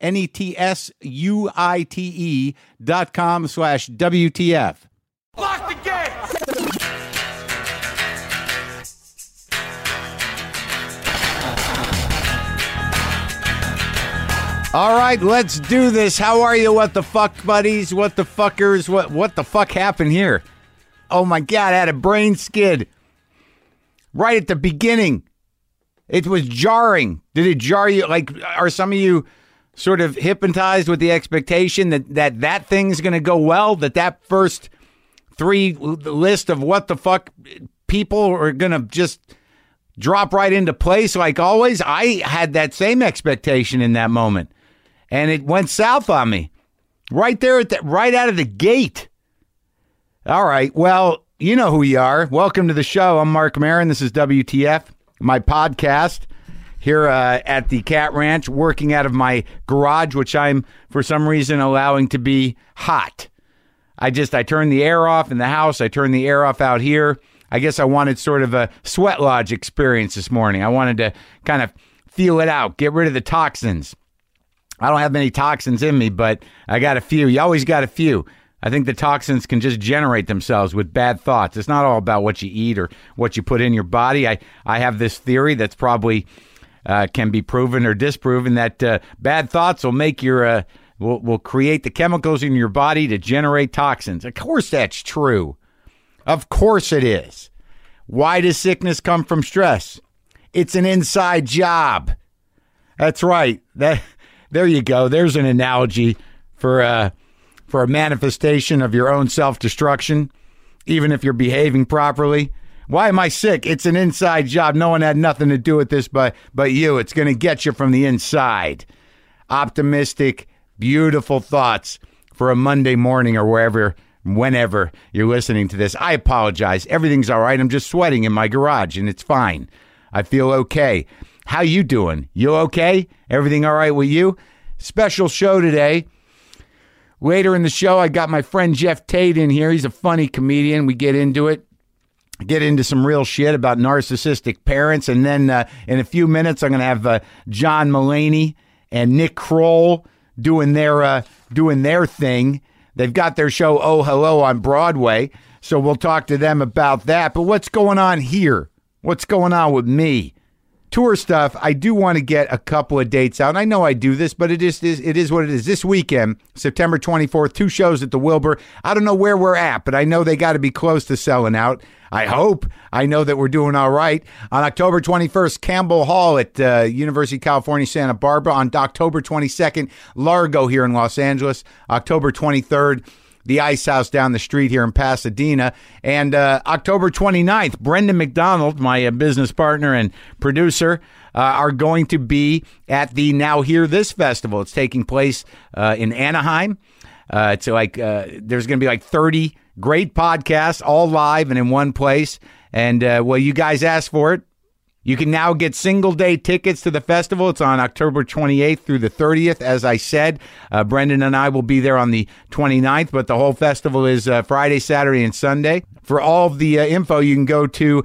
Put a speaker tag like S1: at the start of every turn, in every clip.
S1: N E T S U I T E dot com slash WTF.
S2: Lock the gate!
S1: All right, let's do this. How are you, what the fuck buddies? What the fuckers? What what the fuck happened here? Oh my god, I had a brain skid. Right at the beginning. It was jarring. Did it jar you? Like are some of you sort of hypnotized with the expectation that that, that thing's going to go well, that that first three l- list of what the fuck people are going to just drop right into place like always. I had that same expectation in that moment, and it went south on me right there at that right out of the gate. All right, well, you know who you are. Welcome to the show. I'm Mark Marin. This is WTF, my podcast here uh, at the Cat Ranch, working out of my garage, which I'm for some reason allowing to be hot. I just I turned the air off in the house. I turned the air off out here. I guess I wanted sort of a sweat lodge experience this morning. I wanted to kind of feel it out, get rid of the toxins. I don't have many toxins in me, but I got a few. You always got a few. I think the toxins can just generate themselves with bad thoughts. It's not all about what you eat or what you put in your body. I, I have this theory that's probably uh, can be proven or disproven that uh, bad thoughts will make your uh, will, will create the chemicals in your body to generate toxins. Of course, that's true. Of course, it is. Why does sickness come from stress? It's an inside job. That's right. That there you go. There's an analogy for uh, for a manifestation of your own self destruction, even if you're behaving properly. Why am I sick? It's an inside job. No one had nothing to do with this, but but you. It's going to get you from the inside. Optimistic, beautiful thoughts for a Monday morning or wherever, whenever you're listening to this. I apologize. Everything's all right. I'm just sweating in my garage, and it's fine. I feel okay. How you doing? You okay? Everything all right with you? Special show today. Later in the show, I got my friend Jeff Tate in here. He's a funny comedian. We get into it get into some real shit about narcissistic parents. And then uh, in a few minutes, I'm going to have uh, John Mullaney and Nick Kroll doing their uh, doing their thing. They've got their show Oh Hello on Broadway, so we'll talk to them about that. But what's going on here? What's going on with me? Tour stuff. I do want to get a couple of dates out. And I know I do this, but it is it is what it is. This weekend, September 24th, two shows at the Wilbur. I don't know where we're at, but I know they got to be close to selling out. I hope. I know that we're doing all right. On October 21st, Campbell Hall at uh, University of California, Santa Barbara. On October 22nd, Largo here in Los Angeles. October 23rd, the Ice House down the street here in Pasadena. And uh, October 29th, Brendan McDonald, my uh, business partner and producer, uh, are going to be at the Now Hear This Festival. It's taking place uh, in Anaheim. Uh, it's like uh, there's going to be like 30 great podcasts, all live and in one place. And uh, well, you guys asked for it. You can now get single day tickets to the festival. It's on October 28th through the 30th. As I said, uh, Brendan and I will be there on the 29th, but the whole festival is uh, Friday, Saturday, and Sunday. For all of the uh, info, you can go to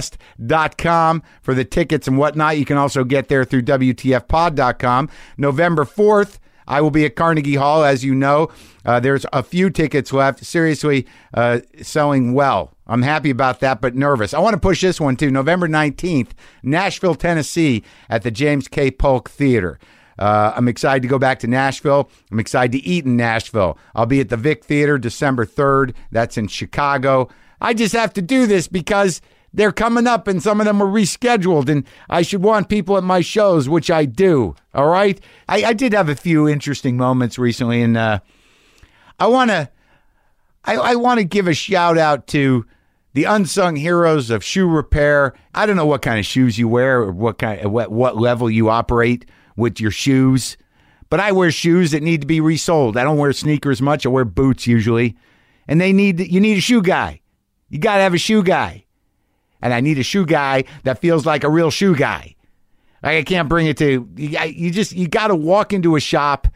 S1: nowhearthisfest.com for the tickets and whatnot. You can also get there through WTFpod.com. November 4th, I will be at Carnegie Hall, as you know. Uh, there's a few tickets left. Seriously, uh, selling well. I'm happy about that, but nervous. I want to push this one too. November 19th, Nashville, Tennessee, at the James K. Polk Theater. Uh, I'm excited to go back to Nashville. I'm excited to eat in Nashville. I'll be at the Vic Theater December 3rd. That's in Chicago. I just have to do this because they're coming up and some of them are rescheduled, and I should want people at my shows, which I do. All right. I, I did have a few interesting moments recently, and uh, I want to. I, I want to give a shout out to the unsung heroes of shoe repair. I don't know what kind of shoes you wear or what kind what what level you operate with your shoes, but I wear shoes that need to be resold. I don't wear sneakers much. I wear boots usually, and they need you need a shoe guy. You got to have a shoe guy, and I need a shoe guy that feels like a real shoe guy. Like I can't bring it to you. I- You just you got to walk into a shop,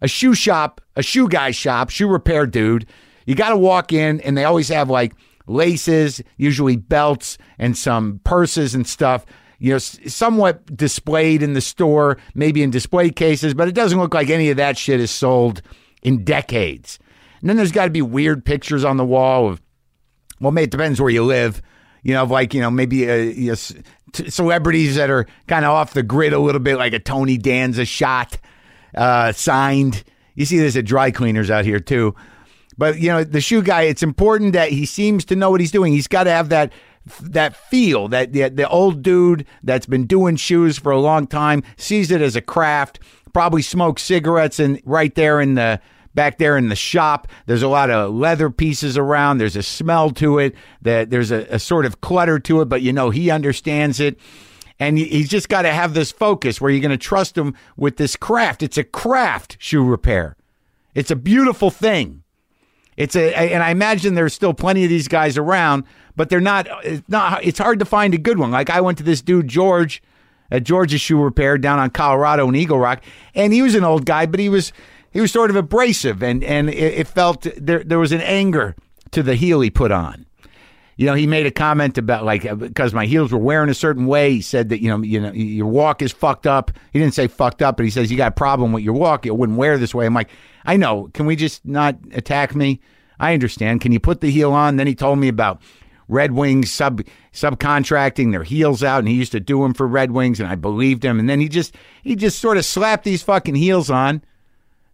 S1: a shoe shop, a shoe guy shop, shoe repair dude. You got to walk in, and they always have like laces, usually belts, and some purses and stuff. You know, s- somewhat displayed in the store, maybe in display cases, but it doesn't look like any of that shit is sold in decades. And then there's got to be weird pictures on the wall of well, mate, it depends where you live. You know, of like you know, maybe uh, you know, c- t- celebrities that are kind of off the grid a little bit, like a Tony Danza shot uh, signed. You see this at dry cleaners out here too. But you know, the shoe guy. It's important that he seems to know what he's doing. He's got to have that that feel that the, the old dude that's been doing shoes for a long time sees it as a craft. Probably smokes cigarettes and right there in the back there in the shop. There's a lot of leather pieces around. There's a smell to it. That there's a, a sort of clutter to it, but you know he understands it, and he- he's just got to have this focus where you're going to trust him with this craft. It's a craft shoe repair. It's a beautiful thing. It's a, and I imagine there's still plenty of these guys around, but they're not. It's not. It's hard to find a good one. Like I went to this dude George, at George's shoe repair down on Colorado in Eagle Rock, and he was an old guy, but he was he was sort of abrasive, and and it, it felt there there was an anger to the heel he put on. You know, he made a comment about like uh, because my heels were wearing a certain way. He said that you know, you know, your walk is fucked up. He didn't say fucked up, but he says you got a problem with your walk. It wouldn't wear this way. I'm like, I know. Can we just not attack me? I understand. Can you put the heel on? Then he told me about Red Wings sub subcontracting their heels out, and he used to do them for Red Wings, and I believed him. And then he just he just sort of slapped these fucking heels on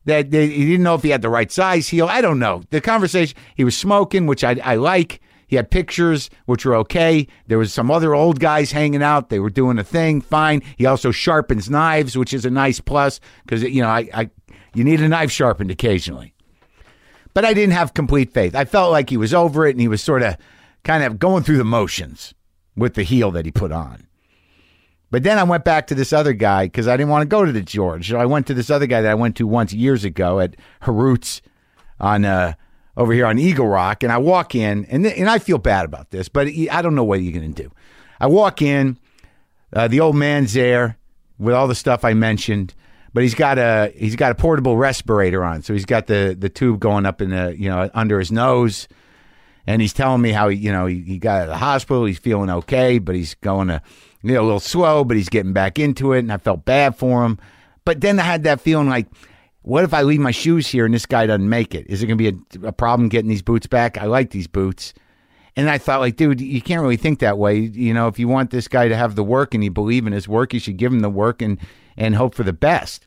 S1: that that he didn't know if he had the right size heel. I don't know. The conversation, he was smoking, which I, I like. He had pictures, which were okay. There was some other old guys hanging out. They were doing a thing, fine. He also sharpens knives, which is a nice plus because you know I, I you need a knife sharpened occasionally. But I didn't have complete faith. I felt like he was over it and he was sort of kind of going through the motions with the heel that he put on. But then I went back to this other guy because I didn't want to go to the George. So I went to this other guy that I went to once years ago at Harut's on uh, over here on Eagle Rock. And I walk in, and th- and I feel bad about this, but y- I don't know what you're going to do. I walk in, uh, the old man's there with all the stuff I mentioned, but he's got a he's got a portable respirator on, so he's got the the tube going up in the you know under his nose and he's telling me how he, you know he, he got out of the hospital he's feeling okay but he's going to you know a little slow but he's getting back into it and i felt bad for him but then i had that feeling like what if i leave my shoes here and this guy doesn't make it is it going to be a, a problem getting these boots back i like these boots and I thought, like, dude, you can't really think that way. You know, if you want this guy to have the work and you believe in his work, you should give him the work and and hope for the best.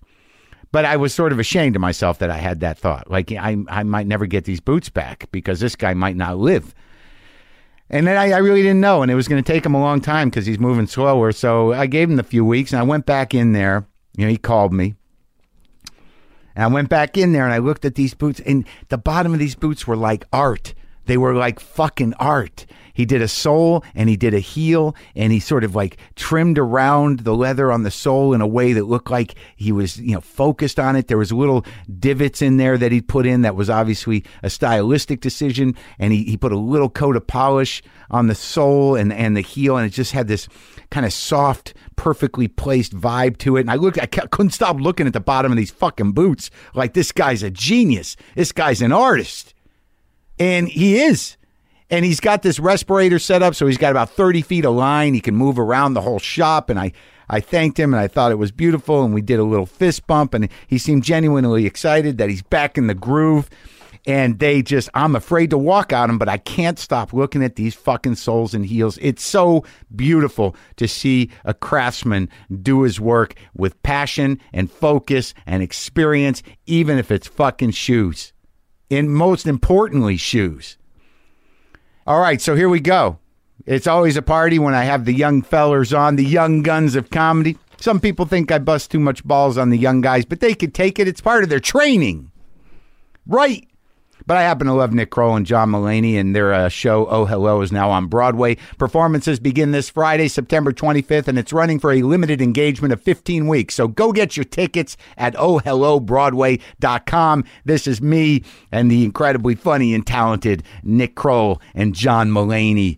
S1: But I was sort of ashamed of myself that I had that thought. Like, I I might never get these boots back because this guy might not live. And then I, I really didn't know, and it was going to take him a long time because he's moving slower. So I gave him a few weeks, and I went back in there. You know, he called me, and I went back in there and I looked at these boots, and the bottom of these boots were like art. They were like fucking art. He did a sole and he did a heel, and he sort of like trimmed around the leather on the sole in a way that looked like he was, you know, focused on it. There was little divots in there that he put in that was obviously a stylistic decision, and he, he put a little coat of polish on the sole and, and the heel, and it just had this kind of soft, perfectly placed vibe to it. And I looked, I ca- couldn't stop looking at the bottom of these fucking boots. Like this guy's a genius. This guy's an artist, and he is. And he's got this respirator set up, so he's got about thirty feet of line. He can move around the whole shop. And I, I thanked him, and I thought it was beautiful. And we did a little fist bump, and he seemed genuinely excited that he's back in the groove. And they just, I'm afraid to walk on them, but I can't stop looking at these fucking soles and heels. It's so beautiful to see a craftsman do his work with passion and focus and experience, even if it's fucking shoes. And most importantly, shoes. All right, so here we go. It's always a party when I have the young fellers on, the young guns of comedy. Some people think I bust too much balls on the young guys, but they could take it. It's part of their training. Right. But I happen to love Nick Kroll and John Mullaney, and their uh, show, Oh Hello, is now on Broadway. Performances begin this Friday, September 25th, and it's running for a limited engagement of 15 weeks. So go get your tickets at oh ohhellobroadway.com. This is me and the incredibly funny and talented Nick Kroll and John Mullaney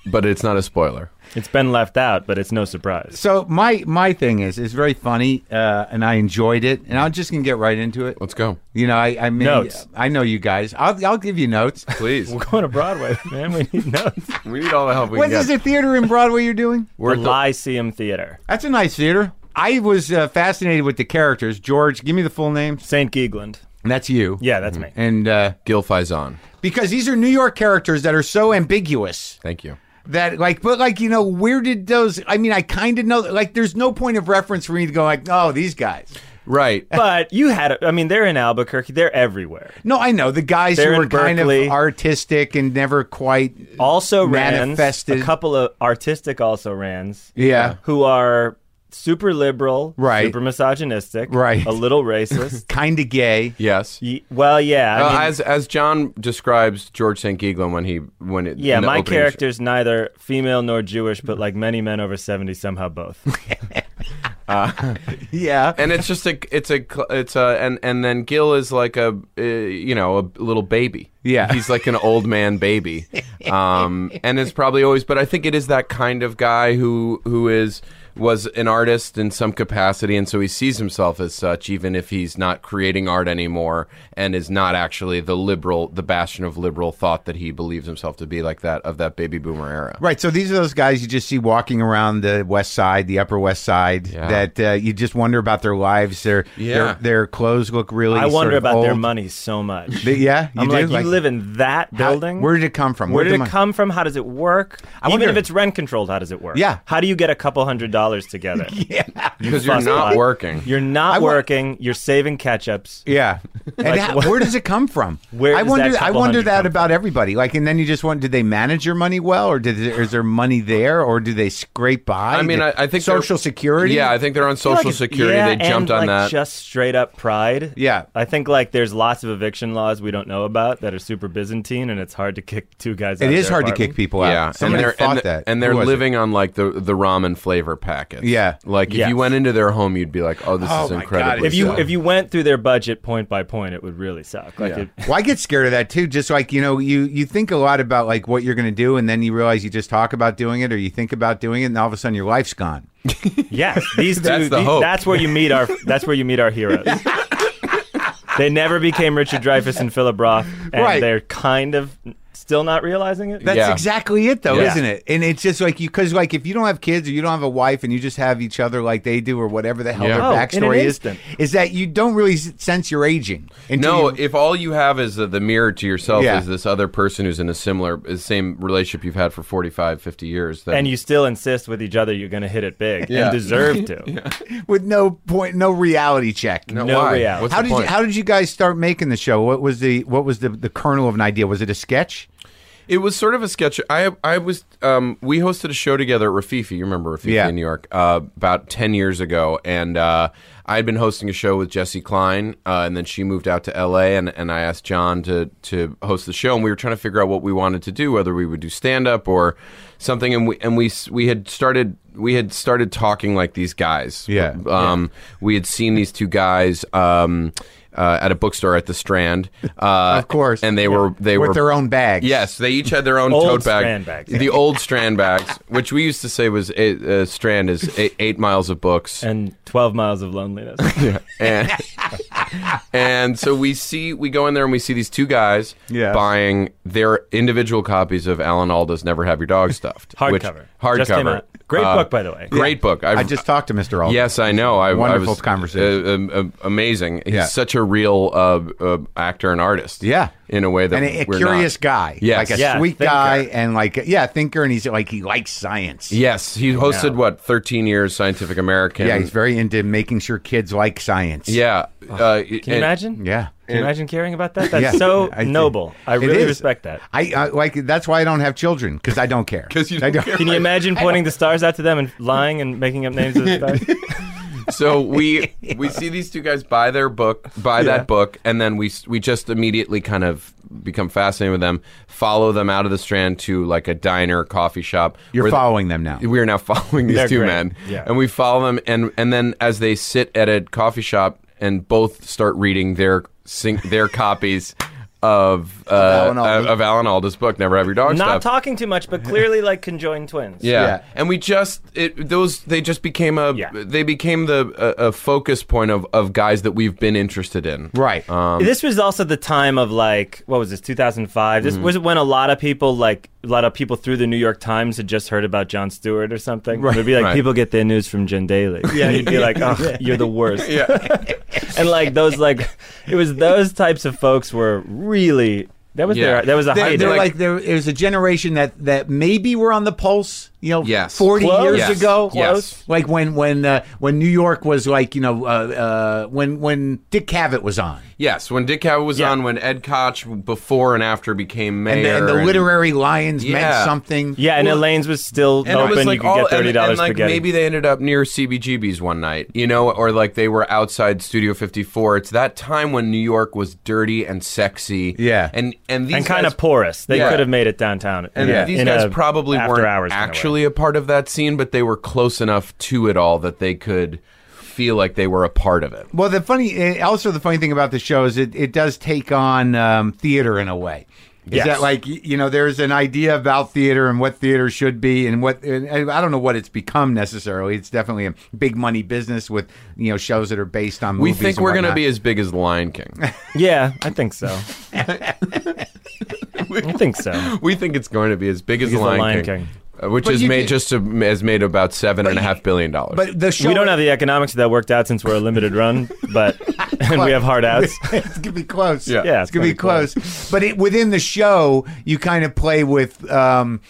S3: but it's not a spoiler.
S4: It's been left out, but it's no surprise.
S1: so my my thing is it's very funny, uh, and I enjoyed it, and I'm just gonna get right into it.
S3: Let's go,
S1: You know, I I mean,
S4: Notes.
S1: I know you guys. I'll I'll give you notes.
S3: please.
S4: We're going to Broadway, man. We need notes.
S3: we need all the help we
S1: What
S3: can
S1: is the
S3: get.
S1: theater in Broadway you're doing?
S3: We're
S4: the
S3: at the-
S4: Lyceum Theater,
S1: That's a nice theater. I was uh, fascinated with the characters. George, give me the full names.
S4: St. Geegland.
S1: And that's you.
S4: Yeah, that's
S3: Mm-hmm.
S4: me.
S1: And uh,
S3: Gil Faison.
S1: because these are New York characters that are so ambiguous
S3: Thank you.
S1: that like, but like you know, where did those? I mean, I kind of know. Like, there's no point of reference for me to go like, oh, these guys.
S3: Right.
S4: But you had, a- I mean, they're in Albuquerque. They're everywhere.
S1: No, I know the guys
S4: They're
S1: who
S4: in
S1: were kind of
S4: Berkeley.
S1: artistic and never quite.
S4: Also Rans,
S1: Manifested.
S4: a couple of artistic also Rans,
S1: Yeah.
S4: who are super liberal,
S1: Right.
S4: super misogynistic,
S1: Right.
S4: a little racist.
S1: Kind of gay.
S3: Yes.
S4: Ye- well, yeah. I
S3: Uh,
S4: mean,
S3: as as John describes George St. Geeglin when he when it
S4: yeah,
S3: in the
S4: my
S3: opening
S4: character's neither female nor Jewish, but like many men over 70, somehow both.
S1: Yeah.
S3: and it's just a it's a cl- it's a and and then Gil is like a uh, you know a little baby.
S1: Yeah.
S3: he's like an old man baby, um, and it's probably always. But I think it is that kind of guy who who is was an artist in some capacity, and so he sees himself as such, even if he's not creating art anymore, and is not actually the liberal, the bastion of liberal thought that he believes himself to be, like that of that baby boomer era.
S1: Right, so these are those guys you just see walking around the West Side, the Upper West Side, that uh, you just wonder about their lives. Their
S3: Yeah.
S1: their, their clothes look really.
S4: I wonder
S1: sort of
S4: about their
S1: old.
S4: money so much.
S1: They- yeah, you
S4: I'm
S1: do?
S4: like, you live in that
S1: how-
S4: building?
S1: Where did it come from?
S4: Where did
S1: the
S4: it come from? How does it work? Even
S1: wonder-
S4: if it's rent controlled, how does it work?
S1: Yeah.
S4: How do you get a couple hundred dollars together?
S3: Because you're
S4: fuss
S3: not
S4: lot.
S3: working.
S4: You're not
S1: wa-
S4: working. You're saving ketchups.
S1: Yeah, and how-
S4: what-
S1: where does it come from?
S4: Where
S1: I
S4: does
S1: wonder.
S4: that
S1: I
S4: couple
S1: wonder
S4: hundred
S1: that
S4: come
S1: about everybody. Like, and then you just wonder: Did they manage your money well, or did is there money there, or do they scrape by?
S3: I mean, I, I think they're-
S1: social security.
S3: Yeah, I think they're on
S4: Like,
S3: social security.
S4: yeah,
S3: they jumped
S4: and,
S3: on
S4: like,
S3: that.
S4: Just straight up pride.
S1: Yeah.
S4: I think like there's lots of eviction laws we don't know about that are super Byzantine, and it's hard to kick two guys. out
S1: it
S4: of
S1: is
S4: their
S1: hard to
S4: apartment.
S1: kick people out.
S3: Yeah,
S1: Somebody
S3: and they're
S1: thought
S3: and,
S1: that,
S3: and
S1: Who
S3: they're
S1: was it?
S3: living on like the the ramen flavor packets.
S1: Yeah.
S3: like if
S4: Yes.
S3: you went into their home, you'd be like, "Oh, this
S1: Oh
S3: is
S1: my God,
S3: incredible."
S1: it's
S4: If you
S1: Yeah.
S4: if you went through their budget point by point, it would really suck. Like
S3: Yeah.
S4: it,
S1: Well, I get scared of that too. Just like you know, you you think a lot about like what you're going to do, and then you realize you just talk about doing it, or you think about doing it, and all of a sudden your life's gone.
S4: yes, these two.
S3: That's the
S4: these-
S3: hope.
S4: that's where you meet our. That's where you meet our heroes. they never became Richard Dreyfuss and Philip Roth, and
S1: Right.
S4: they're kind of still not realizing it.
S1: That's
S3: Yeah.
S1: exactly it, though,
S3: Yeah.
S1: isn't it? And it's just like you, because like if you don't have kids or you don't have a wife and you just have each other like they do or whatever the hell
S3: Yeah.
S1: their
S4: Oh, in an
S1: backstory is,
S4: instant.
S1: is that you don't really s- sense you're aging. until
S3: No,
S1: you-
S3: if all you have is uh, the mirror to yourself
S1: Yeah.
S3: is this other person who's in a similar is same relationship you've had for 45, 50 years, then
S4: And you still insist with each other you're going to hit it big
S3: Yeah.
S4: and deserve to.
S1: with no point, no reality check.
S3: no,
S4: no
S3: why?
S4: reality.
S3: What's
S1: How
S3: the
S1: did you,
S3: point?
S1: how did you guys start making the show? What was the what was the, the kernel of an idea? Was it a sketch?
S3: It was sort of a sketch. I I was um, we hosted a show together at Rafifi. You remember Rafifi
S1: Yeah.
S3: in New York uh, about ten years ago, and uh, I had been hosting a show with Jesse Klein, uh, and then she moved out to L.A. and and I asked John to to host the show, and we were trying to figure out what we wanted to do, whether we would do stand up or something, and we and we s- we had started we had started talking like these guys.
S1: Yeah.
S3: Um, we had seen these two guys. Um, uh, at a bookstore at the Strand, uh,
S1: Of course.
S3: and they were they
S1: with
S3: were
S1: their own bags?
S3: Yes, they each had their own
S4: Old
S3: tote bag.
S4: strand bags.
S3: The old strand bags, which we used to say was eight, uh, strand is eight, eight miles of books.
S4: And 12 miles of loneliness.
S3: And, and so we see we go in there and we see these two guys
S1: Yes.
S3: buying their individual copies of Alan Alda's Never Have Your Dog Stuffed. which-
S4: Hardcover.
S3: Hardcover. Uh,
S4: Just came out. Great book, by the way.
S3: Great book.
S1: I
S3: I've-
S1: just talked to Mr. Alden.
S3: Yes, I know. I,
S1: Wonderful
S3: I was,
S1: conversation.
S3: uh, um, um, amazing. He's
S1: Yeah.
S3: such a real uh, uh, actor and artist.
S1: Yeah.
S3: in a way that
S1: and a, a
S3: we're
S1: curious
S3: not.
S1: guy,
S3: Yes.
S1: like a
S4: Yeah,
S1: sweet
S4: thinker.
S1: guy, and like yeah, thinker, and he's like he likes science.
S3: Yes, he hosted what thirteen years Scientific American.
S1: Yeah, he's very into making sure kids like science.
S3: Yeah, uh,
S4: Can you imagine?
S1: yeah.
S4: Can you imagine caring about that? That's
S1: Yeah.
S4: so
S1: I think-
S4: noble. I
S1: It
S4: really
S1: is.
S4: respect that.
S1: I, I like that's why I don't have children because I don't care.
S3: 'Cause you
S1: I
S3: don't care.
S4: Can you imagine pointing the stars out to them and lying and making up names of the stars?
S3: So we we see these two guys buy their book, buy that book, and then we s- we just immediately kind of become fascinated with them. Follow them out of the Strand to like a diner, coffee shop.
S1: You're
S3: where-
S1: following them now.
S3: We are now following these
S4: They're
S3: two
S4: great.
S3: men,
S4: Yeah.
S3: and we follow them, and and then as they sit at a coffee shop and both start reading their sing, their copies of uh,
S1: Alan Alda.
S3: of, of Alan Alda's book, Never Have Your Dog
S4: Not
S3: Stuffed.
S4: talking too much, but clearly like conjoined twins.
S3: Yeah.
S1: Yeah.
S3: and we just it, those they just became a
S4: Yeah.
S3: they became the a, a focus point of of guys that we've been interested in. Um,
S1: Right.
S4: this was also the time of like what was this 2005 this was when a lot of people like a lot of people through the new york times had just heard about john stewart or something right, it'd be like
S3: Right.
S4: people get their news from jen daly yeah and you'd be like oh you're the worst
S3: Yeah,
S4: and like those like it was those types of folks were really that was
S3: Yeah.
S4: their that was a
S1: they're,
S4: height
S1: they're
S3: like-
S1: like, there is a generation that that maybe were on the pulse, you know,
S3: Yes.
S1: forty
S4: Close.
S1: years
S3: Yes.
S1: ago,
S3: Yes. Close.
S1: like when when uh, when New York was like you know uh, uh, when when Dick Cavett was on,
S3: yes. When Dick Cavett was
S4: Yeah.
S3: on, when Ed Koch before and after became mayor,
S1: and the, and the literary lions meant
S3: Yeah.
S1: something.
S4: yeah and elaine's was still
S3: and it
S4: open
S3: was like
S4: you could
S3: all,
S4: get $30
S3: and, and like
S4: spaghetti
S3: maybe they ended up near CBGB's one night, you know, or like they were outside Studio 54. It's that time when New York was dirty and sexy,
S1: Yeah.
S3: and and these
S4: and kind
S3: guys-
S4: of porous they
S3: Yeah.
S4: could have made it downtown in
S3: And
S4: a-
S3: these
S4: in
S3: guys
S4: a
S3: probably
S4: after
S3: weren't
S4: hours kind of way.
S3: actually a part of that scene, but they were close enough to it all that they could feel like they were a part of it.
S1: Well, the funny, eh, also the funny thing about the show is it, it does take on um, theater in a way. Is
S4: Yes.
S1: that like y- you know? There's an idea about theater and what theater should be, and what and and I don't know what it's become necessarily. It's definitely a big money business with you know shows that are based on.
S3: We
S1: movies
S3: think
S1: and
S3: we're going to
S1: whatnot.
S3: be as big as Lion King.
S4: yeah i think so i think so
S3: we think it's going to be as big as
S4: as the
S3: Lion,
S4: Lion
S3: King,
S4: King.
S3: uh, which
S1: But
S3: is
S1: you
S3: made
S1: did-
S3: just a, has made about seven and a half billion dollars.
S1: But the show
S4: we don't have the economics of that worked out since we're a limited run, but and we have hard outs.
S1: it's gonna be close.
S3: Yeah.
S4: Yeah,
S1: it's gonna be close. But it, within the show, you kind of play with, um,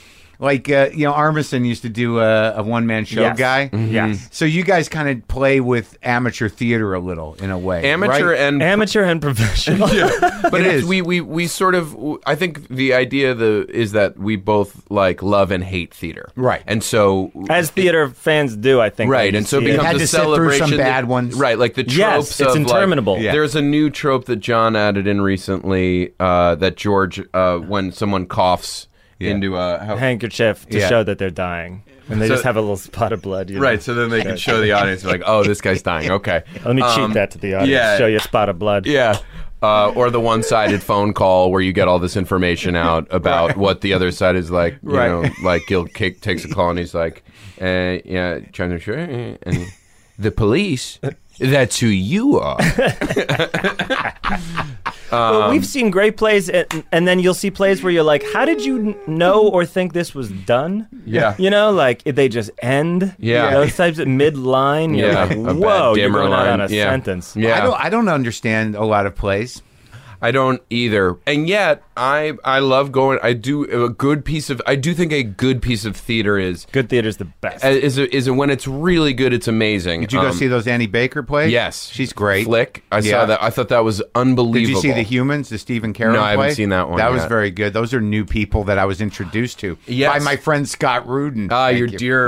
S1: like uh, you know, Armisen used to do a, a one man show
S4: Yes. Mm-hmm.
S1: guy.
S3: Mm-hmm.
S4: Yes.
S1: So you guys kind of play with amateur theater a little in a way.
S3: amateur
S1: right?
S3: and
S4: Amateur and professional.
S3: but
S1: It
S3: it's-
S1: is.
S3: we we we sort of I think the idea the is that we both like love and hate theater,
S1: Right.
S3: And so
S4: As theater fans do, I think. when
S3: right
S4: you
S3: and so it
S4: see
S3: becomes
S1: had
S3: a
S1: to sit through some
S3: celebration
S1: bad ones.
S3: right like the tropes
S4: Yes, it's
S3: of,
S4: interminable.
S3: like,
S4: Yeah.
S3: there's a new trope that john added in recently uh, that george uh, when someone coughs into a how,
S4: handkerchief to
S3: Yeah.
S4: show that they're dying, and they
S3: So-
S4: just have a little spot of blood. you know.
S3: right. So then they can show the audience like, oh, this guy's dying. Okay.
S4: Let me cheat
S3: Um,
S4: that to the audience.
S3: yeah.
S4: Show you a spot of blood.
S3: Yeah. Uh, or the one-sided phone call where you get all this information out about what the other side is like. You
S1: Right.
S3: know, like Gil Kick takes a call and he's like, uh, "Yeah, trying to sure." And the police. That's who you are.
S4: Well,
S3: Um,
S4: we've seen great plays, and, and then you'll see plays where you're like, "How did you n- know or think this was done?"
S3: Yeah.
S4: You know, like if they just end.
S3: Yeah.
S4: Those types of mid-line. You're
S3: Yeah,
S4: like,
S3: a bad
S4: "Whoa, you're
S3: dimmer
S4: going out
S3: line.
S4: on a
S3: Yeah.
S4: sentence."
S1: I
S3: Yeah.
S1: don't. I don't understand a lot of plays.
S3: I don't either. And yet, I I love going. I do a good piece of. I do think a good piece of theater is
S4: Good theater's the best.
S3: is is when it's really good. It's amazing.
S1: Did you go see those Annie Baker plays?
S3: Um, Yes,
S1: she's great.
S3: Flick. I
S1: Yeah.
S3: saw that. I thought that was
S1: Did
S3: unbelievable.
S1: you see the Humans, the Stephen Carroll?
S3: No, I haven't
S1: play?
S3: seen that one
S1: That was
S3: yet.
S1: very good. Those are new people that I was introduced to
S3: Yes.
S1: by my friend Scott Rudin.
S3: Ah,
S1: Thank
S3: your
S1: you.
S3: dear.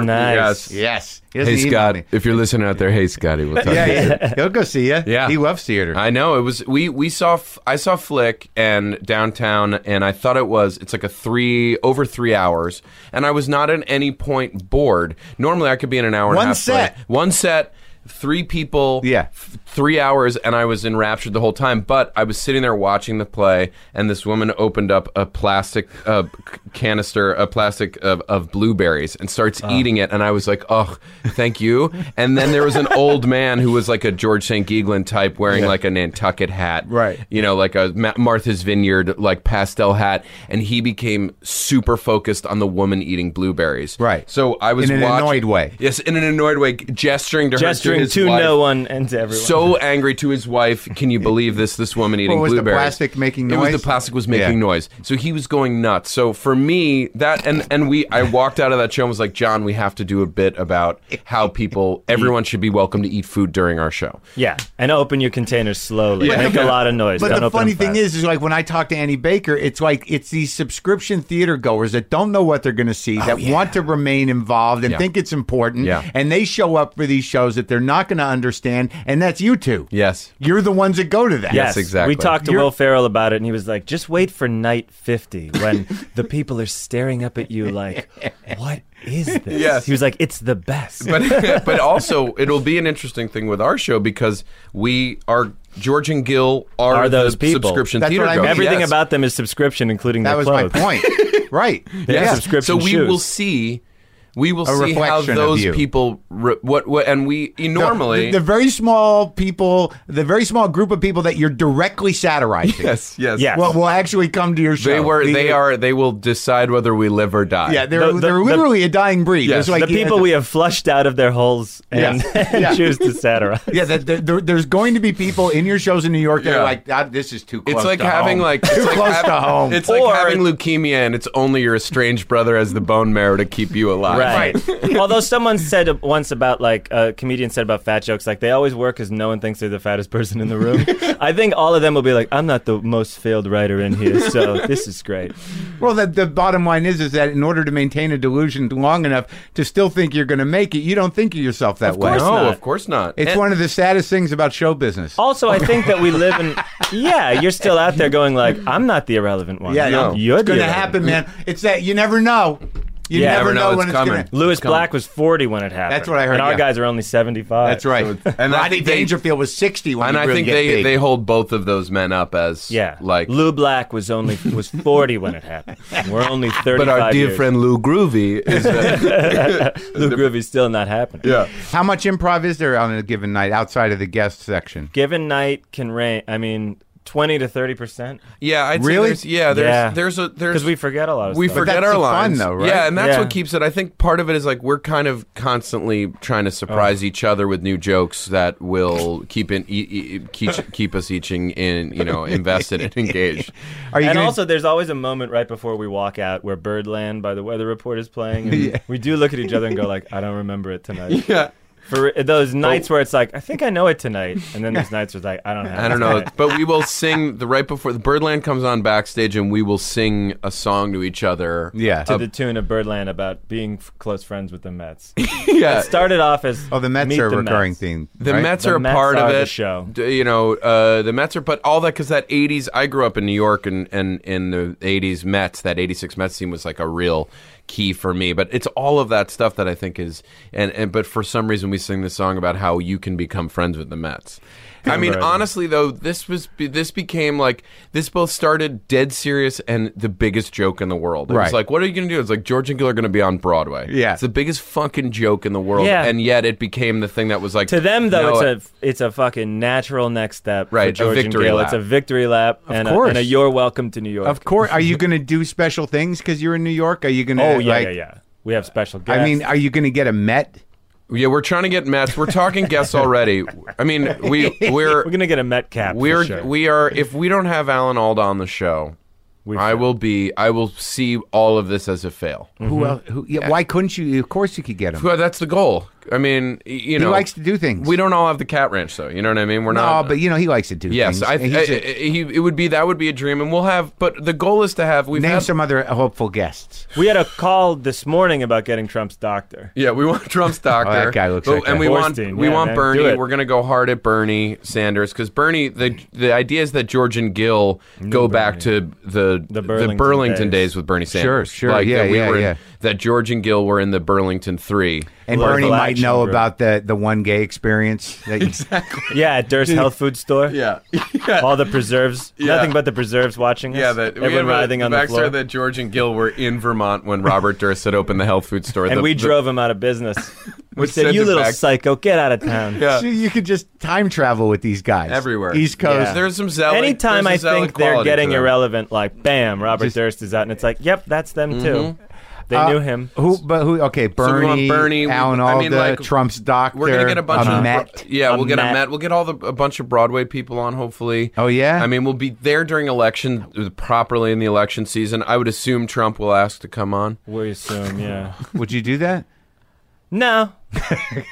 S3: Yes.
S4: Nice.
S1: Yes. He doesn't
S3: Hey
S1: email
S3: Scott,
S1: me.
S3: if you're listening out there, hey Scotty, we'll talk.
S1: Yeah,
S3: to you.
S1: yeah. he'll go see you.
S3: Yeah.
S1: he loves theater.
S3: I know it was. We we saw. F- I saw Flick and Downtown, and I thought it was. It's like a three over three hours, and I was not at any point bored. Normally, I could be in an hour. and
S1: One
S3: a half
S1: set.
S3: play. One set. Three people.
S1: Yeah.
S3: f- three hours, and I was enraptured the whole time. But I was sitting there watching the play, and this woman opened up a plastic uh, c- canister, a plastic of, of blueberries, and starts
S1: Ah.
S3: eating it. And I was like, "Oh, thank you." And then there was an old man who was like a George St. Geeglin type, wearing like a Nantucket hat,
S1: Right.
S3: You know, like a Ma- Martha's Vineyard like pastel hat, and he became super focused on the woman eating blueberries,
S1: Right.
S3: So I was
S1: In an
S3: watch-
S1: annoyed way.
S3: yes, in an annoyed way, gesturing to her,
S4: Gesturing
S3: his
S4: to
S3: wife
S4: no one and to everyone.
S3: so angry to his wife. Can you believe this? This woman eating
S1: was the
S3: blueberries.
S1: plastic making
S3: It
S1: noise?
S3: was the plastic was making
S1: Yeah.
S3: noise. So he was going nuts. So for me, that and and we, I walked out of that show and was like, John, we have to do a bit about how people, everyone should be welcome to eat food during our show.
S4: yeah, and open your containers slowly. Make a lot of noise.
S1: But
S4: Don't
S1: the
S4: open
S1: funny
S4: them
S1: thing is,
S4: fast.
S1: is like when I talk to Annie Baker, it's like it's these subscription theater goers that don't know what they're going to see, that want to remain involved and
S3: Yeah.
S1: think it's important,
S3: Yeah.
S1: and they show up for these shows that they're not going to understand, and that's you two.
S3: Yes.
S1: You're the ones that go to that.
S4: Yes,
S3: exactly.
S4: We talked to
S1: You're-
S4: Will Farrell about it, and he was like, "Just wait for night fifty when the people are staring up at you like, what is this?"
S3: Yes.
S4: He was like, "It's the best."
S3: but but also it'll be an interesting thing with our show because we are George and Gil are,
S4: Are those
S3: the
S4: people.
S3: subscription
S1: That's
S3: theater
S1: what I
S3: goers.
S1: mean.
S4: Everything
S3: Yes.
S4: about them is subscription,
S1: Oh,
S4: including
S1: That
S4: their
S1: was my
S4: clothes.
S1: point. right.
S4: They
S1: Yeah.
S4: have subscription
S3: so we
S4: shoes.
S3: will see we will see how
S1: reflection of
S3: those
S1: you.
S3: people re- what, what and we normally
S1: the, the very small people, the very small group of people that you're directly satirizing,
S3: yes yes
S4: Yes.
S1: will, will actually come to your show.
S3: they were
S1: The-
S3: they are they will decide whether we live or die
S1: Yeah, they're,
S4: The- the-
S1: they're
S4: the-
S1: literally a dying breed.
S3: Yes.
S1: It's like,
S4: the people we have flushed out of their holes and,
S1: Yeah.
S4: and
S1: Yeah.
S4: choose to satirize.
S1: Yeah, that there, there, there's going to be people in your shows in New York that
S3: Yeah.
S1: are like, ah, "This is too close."
S3: it's like
S1: to
S3: having
S1: home.
S3: like it's
S1: too
S3: like
S1: close
S3: hav-
S1: to home.
S3: It's
S4: Or-
S3: like having leukemia, and it's only your estranged brother as the bone marrow to keep you alive.
S4: Right. Although someone said once about like a comedian said about fat jokes, like they always work because no one thinks they're the fattest person in the room. I think all of them will be like, I'm not the most failed writer in here, so this is great.
S1: well, the, the bottom line is, is that in order to maintain a delusion long enough to still think you're going to make it, you don't think of yourself that way.
S3: No,
S4: course not.
S3: of course not.
S1: It's
S3: And-
S1: one of the saddest things about show business.
S4: Also, I think that we live in yeah. You're still out there going like, I'm not the irrelevant one.
S1: yeah,
S3: no.
S4: you're
S1: it's
S4: the
S1: going to
S4: irrelevant
S1: happen, man. It's that you never know. You
S4: Yeah.
S1: never,
S3: Never know
S1: know,
S3: it's
S1: when it's
S3: coming.
S1: going to.
S4: Lewis Black was 40 when it happened.
S1: That's what I heard,
S4: And our
S1: yeah.
S4: guys are only 75.
S1: That's right.
S3: And
S1: and
S3: I
S1: Rodney
S3: think they-
S1: Dangerfield was 60 when
S3: and
S1: he
S3: I
S1: really
S3: think
S1: get
S3: they,
S1: big.
S3: they hold both of those men up as
S4: Yeah.
S3: like
S4: Lou Black was only was 40 when it happened. We're only 35
S3: but our dear
S4: years.
S3: friend Lou Groovy is
S4: Lou Groovy's still not happening.
S3: yeah
S1: How much improv is there on a given night outside of the guest section?
S4: Given night can range. I mean, 20 to 30 percent.
S3: yeah I'd say
S1: Really?
S3: there's- yeah there's
S4: Yeah.
S3: there's a there's
S4: Because we forget a lot of
S3: we
S4: stuff.
S3: forget
S1: that's
S3: our
S1: the fun,
S3: lines
S1: though, right?
S3: yeah and that's
S4: Yeah.
S3: what keeps it i think part of it is like we're kind of constantly trying to surprise each other with new jokes that will keep in e- e- keep, keep us each in, in you know invested and engaged
S1: Are you
S4: and
S1: gonna-
S4: also, there's always a moment right before we walk out where Birdland by the Weather Report is playing, and we do look at each other and go like, "I don't remember it tonight."
S3: yeah
S4: For re- those nights where it's like, I think I know it tonight, and then there's nights where it's like, I don't have.
S3: I don't
S4: it
S3: know,
S4: tonight.
S3: but we will sing the right before the Birdland comes on backstage, and we will sing a song to each other.
S1: Yeah.
S4: To the tune of Birdland about being f- close friends with the Mets.
S3: yeah.
S4: Started off as
S1: oh, the Mets
S4: meet
S1: are a recurring
S4: Mets.
S1: theme.
S3: The
S1: right?
S3: Mets
S4: The
S3: are a
S4: Mets
S3: part
S4: are
S3: of
S4: the
S3: it.
S4: show.
S3: D- You know, uh, the Mets are, but all that because that '80s. I grew up in New York, and and in the '80s Mets, that '86 Mets team was like a real key for me. But it's all of that stuff that I think is, and and but for some reason we sing this song about how you can become friends with the Mets. I mean,
S4: Right.
S3: honestly though, this was be- this became like this both started dead serious and the biggest joke in the world. It
S1: Right.
S3: was like, what are you going to do? It's like George and Gil are going to be on Broadway.
S1: Yeah.
S3: it's the biggest fucking joke in the world.
S4: Yeah.
S3: and yet it became the thing that was like
S4: To them, though,
S3: no,
S4: it's a it's a fucking natural next step.
S3: Right,
S4: for
S3: a
S4: George
S3: victory
S4: and Gail.
S3: lap.
S4: It's a victory lap, and a,
S1: course.
S4: and a you're welcome to New York.
S1: Of course. Are you going to do special things because you're in New York? Are you going to?
S4: Oh yeah,
S1: like,
S4: yeah, yeah. We have special guests.
S1: I mean, are you going to get a Met?
S3: Yeah, we're trying to get Mets. We're talking guests already. I mean, we we're
S4: we're gonna get a Met cap. for
S3: we're
S4: sure.
S3: we are. If we don't have Alan Alda on the show,
S4: We
S3: I
S4: should.
S3: will be. I will see all of this as a fail.
S1: Who else? Who, yeah, why couldn't you? Of course, you could get him.
S3: Mm-hmm. Well, that's the goal. I mean, y- you
S1: He
S3: know,
S1: likes to do things.
S3: We don't all have the cat ranch, though. You know what I mean? We're
S1: No,
S3: not.
S1: but you know he likes to do
S3: yes,
S1: things.
S3: I, I, I,
S1: And he's a-
S3: he, it would be that would be a dream, and we'll have. But the goal is to have. We've
S1: name
S3: had,
S1: some other hopeful guests.
S4: we had a call this morning about getting Trump's doctor.
S3: Yeah, we want Trump's doctor.
S1: Oh, that guy looks like
S3: and
S1: that.
S3: we want
S4: Borstein,
S3: we
S4: yeah,
S3: want
S4: man, do
S3: Bernie.
S4: it.
S3: We're gonna go hard at Bernie Sanders because Bernie. The the idea is that George and Gill go back to the the
S4: Burlington
S3: Burlington days.
S4: days.
S3: with Bernie Sanders.
S1: sure,
S3: Like,
S1: yeah,
S3: that we
S1: yeah,
S3: were in-
S1: yeah.
S3: That George and Gill were in the Burlington Three.
S1: And
S4: Local
S1: Bernie might
S4: action
S1: know
S4: group.
S1: about the, the one gay experience. That you,
S4: Yeah, at Durst Health Food Store.
S3: yeah, yeah.
S4: All the preserves.
S3: Yeah.
S4: Nothing but the preserves watching us.
S3: Yeah, that we have
S4: everyone
S3: a-
S4: writhing on
S3: the
S4: the
S3: backstory
S4: floor.
S3: that George and Gill were in Vermont when Robert Durst had opened the health food store,
S4: and
S3: The-
S4: we
S3: the-
S4: drove him out of business. we
S3: Which
S4: said,
S3: sends
S4: "You
S3: it
S4: little
S3: back-
S4: psycho, get out of town."
S3: Yeah.
S1: See, you could just time travel with these guys
S3: everywhere,
S1: East Coast.
S4: Yeah.
S3: There's some zealot.
S4: Anytime I
S3: there's a zealot
S4: think they're
S3: quality to
S4: getting
S3: them.
S4: irrelevant, like bam, Robert Durst is out, and it's like, yep, that's them too.
S3: Mm-hmm.
S4: They
S1: Uh,
S4: knew him.
S1: Who? But who? Okay,
S3: we want
S1: Bernie,
S3: Bernie, we-
S1: Alan
S3: I
S1: Alda,
S3: mean, like,
S1: Trump's doctor.
S3: We're gonna get a bunch of
S1: Met.
S3: yeah.
S4: A
S3: we'll get a
S4: Met.
S3: Met. We'll get all the a bunch of Broadway people on. Hopefully.
S1: Oh, yeah?
S3: I mean, we'll be there during election uh, properly in the election season. I would assume Trump will ask to come on.
S4: We assume, yeah.
S1: Would you do that?
S4: no,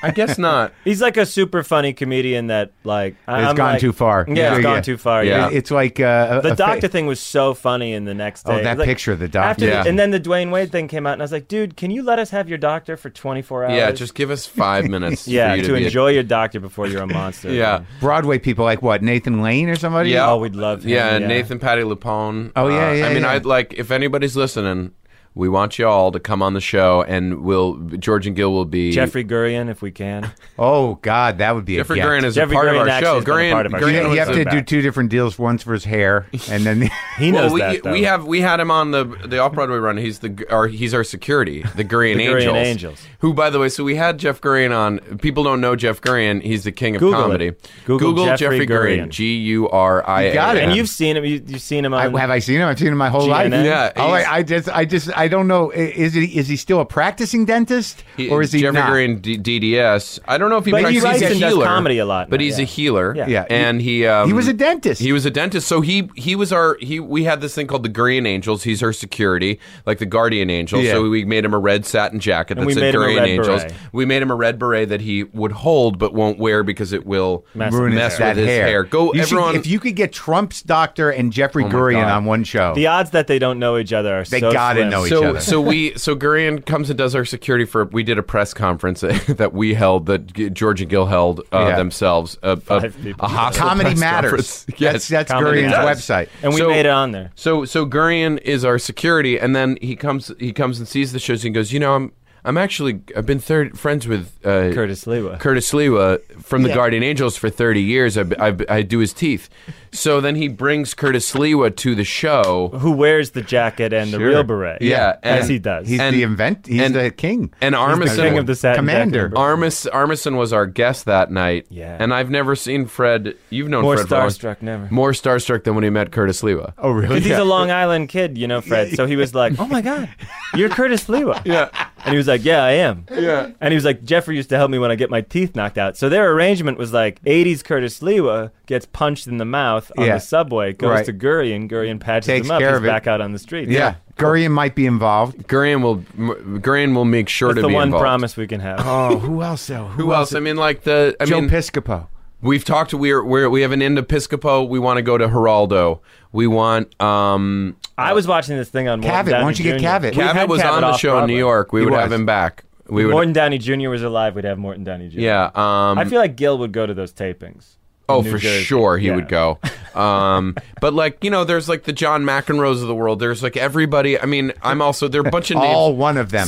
S3: I guess not.
S4: he's like a super funny comedian that like I-
S1: It's
S4: I'm
S1: gone
S4: like-
S1: too far.
S4: Yeah,
S1: Yeah,
S4: it's gone
S1: yeah.
S4: too far.
S3: Yeah.
S4: Yeah.
S1: It- It's like uh, a-
S4: The
S1: a fa-
S4: doctor thing was so funny in the next
S1: Oh,
S4: day.
S1: that
S4: Like,
S1: picture of the doctor.
S4: After
S3: Yeah.
S4: the, and then the Dwayne Wade thing came out, and I was like, dude, can you let us have your doctor for 24 hours?
S3: Yeah, just give us five minutes.
S4: yeah
S3: for you
S4: to,
S3: to, be a-
S4: enjoy your doctor before you're a monster.
S3: yeah.
S1: Broadway people like what Nathan Lane or somebody.
S3: Yeah.
S4: Oh, we'd love him.
S3: Yeah, Nathan Patty Lupone.
S1: Oh, yeah, yeah,
S3: I mean,
S1: yeah.
S3: I'd like if anybody's listening, we want you all to come on the show, and we'll George and Gil will be
S4: Jeffrey Gurian, if we can.
S1: Oh God, that would be
S3: Jeffrey
S1: a gift.
S3: Gurian is
S4: Jeffrey
S3: a part
S4: Gurian
S3: of our
S4: actually
S3: show.
S4: has been a
S3: Gurian,
S4: part of our
S1: You,
S3: Gurian
S4: show.
S1: you
S3: was
S1: have
S3: a-
S1: to do two different deals. One's for his hair, and then the,
S4: He knows
S3: Well, we,
S4: that. Though.
S3: we have we had him on the the off Broadway run. He's the our, he's our security, the Gurian
S4: The Gurian
S3: Angels.
S4: Angels.
S3: Who, by the way, so we had Jeff Gurian on. People don't know Jeff Gurian. He's the king of
S4: Google
S3: comedy.
S4: it. Google Jeffrey Gurian.
S3: G U R I A.
S1: You got it.
S4: and you've seen him. You, you've seen him
S1: I,
S4: on.
S1: have I seen him? I've seen him my whole life.
S4: GNN?
S3: Yeah,
S1: Oh,
S3: he's-
S1: I, I just, I just, I don't know. I- Is he, is he still a practicing dentist, or is he
S3: Jeffrey
S1: not?
S3: Gurian D- DDS? I don't know if he
S4: But
S3: practices-
S4: he writes
S3: he's a
S4: and does
S3: healer,
S4: comedy a lot
S3: But
S4: now,
S3: he's a
S4: yeah.
S3: healer.
S4: Yeah.
S1: Yeah, he-
S3: and he um,
S1: He was a dentist.
S3: He was a dentist. So he he was our he we had this thing called the Gurian Angels. He's our security, like the guardian angel.
S1: Yeah.
S3: So we made him a red satin jacket that
S4: we
S3: said
S4: made him a
S3: Gurian
S4: red
S3: Angels.
S4: beret.
S3: We made him a red beret that he would hold but won't wear because it will
S4: Mess
S3: mess
S4: with
S3: with
S4: his
S3: his hair. Go
S1: You should-
S3: everyone Oh
S1: if you could get Trump's doctor and Jeffrey Gurian
S3: God.
S1: on one show,
S4: the odds that they don't know each other are
S1: They
S4: so
S1: gotta
S4: slim.
S1: know each
S3: so,
S1: other.
S3: So we so Gurian comes and does our security for. We did a press conference that we held that G- George and Gill held uh,
S1: Yeah.
S3: themselves. A, a,
S4: Five people.
S3: a hostile
S1: comedy
S3: press
S1: matters.
S3: conference. Yes,
S1: That's that's
S4: Comedy
S1: Gurian's
S4: does.
S1: website.
S4: And we
S3: So-
S4: made um, it on there.
S3: So so Gurian is our security, and then he comes he comes and sees the shows and goes, you know, I'm I'm actually I've been third friends with uh,
S4: Curtis Lewa.
S3: Curtis Lewa from the Guardian Angels for 30 years. I, I, I do his teeth. So then he brings Curtis Lewa to the show.
S4: who wears the jacket and the
S1: Sure.
S4: real beret.
S3: Yeah,
S4: as
S3: and
S4: he does.
S1: He's
S3: And-
S1: the invent. He's
S3: and-
S1: the king.
S3: And
S4: the
S3: Armisen,
S4: king of the satin
S1: commander.
S4: jacket.
S3: Armis Armisen was our guest that night.
S4: Yeah.
S3: And I've never seen Fred. You've known
S4: More
S3: Fred for a long-
S4: starstruck, never.
S3: More starstruck than when he met Curtis Lewa.
S1: Oh, really?
S4: Because he's a Long Island kid, you know, Fred. So he was like, "Oh my God, you're Curtis Lewa."
S3: Yeah.
S4: And he was like, Yeah, I am.
S3: Yeah.
S4: And he was like, Jeffrey used to help me when I get my teeth knocked out. So their arrangement was like 80s Curtis Lewa gets punched in the mouth on
S1: Yeah.
S4: the subway, goes
S1: Right.
S4: to Gurion, Gurion patches
S1: Takes
S4: him up,
S1: care
S4: he's
S1: of it.
S4: back out on the street.
S1: Yeah. Gurion might be involved.
S3: Gurion will M- Gurion will make sure
S4: That's
S3: to
S4: the
S3: be
S4: one
S3: involved.
S4: promise we can have.
S1: Oh, who else though?
S3: Who else? I mean, like the I
S1: Joe
S3: mean,
S1: Piscopo.
S3: we've talked. We're, we're we have an end Episcopo. We want to go to Geraldo. We want um
S4: I was watching this thing on Morton
S1: Cavett, why
S4: Downey
S1: don't you get
S4: Jr.
S1: Cavett? We
S4: We've
S3: Cabot
S4: had
S3: was on the
S4: off
S3: show in
S4: Broadway.
S3: New York. We
S1: He
S3: would
S1: was.
S3: have him back. We would.
S4: Morton Downey Jr. was alive, we'd have Morton Downey Jr.
S3: yeah. Um,
S4: I feel like Gil would go to those tapings.
S3: Oh,
S4: New
S3: for
S4: Jersey.
S3: sure, he
S4: Yeah.
S3: would go. Um, but like you know, there's like the John McEnroes of the world. There's like everybody. I mean, I'm also there are a bunch of names.
S1: All one of them.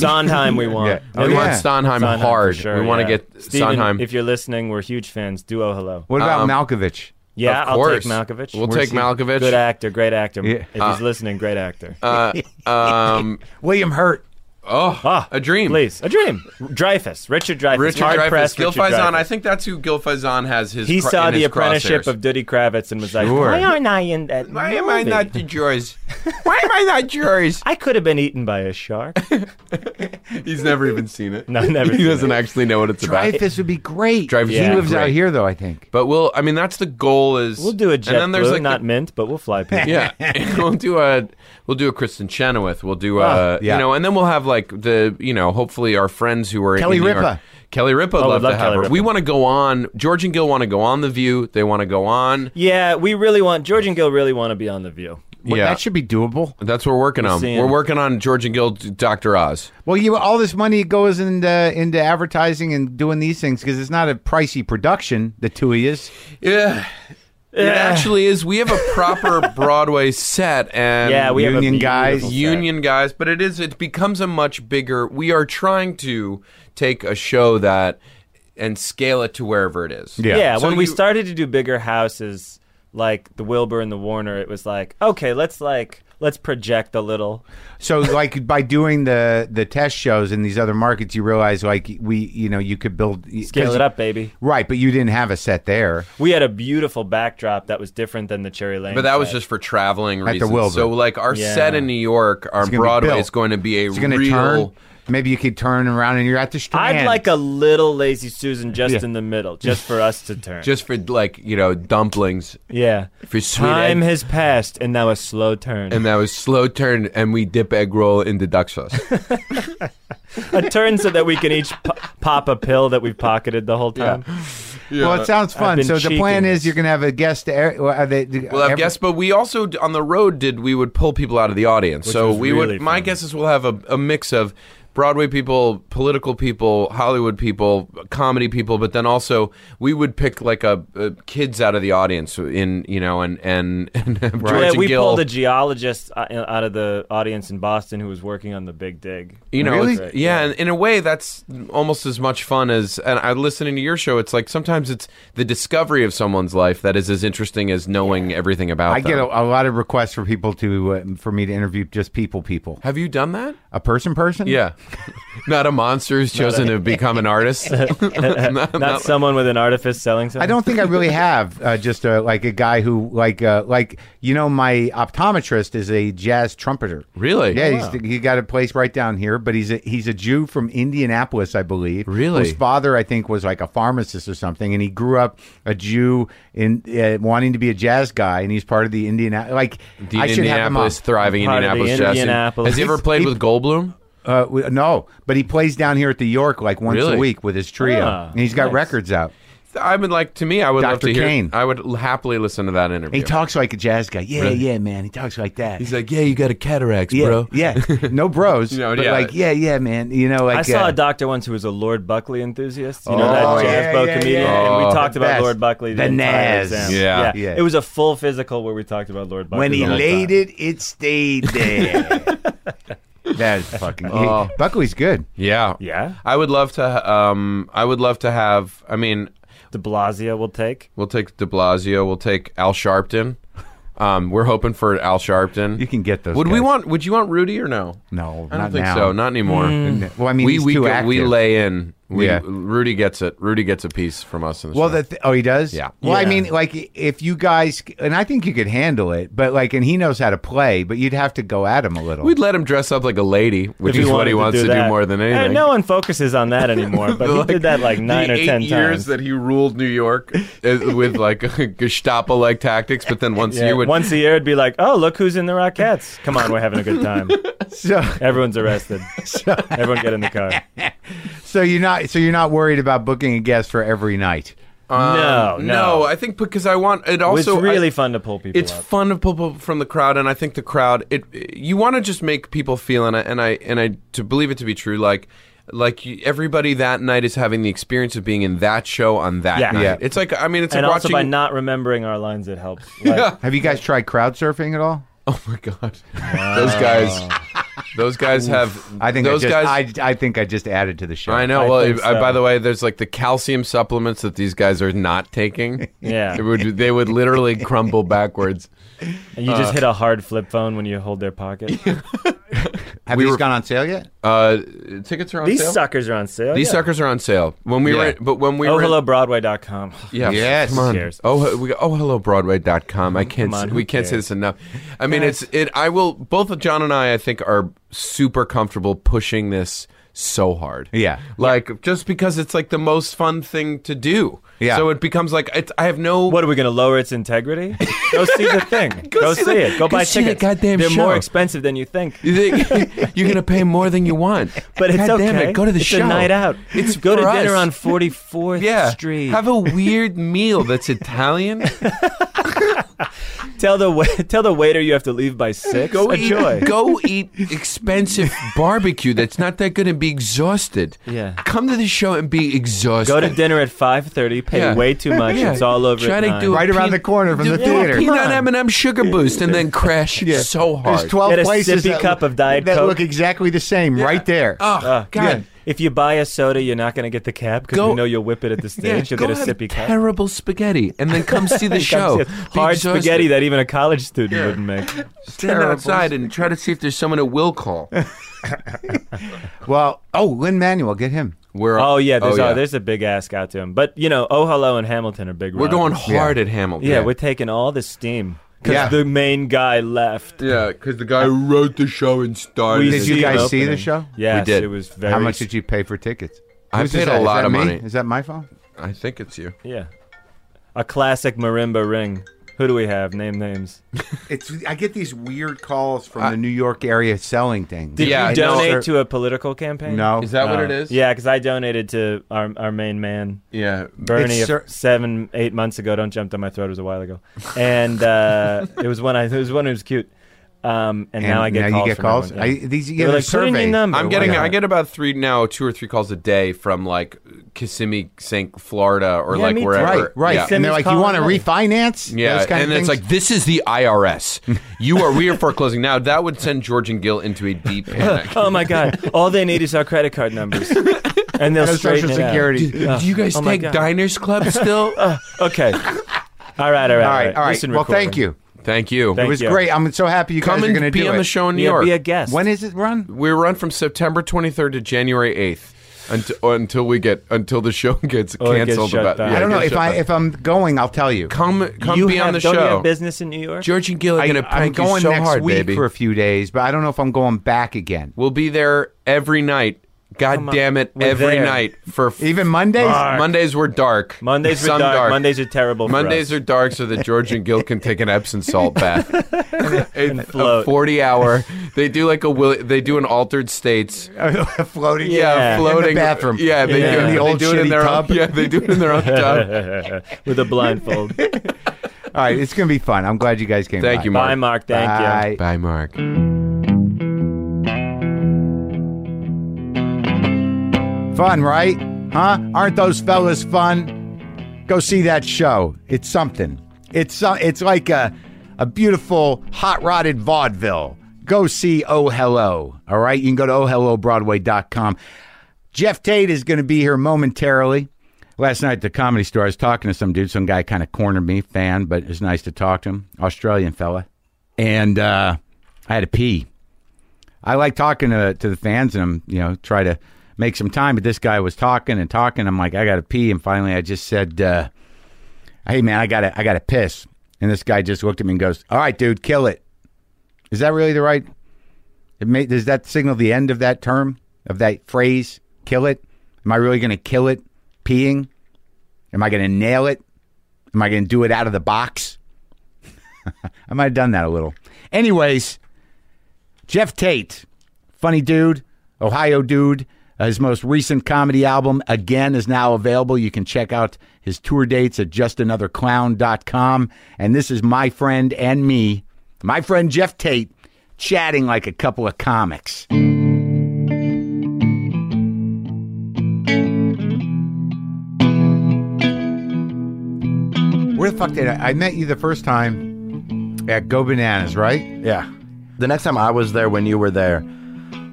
S4: Sondheim, we want.
S1: Yeah. Oh,
S3: we
S1: yeah.
S3: want Sondheim,
S4: Sondheim for
S3: hard.
S4: sure,
S3: we want to
S4: yeah.
S3: get
S4: Steven,
S3: Sondheim.
S4: If you're listening, we're huge fans. Duo, hello.
S1: What about
S3: Um,
S1: Malkovich?
S4: Yeah,
S3: of
S4: I'll take
S3: course.
S4: Malkovich.
S3: We'll
S1: Where's
S3: take
S1: he?
S3: Malkovich.
S4: Good actor, great actor.
S1: Yeah.
S4: If he's listening, great actor.
S3: Uh, um,
S1: William Hurt.
S3: oh,
S4: Ah,
S3: a dream.
S4: Please, a dream. Dreyfus, Richard Dreyfus.
S3: Richard
S4: hard
S3: Dreyfuss,
S4: pressed
S3: Gil
S4: Richard
S3: Faison.
S4: Dreyfuss.
S3: I think that's who Gil Faison has his.
S4: he
S3: cro-
S4: saw
S3: in
S4: The
S3: his
S4: Apprenticeship
S3: crosshairs.
S4: of Judy Kravitz and was like,
S1: Sure.
S4: "Why aren't I in that?
S3: Why am I
S4: movie?
S3: not the jurors? Why am I not jurors?
S4: I could have been eaten by a shark."
S3: He's never even seen it.
S4: No, never
S3: He
S4: seen
S3: doesn't actually know what it's about.
S1: Dreyfus would be great.
S3: Dreyfus
S1: he
S3: would be
S1: lives out
S3: great.
S1: here though, I think.
S3: But we'll. I mean, that's the goal. Is
S4: We'll do a
S3: and then there's
S4: JetBlue,
S3: like the-
S4: not mint, but we'll fly people.
S3: yeah, we'll do a we'll do a Kristen Chenoweth. We'll do a
S1: Oh, yeah.
S3: you know, and then we'll have like the you know, hopefully our friends who are
S1: Kelly
S3: in New York-
S1: Ripa.
S3: Kelly Ripa,
S4: Oh, we'd
S3: love,
S4: love
S3: to have
S4: Kelly
S3: her.
S4: Ripa.
S3: We want to go on. George and Gil want to go on the View. They want to go on.
S4: Yeah, we really want George and Gil really want to be on the View.
S1: Well,
S3: yeah,
S1: That should be doable.
S3: that's what we're working on.
S4: seeing-
S3: We're working on George and Gil, Doctor Oz.
S1: Well, you all this money goes into into advertising and doing these things because it's not a pricey production. The two of yous.
S3: Yeah. It actually is. We have a proper Broadway set, and
S4: Yeah, we have a
S1: Union guys.
S4: beautiful set.
S3: union guys but it is it becomes a much bigger we are trying to take a show that and scale it to wherever it is
S1: Yeah.
S4: Yeah,
S3: So
S4: when we
S3: you-
S4: started to do bigger houses like the Wilbur and the Warner, it was like, okay, let's like let's project a little.
S1: So, like by doing the the test shows in these other markets, you realize like we, you know, you could build
S4: Scale it up, baby.
S1: right? But you didn't have a set there.
S4: We had a beautiful backdrop that was different than the Cherry Lane.
S3: but that was
S4: set.
S3: just for traveling
S1: the
S3: reasons
S1: Wilbur.
S3: so like our
S4: Yeah.
S3: set in new york our
S1: gonna be
S3: broadway
S1: built.
S3: is going to be a
S1: It's going to
S3: real
S1: turn. Maybe you could turn around and you're at the strand.
S4: I'd like a little lazy Susan just
S1: Yeah.
S4: in the middle, just for us to turn.
S3: just for like you know dumplings
S4: yeah.
S3: for sweet
S4: Time
S3: egg-
S4: has passed and now a slow turn.
S3: and that was slow turn and we dip egg roll into duck sauce
S4: a turn so that we can each po- pop a pill that we've pocketed the whole time.
S1: Well, it sounds fun.
S4: been
S1: So the plan
S4: cheeking
S1: is you're
S4: this.
S1: going to have a guest. Er, well, are they,
S3: We'll have
S1: every-
S3: guests, but we also d- on the road did we would pull people out of the audience. so
S4: was
S3: we
S4: really
S3: would. My
S4: fun.
S3: guess is we'll have a, a mix of Broadway people, political people, Hollywood people, comedy people, but then also we would pick like a, a kids out of the audience in you know and and, and have George
S4: Yeah,
S3: and
S4: we
S3: Gil.
S4: pulled a geologist uh, out of the audience in Boston who was working on the Big Dig.
S3: you know,
S1: Really?
S3: it's- yeah, and in a way, that's almost as much fun as. And I listening to your show. It's like sometimes it's the discovery of someone's life that is as interesting as knowing everything about.
S1: I get a,
S3: them.
S1: a lot of requests for people to uh, for me to interview just people, people,
S3: Have you done that?
S1: a person, person.
S3: Yeah. not a monster who's chosen to become an artist.
S4: Not, someone with an artifice selling something.
S1: I don't think I really have uh, just uh like a guy who like uh, like you know my optometrist is a jazz trumpeter.
S3: Really?
S1: Yeah, he's, he got a place right down here, but he's a, he's a Jew from Indianapolis, I believe.
S3: Really?
S1: His father, I think, was like a pharmacist or something, and he grew up a Jew in uh, wanting to be a jazz guy, and he's part of the Indiana. Like
S3: The
S1: I should have him on.
S3: Indianapolis, thriving
S4: Part of the
S3: Indianapolis, Jazz team.
S4: Indianapolis.
S3: Has he ever played with Goldblum?
S1: Uh, we- no, but he plays down here at the York like once
S3: Really?
S1: a week with his trio,
S4: Ah,
S1: and he's got
S4: nice.
S1: records out.
S3: I would like to me. I would love
S1: Dr.
S3: to hear.
S1: Kane.
S3: I would happily listen to that interview.
S1: He talks like a jazz guy. Yeah,
S3: Really?
S1: yeah, man. He talks like that.
S3: He's like, yeah, you got a cataract,
S1: yeah,
S3: bro.
S1: yeah. No bros,
S3: No,
S1: but
S3: yeah.
S1: like, yeah, yeah, man. You know, like
S4: I saw
S1: uh,
S4: a doctor once who was a Lord Buckley enthusiast. You know
S1: Oh,
S4: that jazz
S1: yeah,
S4: bow
S1: yeah,
S4: comedian,
S1: yeah.
S4: and
S3: Oh.
S4: we talked
S1: The
S4: about
S1: best.
S4: Lord Buckley.
S1: The
S4: entire
S1: Naz.
S4: exam.
S3: Yeah.
S1: Yeah.
S4: It was a full physical where we talked about Lord Buckley.
S1: when
S4: the
S1: he
S4: whole
S1: laid
S4: time.
S1: it, it stayed there. That's fucking.
S3: Oh.
S1: he- Buckley's good.
S3: yeah,
S4: yeah,
S3: I would love to. Um, I would love to have. I mean,
S4: De Blasio will take.
S3: we'll take De Blasio. We'll take Al Sharpton. Um, we're hoping for Al Sharpton.
S1: You can get those.
S3: Would we
S1: guys.
S3: want? Would you want Rudy or no?
S1: No,
S3: I don't
S1: not
S3: think
S1: now.
S4: Hmm.
S3: so. Not anymore.
S1: Well, I mean,
S3: we
S1: he's
S3: we
S1: too
S3: go-
S1: active.
S3: we lay in. We,
S1: Yeah.
S3: Rudy gets it. Rudy gets a piece from us. In the
S1: Well,
S3: show.
S1: that th- oh, he does.
S3: Yeah.
S1: Well, I
S4: Yeah.
S1: mean, like if you guys, and I think you could handle it, but like, and he knows how to play, but you'd have to go at him a little.
S3: we'd let him dress up like a lady, which
S4: If
S3: is what
S4: wanted
S3: he wants to do,
S4: that.
S3: more than
S4: And
S3: anything.
S4: no one focuses on that anymore, but he did that like nine
S3: the
S4: or
S3: eight
S4: ten
S3: years
S4: times.
S3: that he ruled New York uh, with like Gestapo-like tactics, but then once
S4: Yeah,
S3: you would
S4: Once a year, it'd be like, "Oh, look who's in the Rockettes! Come on, we're having a good time.
S1: so,
S4: Everyone's arrested. Everyone get in the car."
S1: so you're not, so you're not worried about booking a guest for every night.
S4: no, no,
S3: Um, no, I think because I want it
S4: It's
S3: also I-
S4: really fun to pull people.
S3: it's
S4: up.
S3: fun to pull people from the crowd and i think the crowd it you want to just make people feel and i and i and i to believe it to be true like like you, everybody that night is having the experience of being in that show on that
S4: Yeah.
S3: night
S4: Yeah.
S3: it's like i mean it's
S4: and
S3: like
S4: also
S3: watching
S4: by not remembering our lines, it helps. Like,
S1: Have you guys tried crowd surfing at all?
S3: oh my god those guys those guys have
S1: I think
S3: those
S1: I
S3: guys
S1: just, I, I think I just added to the show.
S3: I know.
S4: I
S3: well,
S4: think
S3: I-
S4: so.
S3: by the way, there's like the calcium supplements that these guys are not taking.
S4: Yeah.
S3: It would, they would literally crumble backwards.
S4: and you
S3: uh,
S4: just hit a hard flip phone when you hold their pocket.
S1: Have
S3: we
S1: these
S3: were-
S1: gone on sale yet?
S3: Uh, tickets are on
S4: These
S3: sale.
S4: suckers are on sale.
S3: These
S4: yeah.
S3: suckers are on sale. When we
S1: Yeah.
S3: were, in- but when we
S4: Oh,
S3: were, in-
S4: hello, Broadway.com.
S3: yeah,
S1: Yes.
S3: come on.
S4: Cheers.
S3: Oh, he- we, oh, hello, Broadway.com. I can't,
S4: Come on,
S3: s-
S4: who
S3: we can't say
S4: cares?
S3: this enough. I mean, it's it. I will. Both John and I, I think, are super comfortable pushing this so hard.
S1: Yeah.
S3: like just because it's like the most fun thing to do.
S1: Yeah.
S3: so it becomes like it's, I have no.
S4: What are we going to lower its integrity? Go see the thing. go,
S3: see
S4: see,
S3: the-
S4: it. Go,
S3: go
S4: buy
S3: see the
S4: tickets.
S3: goddamn
S4: They're
S3: show.
S4: more expensive than you think.
S3: You think you're gonna pay more than you want,
S4: But it's
S3: God
S4: okay.
S3: damn it, go to the
S4: it's
S3: show.
S4: A night out.
S3: It's
S4: go to
S3: for
S4: dinner
S3: us.
S4: on 44th
S3: Yeah,
S4: Street.
S3: have a weird meal that's Italian.
S4: tell the wa- tell the waiter you have to leave by six.
S3: Go eat,
S4: Enjoy.
S3: go eat expensive barbecue that's not that good and be exhausted.
S4: Yeah.
S3: Come to the show and be exhausted.
S4: Go to dinner at 5:30. Pay
S3: Yeah.
S4: way too much.
S3: Yeah.
S4: It's all over.
S3: Try
S4: at
S3: to
S4: nine.
S3: do a
S1: Right around
S3: pe-
S1: the corner from
S3: do
S1: the
S3: a
S1: theater.
S3: Peanut
S4: Come on.
S3: M&M sugar boost and then crash so hard.
S1: There's 12
S4: Get a
S1: places
S4: sippy
S1: that,
S4: cup of Diet
S1: that
S4: Coke.
S1: look exactly the same right there.
S3: Oh,
S4: Uh,
S3: God.
S4: If you buy a soda, you're not going to get the cab because
S3: Go-
S4: you know you'll whip it at the
S3: Yeah, go
S4: stage. you'll get a
S3: have
S4: sippy cup.
S3: terrible spaghetti and then come see the show. Be
S4: Come see it. Hard
S3: exhausted.
S4: spaghetti that even a college student
S3: Yeah.
S4: wouldn't make.
S3: Stand outside and try to see if there's someone at will call.
S1: Well, oh, Lynn Manuel, get him.
S3: We're
S4: Oh yeah, there's
S3: oh,
S4: uh, there's a big ask out to him. But you know, Oh Hello and Hamilton are big.
S3: we're going
S4: rivals.
S3: hard at Hamilton.
S4: Yeah, we're taking all the steam because
S1: Yeah.
S4: the main guy left.
S3: yeah, because the guy who wrote the show and started.
S4: We
S3: it.
S1: Did you
S4: see
S1: guys
S4: an
S1: see the
S4: opening.
S1: show?
S4: Yes,
S3: did.
S4: it was very.
S1: How much did you pay for tickets?
S3: I
S1: Whose is
S3: paid a
S1: that? Is
S3: lot
S1: that
S3: of
S1: me?
S3: money.
S1: Is that my phone?
S3: I think it's you.
S4: Yeah, a classic marimba ring. Who do we have? Name names.
S1: It's. I get these weird calls from the New York area selling things.
S4: Did
S3: Yeah,
S4: you
S3: no,
S4: donate
S1: sir.
S4: to a political campaign?
S1: No.
S3: Is that what
S4: Oh.
S3: it is?
S4: Yeah, because I donated to our our main man
S3: Yeah.
S4: Bernie
S1: It's
S4: a-
S1: cer-
S4: seven, eight months ago. Don't jump down my throat. It was a while ago, and uh, it was one. I it was one who was cute. Um, and, now I get
S1: now
S4: calls.
S1: you get
S4: from
S1: calls.
S4: everyone, yeah.
S1: I, these you
S4: They
S1: get
S4: were
S1: a
S4: like, put in your
S1: survey.
S4: number.
S3: I'm getting
S4: Why
S3: I
S4: not?
S3: get about three now, two or three calls a day from like Kissimmee, St. Florida, or
S4: Yeah,
S3: like
S4: me too.
S3: wherever.
S1: Right, right.
S3: Yeah.
S1: And they're
S4: Simmons
S1: like, you
S4: calling
S1: want to
S4: money."
S1: refinance?
S3: Yeah,
S1: Those kind
S3: and
S1: of
S3: it's
S1: things?
S3: like this is the IRS. You are we are foreclosing now. That would send George and Gil into a deep panic.
S4: Oh my god! All they need is our credit card numbers, and they'll
S1: No
S4: straighten
S1: Social
S4: it out.
S1: Security.
S3: Do you guys
S4: Oh my
S3: take
S4: God. Uh.
S3: Diners Club still?
S4: Okay. All right. All right. All
S1: All right, all right.
S4: Listen,
S1: well,
S4: recorder.
S1: thank you.
S3: Thank you.
S1: It
S4: Thank
S1: was
S4: you.
S1: great. I'm so happy you
S3: Come
S1: guys are going to
S3: and
S1: do
S3: be on
S1: it.
S3: the show in New
S4: Yeah,
S3: York.
S4: be a guest.
S1: When is it run?
S3: We run from September 23rd to January 8th until, until we get until the show gets
S4: Or Oh, it gets
S3: canceled.
S4: shut
S3: about
S4: down.
S3: yeah,
S1: I don't know
S3: gets
S1: if
S3: shut
S1: I
S3: down.
S1: if I'm going, I'll tell you.
S3: come come
S4: you
S3: be
S4: have,
S3: on the
S4: don't you
S3: show.
S4: have business in New York?
S3: George and Gil are going to
S1: I, am
S3: prank you
S1: going
S3: so
S1: next
S3: hard,
S1: week
S3: baby.
S1: for a few days, but I don't know if I'm going back again.
S3: we'll be there every night. God
S4: Come on.
S3: damn it,
S4: We're
S3: every
S4: there.
S3: night for f-
S1: Even Mondays.
S3: Mondays were dark.
S4: Mondays are
S3: Some
S4: dark. Mondays are terrible. for
S3: Mondays
S4: us.
S3: are dark so that George and Gil can take an Epsom salt bath. A- a
S4: float.
S3: forty hour. They do like a will. They do an altered states.
S1: floating.
S3: Yeah,
S4: Yeah. In the
S3: floating
S1: bathroom.
S3: Yeah, they
S4: Yeah.
S3: do.
S4: In the
S3: they
S1: old
S3: do it in
S1: shitty
S3: their
S1: tub.
S3: own. Yeah, they do it in their own tub.
S4: with a blindfold.
S1: All right, it's going to be fun. I'm glad you guys came.
S3: Thank
S1: by.
S3: you, Mark.
S4: Bye, Mark. Thank you.
S1: Bye.
S3: Bye, Mark.
S1: Fun, right? Huh? Aren't those fellas fun? Go see that show. It's something. It's so- it's like a a beautiful hot rotted vaudeville. Go see Oh Hello. All right, you can go to Oh ohhellobroadway.com. Jeff Tate is going to be here momentarily. Last night at the comedy store, I was talking to some dude. Some guy kind of cornered me, fan, but it was nice to talk to him. Australian fella, and uh, I had to pee. I like talking to, to the fans and I'm, you know, try to make some time. But this guy was talking and talking. I'm like, I got to pee. And finally, I just said, uh, Hey, man, I got to I got to piss. And this guy just looked at me and goes, All right, dude, kill it. Is that really the right? It may, does that signal the end of that term of that phrase? Kill it. Am I really going to kill it? Peeing. Am I going to nail it? Am I going to do it out of the box? I might have done that a little. Anyways, Jeff Tate, funny dude, Ohio dude. Uh, his most recent comedy album, again, is now available. You can check out his tour dates at justanotherclown.com. And this is my friend and me, my friend Jeff Tate, chatting like a couple of comics. Where the fuck did I? I met you the first time at Go Bananas, right?
S5: Yeah. The next time I was there when you were there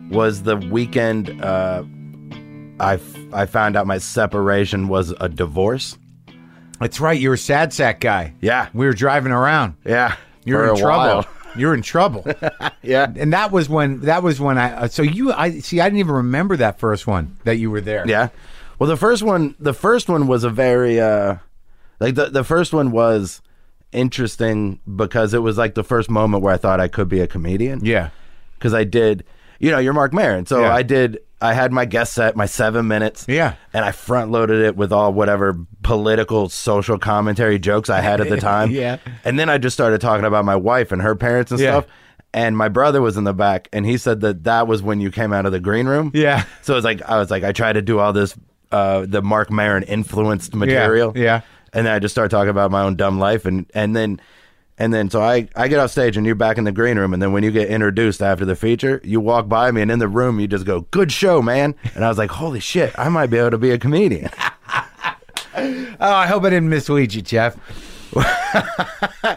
S5: was the weekend uh, I, f- I found out my separation was a divorce.
S1: That's right. You were a sad sack guy.
S5: Yeah.
S1: We were driving around.
S5: Yeah.
S1: You're
S5: For
S1: in
S5: a
S1: trouble.
S5: while.
S1: You're in trouble.
S5: Yeah.
S1: and that was when that was when I uh, so you I see I didn't even remember that first one that you were there.
S5: Yeah. Well, the first one, the first one was a very, uh, like the, the first one was interesting because it was like the first moment where I thought I could be a comedian.
S1: Yeah.
S5: because I did, you know, you're Mark Maron. So
S1: Yeah.
S5: I did, I had my guest set, my seven minutes.
S1: Yeah.
S5: And I front loaded it with all whatever political, social commentary jokes I had at the time.
S1: Yeah.
S5: And then I just started talking about my wife and her parents and
S1: Yeah.
S5: stuff. And my brother was in the back and he said that that was when you came out of the green room.
S1: Yeah.
S5: So it's like, I was like, I tried to do all this, uh, the Mark Maron influenced material.
S1: yeah.
S5: And then I just start talking about my own dumb life and and then and then so I, I get off stage and you're back in the green room and then when you get introduced after the feature, you walk by me and in the room you just go, Good show, man. And I was like, Holy shit, I might be able to be a comedian.
S1: Oh, I hope I didn't mislead you, Jeff.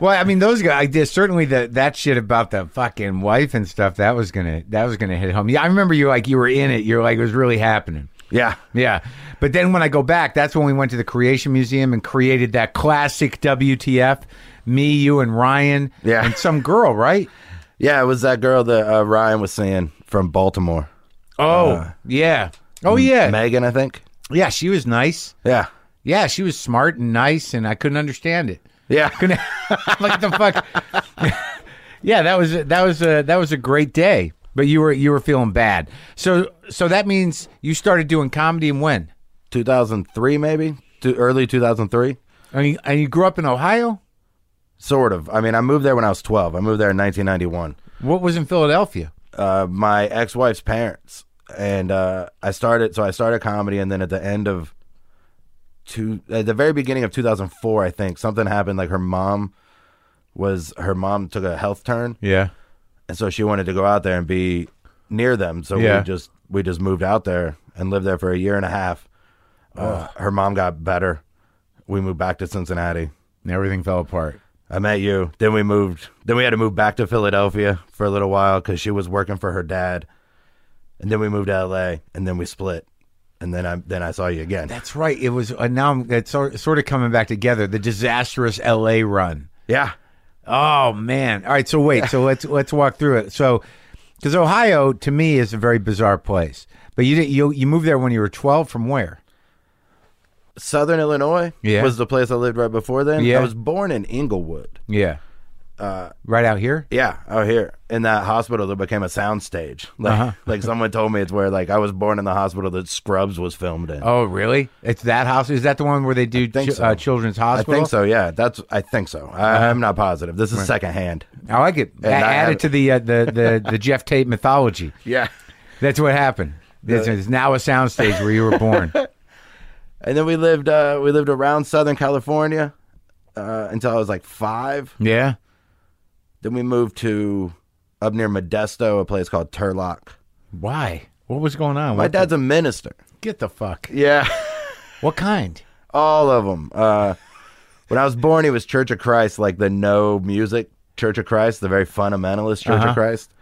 S1: well, I mean, those guys. I did certainly that that shit about the fucking wife and stuff. That was gonna that was gonna hit home. Yeah, I remember you like you were in it. You're like it was really happening.
S5: yeah.
S1: Yeah, but then when I go back, that's when we went to the Creation Museum and created that classic WTF. Me, you, and Ryan.
S5: Yeah.
S1: and some girl, right?
S5: Yeah, it was that girl that uh, Ryan was seeing from Baltimore.
S1: Oh, yeah. Oh, yeah.
S5: Megan, I think.
S1: yeah, she was nice.
S5: Yeah.
S1: Yeah, she was smart and nice, and I couldn't understand it.
S5: Yeah.
S1: Couldn't, like the fuck. yeah, that was that was a that was a great day, but you were you were feeling bad. So so that means you started doing comedy and when?
S5: Two thousand three maybe? To early two thousand three?
S1: And you, and you grew up in Ohio.
S5: Sort of. I mean, I moved there when I was twelve. I moved there in nineteen ninety one.
S1: What was in Philadelphia?
S5: uh, my ex-wife's parents and uh, i started so i started comedy and then at the end of two at the very beginning of 2004 i think something happened like her mom was her mom took a health turn
S1: Yeah,
S5: and so she wanted to go out there and be near them so
S1: Yeah.
S5: we just we just moved out there and lived there for a year and a half uh, her mom got better we moved back to cincinnati
S1: and everything fell apart.
S5: I met you. Then we moved. Then we had to move back to Philadelphia for a little while because she was working for her dad. And then we moved to LA. And then we split. And then I then I saw you again.
S1: That's right. It was uh, now I'm, it's sor- sort of coming back together. The disastrous L.A. run.
S5: yeah,
S1: Oh man! All right, so wait, so let's let's walk through it. So, because Ohio to me is a very bizarre place, but you did, you you moved there when you were twelve. From where?
S5: Southern Illinois
S1: Yeah.
S5: was the place I lived right before then.
S1: Yeah.
S5: I was born in Inglewood.
S1: Yeah, Uh, right out here.
S5: Yeah, out here in that hospital that became a soundstage. Like,
S1: Uh-huh.
S5: like someone told me it's where like I was born in the hospital that Scrubs was filmed in.
S1: Oh, really? It's that house. Is that the one where they do
S5: think
S1: chi-
S5: so.
S1: uh, children's
S5: I
S1: hospital? Uh-huh.
S5: think so. Yeah, that's I think so. I, I'm not positive. This is secondhand.
S1: I like it. A-
S5: I
S1: add
S5: have-
S1: it to the uh, the the, the Jeff Tate mythology.
S5: Yeah.
S1: That's what happened. This is now a soundstage where you were born.
S5: And then we lived uh, we lived around Southern California uh, until I was like five.
S1: yeah.
S5: Then we moved to up near Modesto, a place called Turlock.
S1: Why? What was going on?
S5: My
S1: What
S5: dad's a minister.
S1: the- get the fuck.
S5: Yeah,
S1: What kind?
S5: all of them. Uh, when I was born, he was Church of Christ, like the no music Church of Christ, the very fundamentalist Church of Christ.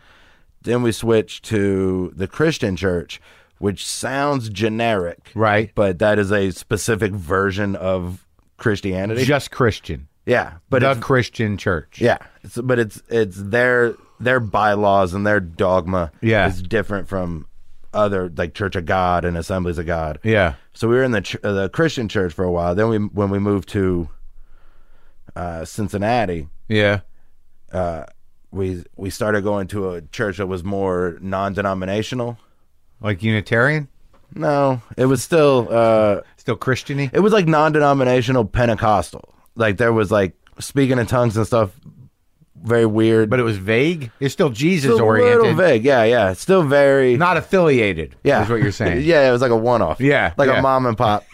S5: Then we switched to the Christian Church, which sounds generic,
S1: Right.
S5: But that is a specific version of Christianity.
S1: Just Christian.
S5: yeah, but
S1: the
S5: it's
S1: Christian church.
S5: Yeah, it's, but it's it's their their bylaws and their dogma
S1: Yeah.
S5: is different from other like Church of God and Assemblies of God.
S1: Yeah.
S5: So we were in the ch- uh, the Christian church for a while. Then we when we moved to uh, Cincinnati,
S1: Yeah.
S5: we we started going to a church that was more non-denominational.
S1: Like Unitarian?
S5: No, it was still uh,
S1: Still Christiany?
S5: it was like non-denominational Pentecostal. Like there was like speaking in tongues and stuff. Very weird,
S1: But it was vague? It's still Jesus
S5: still a little
S1: oriented.
S5: vague. Yeah, yeah, still very
S1: Not affiliated.
S5: Yeah,
S1: Is what you're saying.
S5: yeah, it was like a one-off.
S1: Yeah,
S5: like
S1: yeah.
S5: a mom and pop.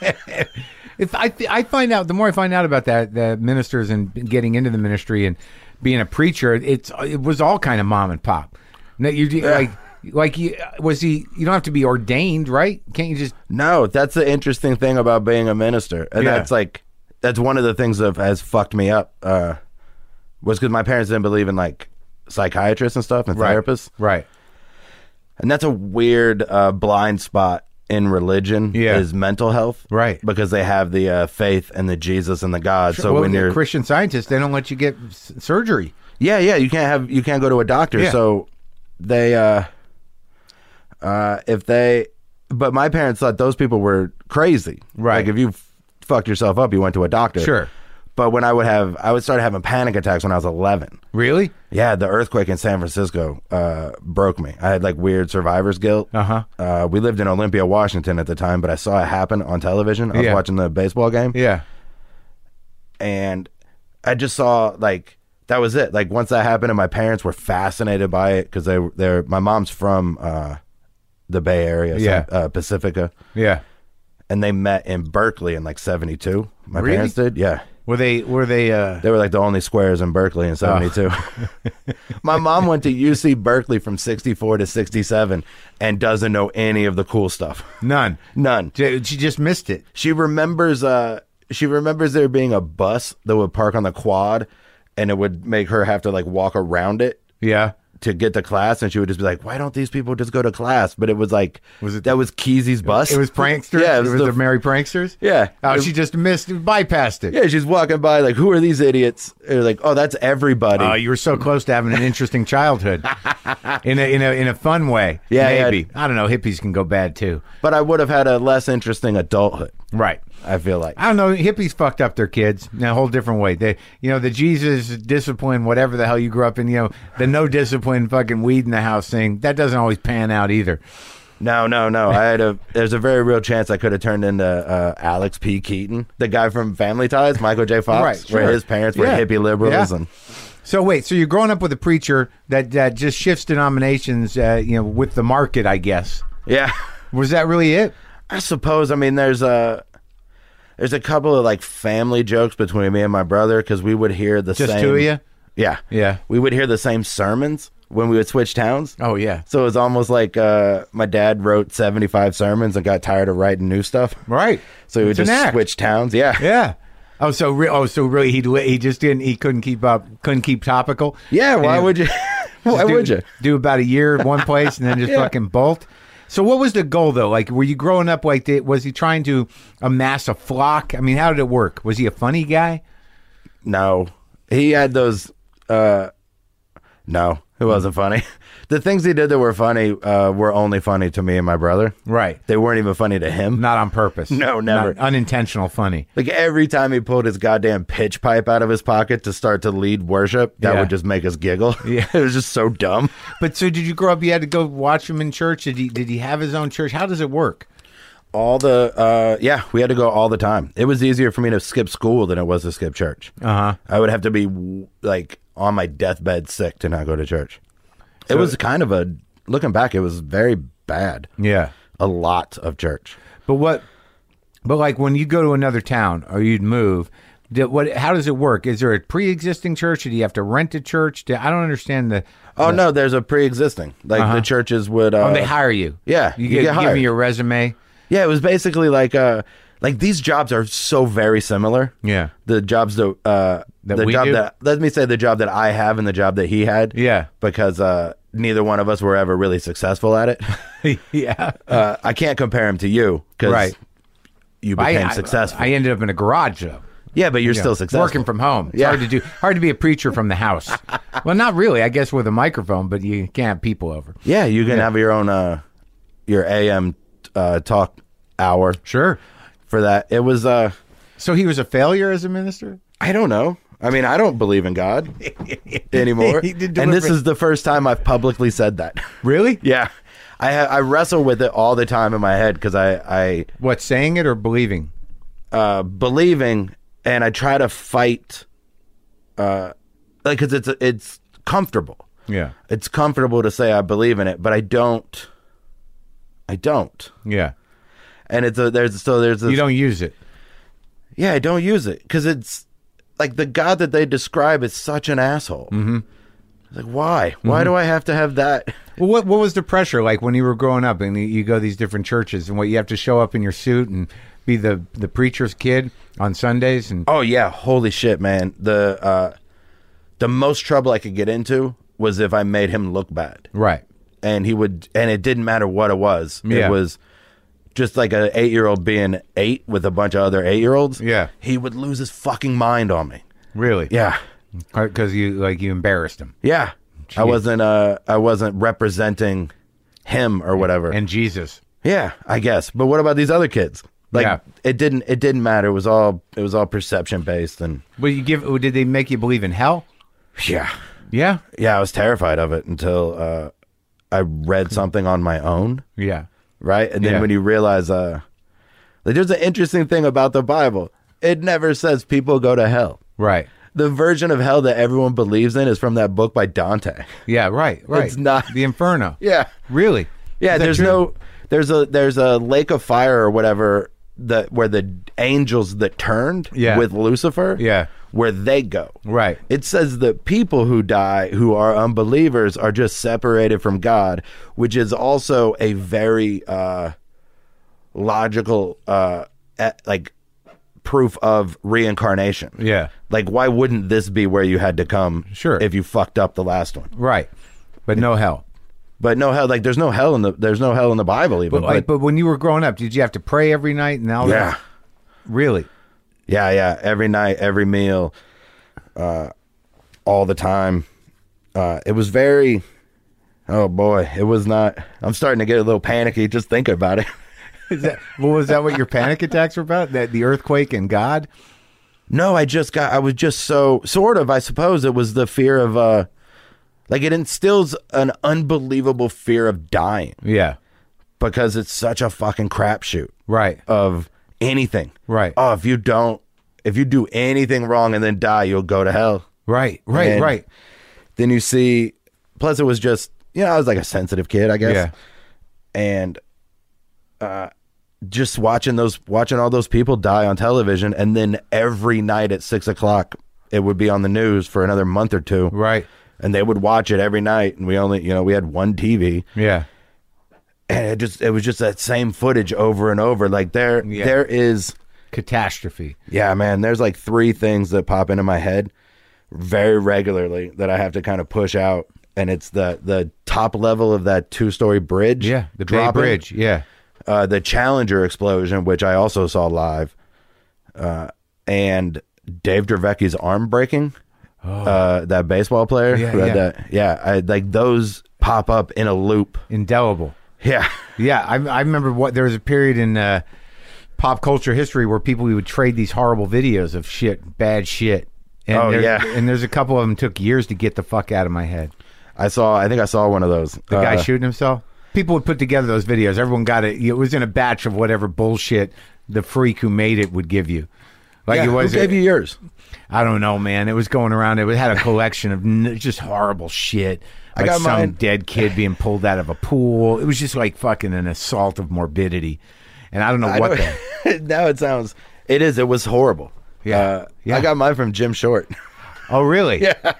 S1: If I I find out the more I find out about that the ministers and getting into the ministry and being a preacher, it's it was all kind of mom and pop. No, you do- like like you was he? You don't have to be ordained, right? Can't you just
S5: No, that's the interesting thing about being a minister, and
S1: Yeah.
S5: that's like that's one of the things that has fucked me up. Uh, was because my parents didn't believe in like psychiatrists and stuff and therapists,
S1: Right.
S5: and that's a weird uh, blind spot in religion.
S1: Yeah.
S5: is mental health,
S1: Right.
S5: Because they have the uh, faith and the Jesus and the God. So
S1: well,
S5: when
S1: you're
S5: you're
S1: a Christian scientist, they don't let you get s- surgery.
S5: Yeah, yeah. You can't have you can't go to a doctor.
S1: Yeah.
S5: So they uh uh if they but my parents thought those people were crazy.
S1: Right.
S5: Like if you f- fucked yourself up, you went to a doctor.
S1: Sure.
S5: But when I would have I would start having panic attacks when I was eleven.
S1: Really?
S5: Yeah, the earthquake in San Francisco uh, broke me. I had like weird survivor's guilt.
S1: Uh-huh.
S5: Uh, We lived in Olympia, Washington at the time, but I saw it happen on television. I was
S1: Yeah.
S5: watching the baseball game
S1: Yeah.
S5: and I just saw like that was it. Like once that happened, and my parents were fascinated by it because they they're my mom's from uh, the Bay Area, so,
S1: Yeah.
S5: uh, Pacifica,
S1: Yeah.
S5: and they met in Berkeley in like '72. My
S1: Really?
S5: parents did, yeah.
S1: Were they? Were they? Uh,
S5: They were like the only squares in
S1: Oh.
S5: Berkeley in '72. my mom went to UC Berkeley from '64 to '67 and doesn't know any of the cool stuff.
S1: none.
S5: None.
S1: She she just missed it.
S5: She remembers uh she remembers there being a bus that would park on the quad and it would make her have to like walk around it
S1: Yeah.
S5: to get to class and she would just be like, Why don't these people just go to class? But it was like
S1: Was it-
S5: that was Keezy's bus?
S1: It was pranksters.
S5: Yeah,
S1: it was, the,
S5: the-
S1: Mary pranksters.
S5: Yeah.
S1: Oh,
S5: It-
S1: she just missed, bypassed it.
S5: yeah, she's walking by like, Who are these idiots? And like, Oh, that's everybody.
S1: Oh, you were so close to having an interesting childhood, in a in a in a fun way.
S5: Yeah, yeah.
S1: maybe I don't know. Hippies can go bad too,
S5: but I would have had a less interesting adulthood,
S1: right?
S5: I feel like.
S1: I don't know. Hippies fucked up their kids in a whole different way. They, you know, the Jesus discipline, whatever the hell you grew up in, you know, the no discipline fucking weed in the house thing. That doesn't always pan out either.
S5: No, no, no. I had a. There's a very real chance I could have turned into uh, Alex P. Keaton, the guy from Family Ties, Michael J. Fox,
S1: Right, sure.
S5: where his parents were
S1: Yeah.
S5: hippie liberals,
S1: Yeah.
S5: and
S1: So wait, so you're growing up with a preacher that that just shifts denominations, uh, you know, with the market, I guess.
S5: yeah.
S1: Was that really it?
S5: I suppose. I mean, there's a. There's a couple of like family jokes between me and my brother because we would hear the
S1: Just
S5: same.
S1: two of you?
S5: Yeah,
S1: Yeah.
S5: We would hear the same sermons when we would switch towns.
S1: Oh yeah.
S5: So it was almost like uh, my dad wrote 75 sermons and got tired of writing new stuff.
S1: Right.
S5: So he would
S1: It's an
S5: just
S1: act.
S5: switch towns. Yeah.
S1: Yeah. Oh, so re- oh, so really, he he just didn't. He couldn't keep up. Couldn't keep topical.
S5: Yeah. Why
S1: And-
S5: would you? why
S1: do,
S5: would you?
S1: do about a year at one place and then just fucking bolt? So what was the goal though? Like, were you growing up like? Did, was he trying to amass a flock? I mean, how did it work? Was he a funny guy?
S5: No. He had those uh no,
S1: Hmm.
S5: it wasn't funny. The things he did that were funny uh were only funny to me and my brother.
S1: Right.
S5: They weren't even funny to him.
S1: Not on purpose.
S5: No, never.
S1: Not unintentional funny.
S5: Like every time he pulled his goddamn pitch pipe out of his pocket to start to lead worship, that
S1: Yeah.
S5: would just make us giggle.
S1: Yeah.
S5: it was just so dumb.
S1: But so did you grow up? You had to go watch him in church. Did he? Did he have his own church? How does it work?
S5: All the uh yeah, we had to go all the time. It was easier for me to skip school than it was to skip church.
S1: Uh-huh.
S5: I would have to be w- like on my deathbed sick to not go to church. it was kind of a looking back, it was very bad.
S1: Yeah.
S5: a lot of church.
S1: But what? But like when you go to another town or you'd move, did, what? How does it work? Is there a pre-existing church? Or do you have to rent a church? Do, I don't understand the.
S5: Oh no, there's a pre-existing. Like the churches would. Uh,
S1: Oh, they hire you.
S5: yeah,
S1: you,
S5: you
S1: get, give
S5: get hired.
S1: me your resume.
S5: Yeah, it was basically like uh, like these jobs are so very similar.
S1: Yeah.
S5: the jobs that uh,
S1: That
S5: the
S1: we
S5: job
S1: do?
S5: that let me say the job that I have and the job that he had.
S1: Yeah.
S5: because uh, neither one of us were ever really successful at it.
S1: yeah,
S5: uh, I can't compare him to you because
S1: Right.
S5: you
S1: I,
S5: became
S1: I-
S5: successful.
S1: I ended up in a garage though.
S5: yeah, but you're
S1: Yeah.
S5: still successful
S1: Working from home. It's
S5: Yeah.
S1: hard to do. Hard to be a preacher from the house. well, not really. I guess with a microphone, but you can't have people over.
S5: Yeah, you can have your own. Uh, your AM uh, talk hour
S1: Sure.
S5: for that. It was uh,
S1: So he was a failure as a minister?
S5: I don't know. I mean, I don't believe in God anymore.
S1: He did
S5: and this
S1: deliver-
S5: is the first time I've publicly said that.
S1: Really?
S5: yeah. I ha- I wrestle with it all the time in my head because I,
S1: What, saying it or believing?
S5: I uh, believing and I try to fight, uh, like because it's it's comfortable.
S1: Yeah.
S5: It's comfortable to say I believe in it, but I don't. I don't.
S1: Yeah.
S5: And it's a there's so there's this,
S1: You don't use it.
S5: yeah I don't use it because it's like the God that they describe is such an asshole. Mm-hmm. Like why why do I have to have that?
S1: Well, what what was the pressure like when you were growing up and you- you go to these different churches and what you have to show up in your suit and be the the preacher's kid on Sundays and
S5: Oh yeah, holy shit, man. The uh the most trouble I could get into was if I made him look bad.
S1: right.
S5: And he would and it didn't matter what it was.
S1: Yeah.
S5: It was just like an eight year old being eight with a bunch of other eight year olds.
S1: Yeah.
S5: He would lose his fucking mind on me.
S1: Really?
S5: Yeah.
S1: Cuz you like you embarrassed him.
S5: Yeah. I wasn't uh I wasn't representing him or whatever.
S1: And Jesus.
S5: yeah, I guess. But what about these other kids? Like
S1: Yeah.
S5: it didn't it didn't matter. It was all it was all perception based and
S1: Well, you give did they make you believe in hell?
S5: yeah.
S1: Yeah.
S5: yeah, I was terrified of it until uh, I read something on my own,
S1: Yeah.
S5: right? And then
S1: Yeah.
S5: when you realize, uh, like, there's an interesting thing about the Bible. It never says people go to hell.
S1: Right.
S5: The version of hell that everyone believes in is from that book by Dante.
S1: Yeah, right, right.
S5: It's not-
S1: the inferno.
S5: Yeah,
S1: Really?
S5: yeah.
S1: Is that
S5: There's
S1: true?
S5: no, there's a there's a lake of fire or whatever that where the angels that turned
S1: Yeah.
S5: with Lucifer,
S1: Yeah.
S5: where they go,
S1: Right.
S5: It says that people who die, who are unbelievers, are just separated from God, which is also a very uh, logical, uh, e- like, proof of reincarnation.
S1: Yeah.
S5: Like, why wouldn't this be where you had to come?
S1: Sure.
S5: If you fucked up the last one,
S1: Right. But no hell.
S5: but no hell. Like, there's no hell in the there's no hell in the Bible even.
S1: But, like,
S5: But,
S1: but when you were growing up, did you have to pray every night and all
S5: yeah,
S1: that? Really?
S5: yeah, yeah. Every night, every meal, uh, all the time. Uh, it was very. Oh boy, it was not. I'm starting to get a little panicky just thinking about it.
S1: Is that, well, was that what your panic attacks were about? That the earthquake and God?
S5: No, I just got. I was just so sort of. I suppose it was the fear of. uh Like it instills an unbelievable fear of dying
S1: Yeah.
S5: because it's such a fucking crapshoot
S1: Right.
S5: of anything.
S1: Right.
S5: Oh, if you don't, if you do anything wrong and then die, you'll go to hell.
S1: right. Right.
S5: and-
S1: right.
S5: Then you see. Plus, it was just you know I was like a sensitive kid, I guess.
S1: Yeah.
S5: and uh just watching those watching all those people die on television and then every night at six o'clock it would be on the news for another month or two
S1: Right.
S5: and they would watch it every night and we only you know we had one tv
S1: Yeah.
S5: and it just it was just that same footage over and over like there
S1: Yeah.
S5: there is
S1: Catastrophe.
S5: yeah man there's like three things that pop into my head very regularly that i have to kind of push out and it's the the top level of that two story bridge
S1: Yeah. The Bay
S5: dropping
S1: Bridge. Yeah.
S5: uh, the Challenger explosion, which I also saw live, uh, and Dave Dravecki's arm breaking. Uh, that baseball player,
S1: Oh. Yeah,
S5: who had
S1: yeah.
S5: that, yeah, I, like those pop up in a loop.
S1: Indelible.
S5: Yeah,
S1: Yeah. I, I remember what there was a period in uh, pop culture history where people would trade these horrible videos of shit, bad shit. And
S5: Oh,
S1: there-
S5: yeah.
S1: And there's a couple of them took years to get the fuck out of my head.
S5: I saw. I think I saw one of those.
S1: The guy
S5: Uh,
S1: shooting himself. People would put together those videos. Everyone got it. It was in a batch of whatever bullshit the freak who made it would give you. Like
S5: yeah,
S1: it was.
S5: Who gave you yours?
S1: I don't know, man. It was going around. It had a collection of n- just horrible shit. Like
S5: got
S1: some
S5: mine-
S1: dead kid being pulled out of a pool. It was just like fucking an assault of morbidity. And I don't know what. the-
S5: now it sounds. It is. It was horrible.
S1: Yeah.
S5: Uh,
S1: Yeah.
S5: I got mine from Jim Short,
S1: oh, really? Yeah.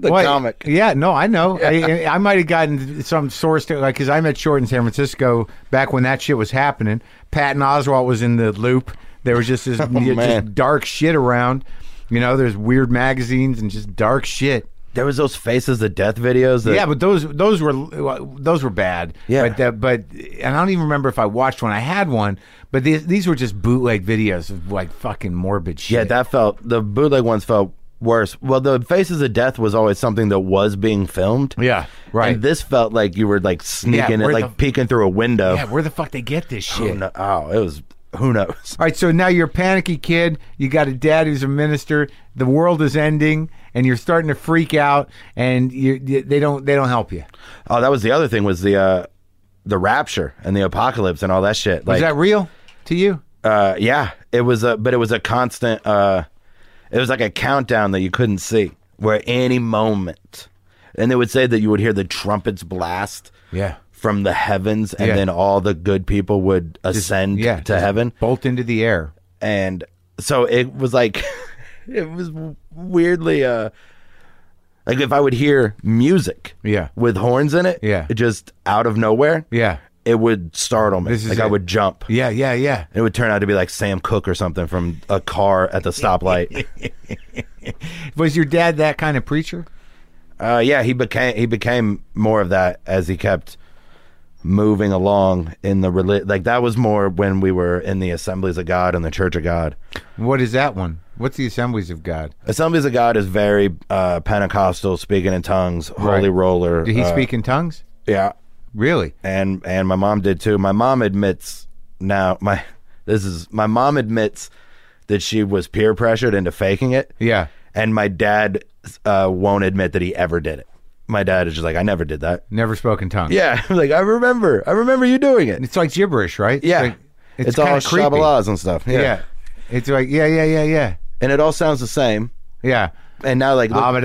S5: the
S1: Well,
S5: comic.
S1: Yeah, no, I know. I, I might have gotten some source to like because I met Short in San Francisco back when that shit was happening. Patton Oswalt was in the loop. There was just this just
S5: Oh, man.
S1: dark shit around. You know, there's weird magazines and just dark shit.
S5: There was those faces of death videos. That,
S1: yeah, but those those were those were bad.
S5: Yeah.
S1: but that, but and I don't even remember if I watched one. I had one, but these, these were just bootleg videos of like fucking morbid shit.
S5: Yeah, that felt the bootleg ones felt worse. Well, the Faces of Death was always something that was being filmed.
S1: Yeah, right.
S5: And this felt like you were like sneaking
S1: Yeah,
S5: it,
S1: where
S5: like
S1: the-
S5: peeking through a window.
S1: Yeah, where the fuck they get this
S5: Who
S1: shit?
S5: kno- oh, it was who knows.
S1: All right, so now you're a panicky kid. You got a dad who's a minister. The world is ending, and you're starting to freak out. And you, you they don't they don't help you.
S5: Oh, that was the other thing was the uh the rapture and the apocalypse and all that shit. Like
S1: Is that real to you?
S5: uh yeah, it was a but it was a constant uh it was like a countdown that you couldn't see where any moment and they would say that you would hear the trumpets blast
S1: Yeah.
S5: from the heavens and
S1: Yeah.
S5: then all the good people would ascend
S1: yeah,
S5: to
S1: just
S5: heaven
S1: Bolt into the air.
S5: and so it was like it was weirdly uh like if I would hear music
S1: Yeah.
S5: with horns in it
S1: Yeah.
S5: just out of nowhere
S1: Yeah,
S5: it would startle me.
S1: This is
S5: like I
S1: it.
S5: would jump.
S1: yeah, yeah, yeah.
S5: It would turn out to be like Sam Cook or something from a car at the stoplight.
S1: Was your dad that kind of preacher?
S5: uh, yeah, he became he became more of that as he kept moving along in the reli- like that was more when we were in the Assemblies of God and the Church of God.
S1: What is that one? What's the Assemblies of God?
S5: Assemblies of God is very uh, Pentecostal, speaking in tongues, holy
S1: Right.
S5: roller.
S1: Did he
S5: uh,
S1: speak in tongues?
S5: Yeah,
S1: Really?
S5: and and my mom did too. My mom admits now my this is my mom admits that she was peer pressured into faking it.
S1: Yeah.
S5: and my dad uh, won't admit that he ever did it. My dad is just like, I never did that.
S1: Never spoke in tongues.
S5: Yeah, I'm like I remember, I remember you doing it.
S1: It's like gibberish, right?
S5: Yeah,
S1: Like,
S5: it's, all
S1: kinda creepy.
S5: shabalas and stuff. Yeah.
S1: Yeah. It's like yeah, yeah, yeah, yeah,
S5: and it all sounds the same.
S1: yeah. oh,
S5: And now, like, look-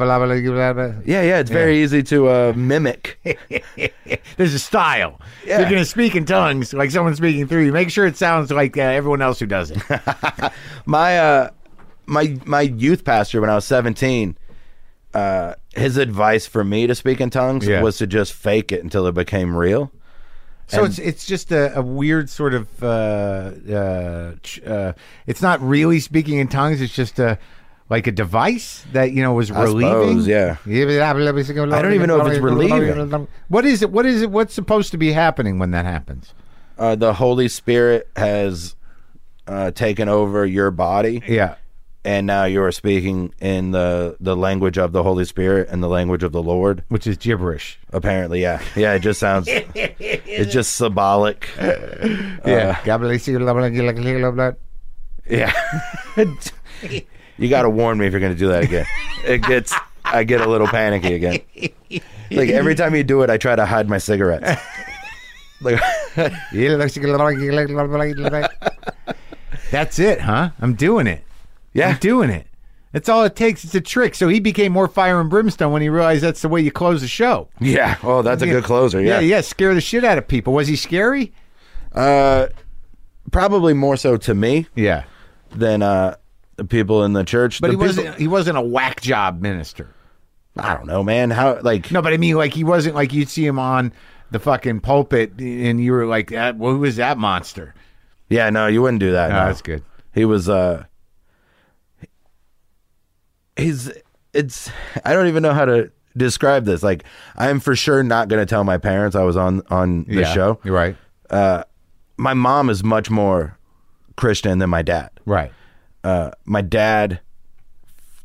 S5: yeah, yeah, it's very easy to uh, mimic.
S1: There's a style.
S5: Yeah.
S1: You're going to speak in tongues, like someone speaking through you. Make sure it sounds like uh, everyone else who does it.
S5: my uh my my youth pastor when I was 17 uh his advice for me to speak in tongues
S1: Yeah.
S5: was to just fake it until it became real
S1: so it's it's just a, a weird sort of. Uh, uh, ch- uh, it's not really speaking in tongues. It's just a like a device that you know was relieving.
S5: suppose, yeah.
S1: I
S5: don't even know if it's relieving.
S1: What is it? What is it? What's supposed to be happening when that happens?
S5: uh the holy spirit has uh taken over your body
S1: Yeah.
S5: and now you are speaking in the the language of the holy spirit and the language of the lord
S1: Which is gibberish.
S5: apparently yeah yeah it just sounds it's just symbolic
S1: Uh, Yeah.
S5: yeah you got to warn me if you're going to do that again it gets i get a little panicky again like every time you do it i try to hide my cigarettes like
S1: That's it, huh? I'm doing it.
S5: yeah
S1: I'm doing it. That's all it takes. It's a trick. So he became more fire and brimstone when he realized that's the way you close the show.
S5: yeah oh that's a good closer yeah
S1: yeah, Scare the shit out of people. Was he scary?
S5: uh probably more so to me
S1: Yeah,
S5: than uh the people in the church
S1: but
S5: The
S1: he
S5: people-
S1: wasn't. He wasn't a whack job minister.
S5: i don't know man how like
S1: No, but I mean, like he wasn't like you'd see him on the fucking pulpit, and you were like, "That well, who is that monster?"
S5: yeah no you wouldn't do that
S1: No,
S5: no.
S1: that's good.
S5: he was uh he's it's i don't even know how to describe this like i'm for sure not going to tell my parents i was on on the
S1: Yeah,
S5: show
S1: You're right.
S5: my mom is much more christian than my dad
S1: Right.
S5: uh my dad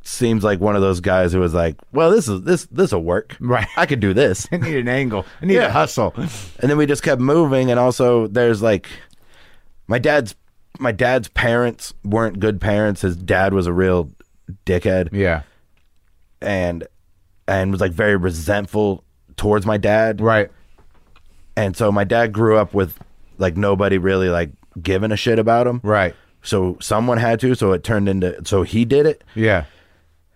S5: seems like one of those guys who was like well this is this this'll work
S1: Right.
S5: i could do this
S1: I need an angle. I need
S5: Yeah.
S1: a hustle.
S5: and then we just kept moving and also there's like my dad's my dad's parents weren't good parents his dad was a real dickhead
S1: Yeah.
S5: and and was like very resentful towards my dad
S1: Right.
S5: and so my dad grew up with like nobody really like giving a shit about him
S1: Right.
S5: so someone had to so it turned into so he did it
S1: Yeah.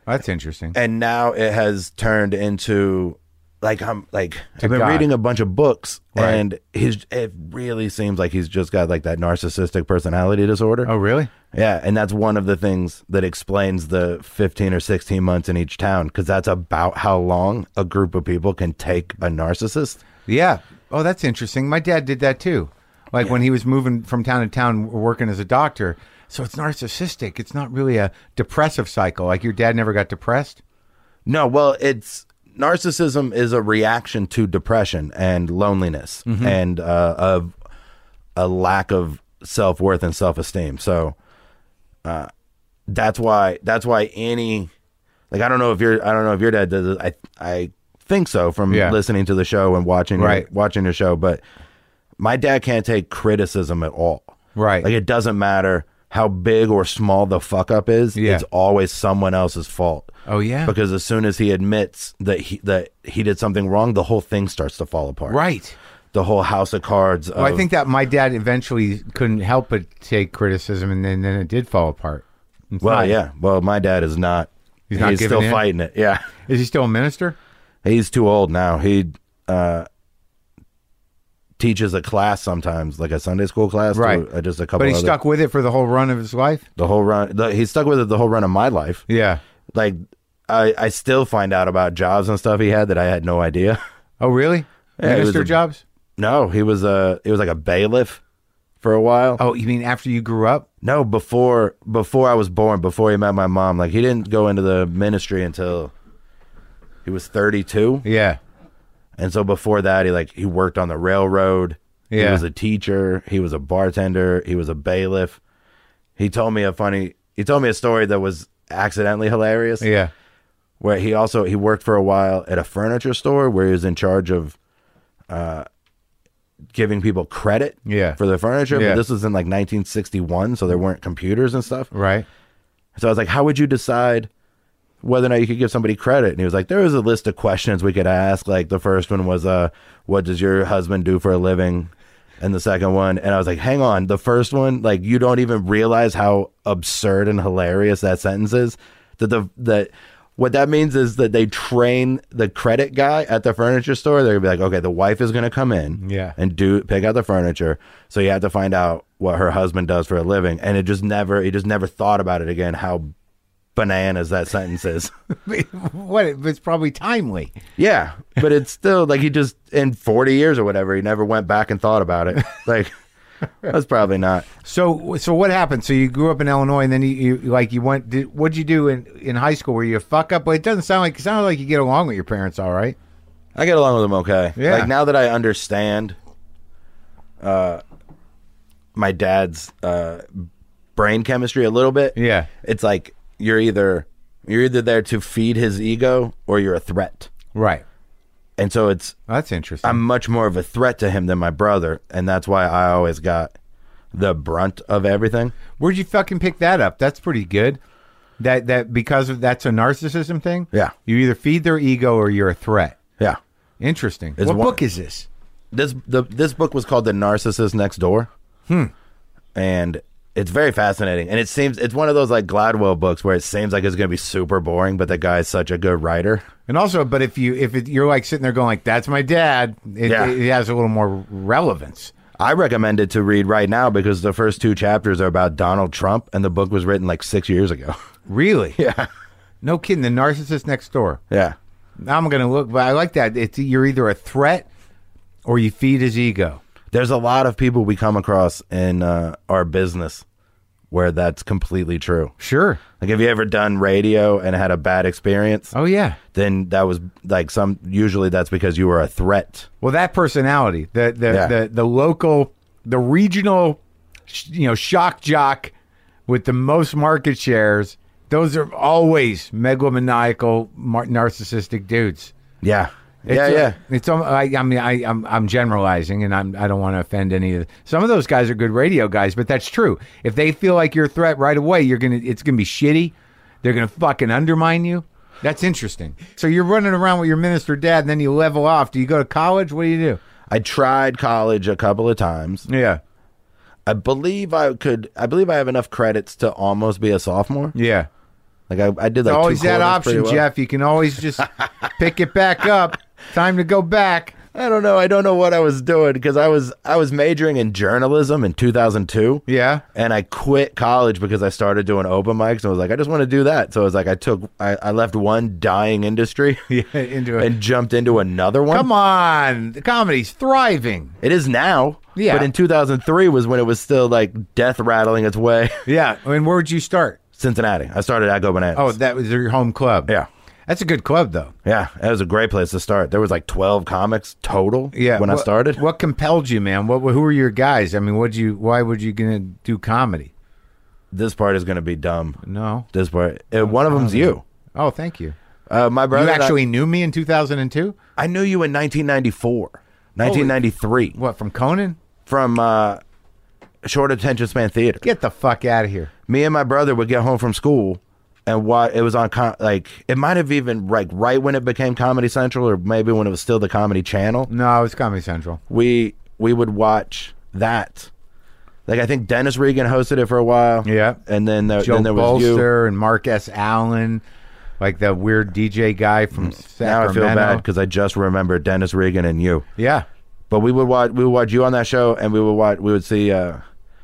S1: That's interesting.
S5: and now it has turned into like I'm like I've been
S1: God.
S5: reading a bunch of books
S1: Right.
S5: and his it really seems like he's just got like that narcissistic personality disorder.
S1: Oh, really?
S5: Yeah, and that's one of the things that explains the 15 or 16 months in each town because that's about how long a group of people can take a narcissist.
S1: Yeah. Oh, that's interesting. My dad did that too. Like when he was moving from town to town w- working as a doctor. So it's narcissistic. It's not really a depressive cycle. Like your dad never got depressed.
S5: No, well, it's narcissism is a reaction to depression and loneliness
S1: Mm-hmm.
S5: and uh, of a lack of self worth and self esteem. So, uh, that's why that's why any like I don't know if your I don't know if your dad does it. I I think so from
S1: Yeah.
S5: listening to the show and watching your,
S1: Right.
S5: watching your show, but my dad can't take criticism at all.
S1: Right.
S5: Like it doesn't matter how big or small the fuck up is,
S1: Yeah.
S5: it's always someone else's fault.
S1: Oh, yeah.
S5: Because as soon as he admits that he that he did something wrong, the whole thing starts to fall apart.
S1: Right.
S5: The whole house of cards.
S1: Well, I
S5: of-
S1: think that my dad eventually couldn't help but take criticism, and then, then it did fall apart. It's
S5: Well,
S1: not-
S5: yeah. Well, my dad is not.
S1: He's not giving
S5: still
S1: in?
S5: fighting it. Yeah.
S1: Is he still a minister?
S5: He's too old now. He uh, teaches a class sometimes, like a Sunday school class, to,
S1: Right.
S5: uh, just a couple.
S1: But he
S5: other-
S1: stuck with it for the whole run of his life.
S5: the whole run. The, he stuck with it the whole run of my life.
S1: Yeah.
S5: Like I, I still find out about jobs and stuff he had that I had no idea.
S1: Oh, really?
S5: Yeah, he was
S1: minister
S5: a-
S1: jobs?
S5: No, he was a he was like a bailiff for a while.
S1: Oh, you mean after you grew up?
S5: No, before before I was born, before he met my mom, like he didn't go into the ministry until he was thirty two.
S1: Yeah.
S5: And so before that, he like he worked on the railroad. He
S1: Yeah.
S5: was a teacher. He was a bartender. He was a bailiff. He told me a funny. He told me a story that was accidentally hilarious.
S1: Yeah.
S5: Where he also he worked for a while at a furniture store where he was in charge of, uh, giving people credit.
S1: Yeah.
S5: For the furniture,
S1: Yeah.
S5: but this was in like 1961, so there weren't computers and stuff.
S1: Right.
S5: So I was like, how would you decide whether or not you could give somebody credit? And he was like, there was a list of questions we could ask. Like the first one was, uh, what does your husband do for a living? And the second one, and I was like, hang on, the first one, like you don't even realize how absurd and hilarious that sentence is. That the that what that means is that they train the credit guy at the furniture store. They're gonna be like, okay, the wife is gonna come in,
S1: Yeah.
S5: and do pick out the furniture. So you have to find out what her husband does for a living, and it just never, he just never thought about it again. How bananas that sentence is.
S1: what? It's probably timely.
S5: yeah, but it's still like he just in forty years or whatever, he never went back and thought about it. Like that's probably not.
S1: So, so what happened? So you grew up in Illinois, and then you, you like you went. Did, what'd you do in in high school? Were you a fuck up? Well, it doesn't sound like it sounded like you get along with your parents, all right?
S5: I get along with him okay.
S1: Yeah.
S5: Like now that I understand uh my dad's uh brain chemistry a little bit.
S1: Yeah.
S5: It's like you're either you're either there to feed his ego or you're a threat.
S1: Right.
S5: And so it's
S1: That's interesting.
S5: I'm much more of a threat to him than my brother, and that's why I always got the brunt of everything.
S1: Where'd you fucking pick that up? That's pretty good. That that because of that's a narcissism thing.
S5: Yeah.
S1: You either feed their ego or you're a threat.
S5: Yeah.
S1: Interesting.
S5: It's
S1: what
S5: one-
S1: book is this?
S5: this the this book was called The Narcissist Next Door. Hmm. And it's very fascinating. And it seems it's one of those like Gladwell books where it seems like it's gonna be super boring, but the guy's such a good writer.
S1: And also, but if you if it, you're like sitting there going like that's my dad, it,
S5: Yeah.
S1: it has a little more relevance.
S5: I recommend it to read right now because the first two chapters are about Donald Trump and the book was written like six years ago.
S1: Really? Yeah. No kidding. The narcissist next door.
S5: yeah.
S1: Now I'm going to look, but I like that. It's you're either a threat or you feed his ego.
S5: There's a lot of people we come across in uh, our business where that's completely true.
S1: Sure.
S5: Like have you ever done radio and had a bad experience?
S1: Oh yeah.
S5: Then that was like some usually that's because you were a threat
S1: Well, that personality, the the
S5: Yeah.
S1: the, the local, the regional, sh- you know, shock jock with the most market shares. Those are always megalomaniacal, mar- narcissistic dudes.
S5: Yeah.
S1: It's
S5: yeah,
S1: a-
S5: yeah.
S1: It's al- I, I mean I I'm, I'm generalizing and I'm I don't want to offend any of some of those guys are good radio guys, but that's true. If they feel like you're a threat right away, you're gonna it's gonna be shitty. They're gonna fucking undermine you. That's interesting. So you're running around with your minister dad, and then you level off. Do you go to college? What do you do?
S5: I tried college a couple of times.
S1: Yeah,
S5: I believe I could I believe I have enough credits to almost be a sophomore.
S1: yeah.
S5: Like I, I did like two
S1: always that
S5: quarters pretty
S1: option,
S5: well.
S1: Jeff. You can always just pick it back up. Time to go back.
S5: I don't know. I don't know what I was doing because I was I was majoring in journalism in 2002.
S1: Yeah.
S5: And I quit college because I started doing open mics and I was like, I just want to do that. So I was like, I took I, I left one dying industry
S1: into it.
S5: and jumped into another one.
S1: Come on, the comedy's thriving.
S5: It is now.
S1: Yeah.
S5: But in 2003 was when it was still like death rattling its way.
S1: Yeah. I mean, where'd you start?
S5: Cincinnati. I started at Go Bananas.
S1: Oh, that was your home club.
S5: Yeah.
S1: That's a good club, though.
S5: Yeah, that was a great place to start. There was like twelve comics total.
S1: Yeah.
S5: when I
S1: What-
S5: started,
S1: What compelled you, man? What? Who were your guys? I mean, what would you? Why would you gonna do comedy?
S5: This part is going to be dumb.
S1: No.
S5: This part. Uh, one of them's you.
S1: Oh, thank you.
S5: Uh, my brother.
S1: You
S5: and I-
S1: actually knew me in 2002?
S5: I knew you in 1994, 1993
S1: What, from Conan?
S5: from uh, short attention span theater.
S1: Get the fuck out of here.
S5: Me and my brother would get home from school, and why it was on com- like it might have even like right when it became Comedy Central, or maybe when it was still the Comedy Channel.
S1: No, it's Comedy Central.
S5: We we would watch that. Like I think Dennis Regan hosted it for a while.
S1: Yeah.
S5: and then there,
S1: Joe
S5: then there was you.
S1: Bolster and Mark S. Allen, like the weird DJ guy from
S5: Now I
S1: Sacramento.
S5: feel bad because I just remember Dennis Regan and you.
S1: Yeah.
S5: But we would watch we would watch you on that show, and we would watch we would see. Uh,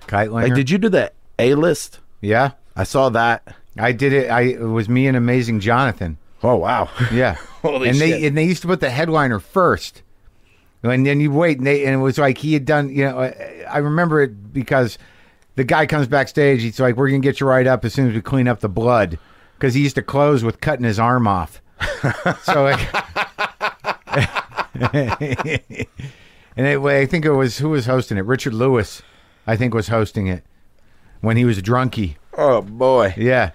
S1: Kite
S5: like, did you do the A list?
S1: Yeah.
S5: I saw that.
S1: I did it. I it was me and Amazing Jonathan.
S5: Oh wow!
S1: Yeah.
S5: Holy
S1: and
S5: shit.
S1: they and they used to put the headliner first. And then you wait, and, they, and it was like he had done. You know, I, I remember it because the guy comes backstage. He's like, "We're gonna get you right up as soon as we clean up the blood," because he used to close with cutting his arm off. so, like, and it, I think it was who was hosting it. Richard Lewis, I think, was hosting it when he was a drunkie.
S5: Oh boy!
S1: Yeah.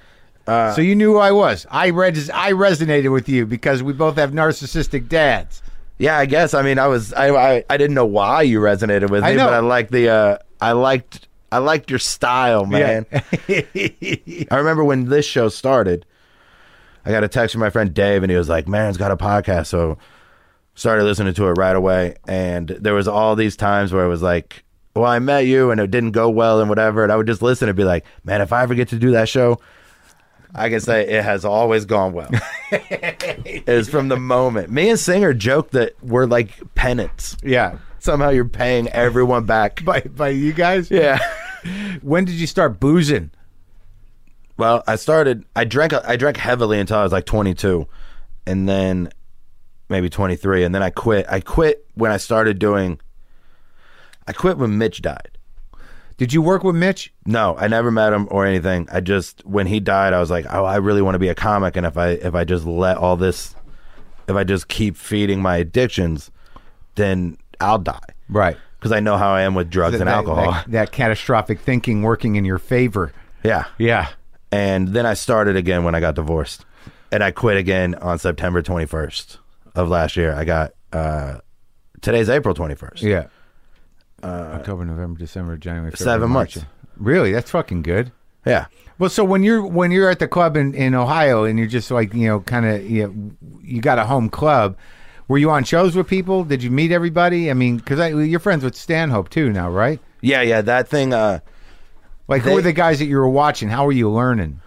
S5: Uh,
S1: so you knew who I was. I res- I resonated with you because we both have narcissistic dads.
S5: Yeah, I guess. I mean, I was I I, I didn't know why you resonated with
S1: I
S5: me,
S1: know.
S5: but I liked the uh, I liked I liked your style, man. I remember when this show started. I got a text from my friend Dave, and he was like, "Man's got a podcast," so started listening to it right away. And there was all these times where it was like, "Well, I met you, and it didn't go well, and whatever." And I would just listen and be like, "Man, if I ever get to do that show." I can say it has always gone well. is from the moment. Me and Singer joke that we're like pennants.
S1: Yeah.
S5: Somehow you're paying everyone back.
S1: By by you guys.
S5: yeah.
S1: When did you start boozing?
S5: Well, I started. I drank. I drank heavily until I was like 22, and then maybe 23, and then I quit. I quit when I started doing. I quit when Mitch died.
S1: Did you work with Mitch?
S5: No, I never met him or anything. I just when he died, I was like, oh, I really want to be a comic, and if I if I just let all this, if I just keep feeding my addictions, then I'll die.
S1: Right.
S5: because I know how I am with drugs and alcohol.
S1: That, that catastrophic thinking working in your favor.
S5: yeah.
S1: Yeah.
S5: And then I started again when I got divorced. And I quit again on September 21st of last year. I got, uh, today's April 21st.
S1: Yeah. October, November, December, January, February,
S5: Uh, Seven
S1: March.
S5: months.
S1: Really? That's fucking good.
S5: Yeah.
S1: Well, so when you're when you're at the club in, in Ohio and you're just like you know kind of you, know, you got a home club, were you on shows with people? Did you meet everybody? I mean, because you're friends with Stanhope too now, right?
S5: Yeah. Yeah. That thing, uh,
S1: Like who
S5: They-
S1: were the guys that you were watching? How were you learning?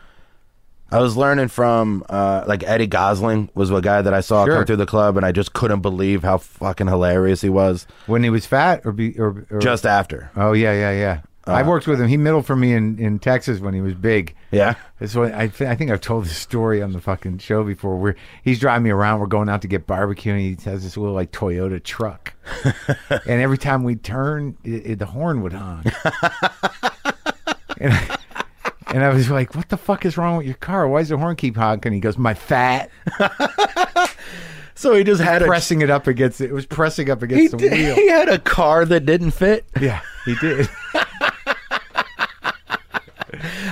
S5: I was learning from, uh, like Eddie Gosling was a guy that I saw
S1: Sure.
S5: come through the club and I just couldn't believe how fucking hilarious he was
S1: When he was fat or be or, or
S5: just Uh, after.
S1: Oh yeah, yeah, yeah. I worked with him. He middled for me in, in Texas when he was big.
S5: Yeah.
S1: This one, I, th- I think I've told this story on the fucking show before. Where he's driving me around, we're going out to get barbecue, and he has this little like Toyota truck, and every time we turn, it, it- the horn would honk. and, I, and I was like, "What the fuck is wrong with your car? Why does the horn keep honking?" He goes, "My fat."
S5: So he just had a,
S1: pressing it up against it. It was pressing up
S5: he,
S1: against the
S5: did-
S1: wheel.
S5: he had a car that didn't fit.
S1: Yeah, he did.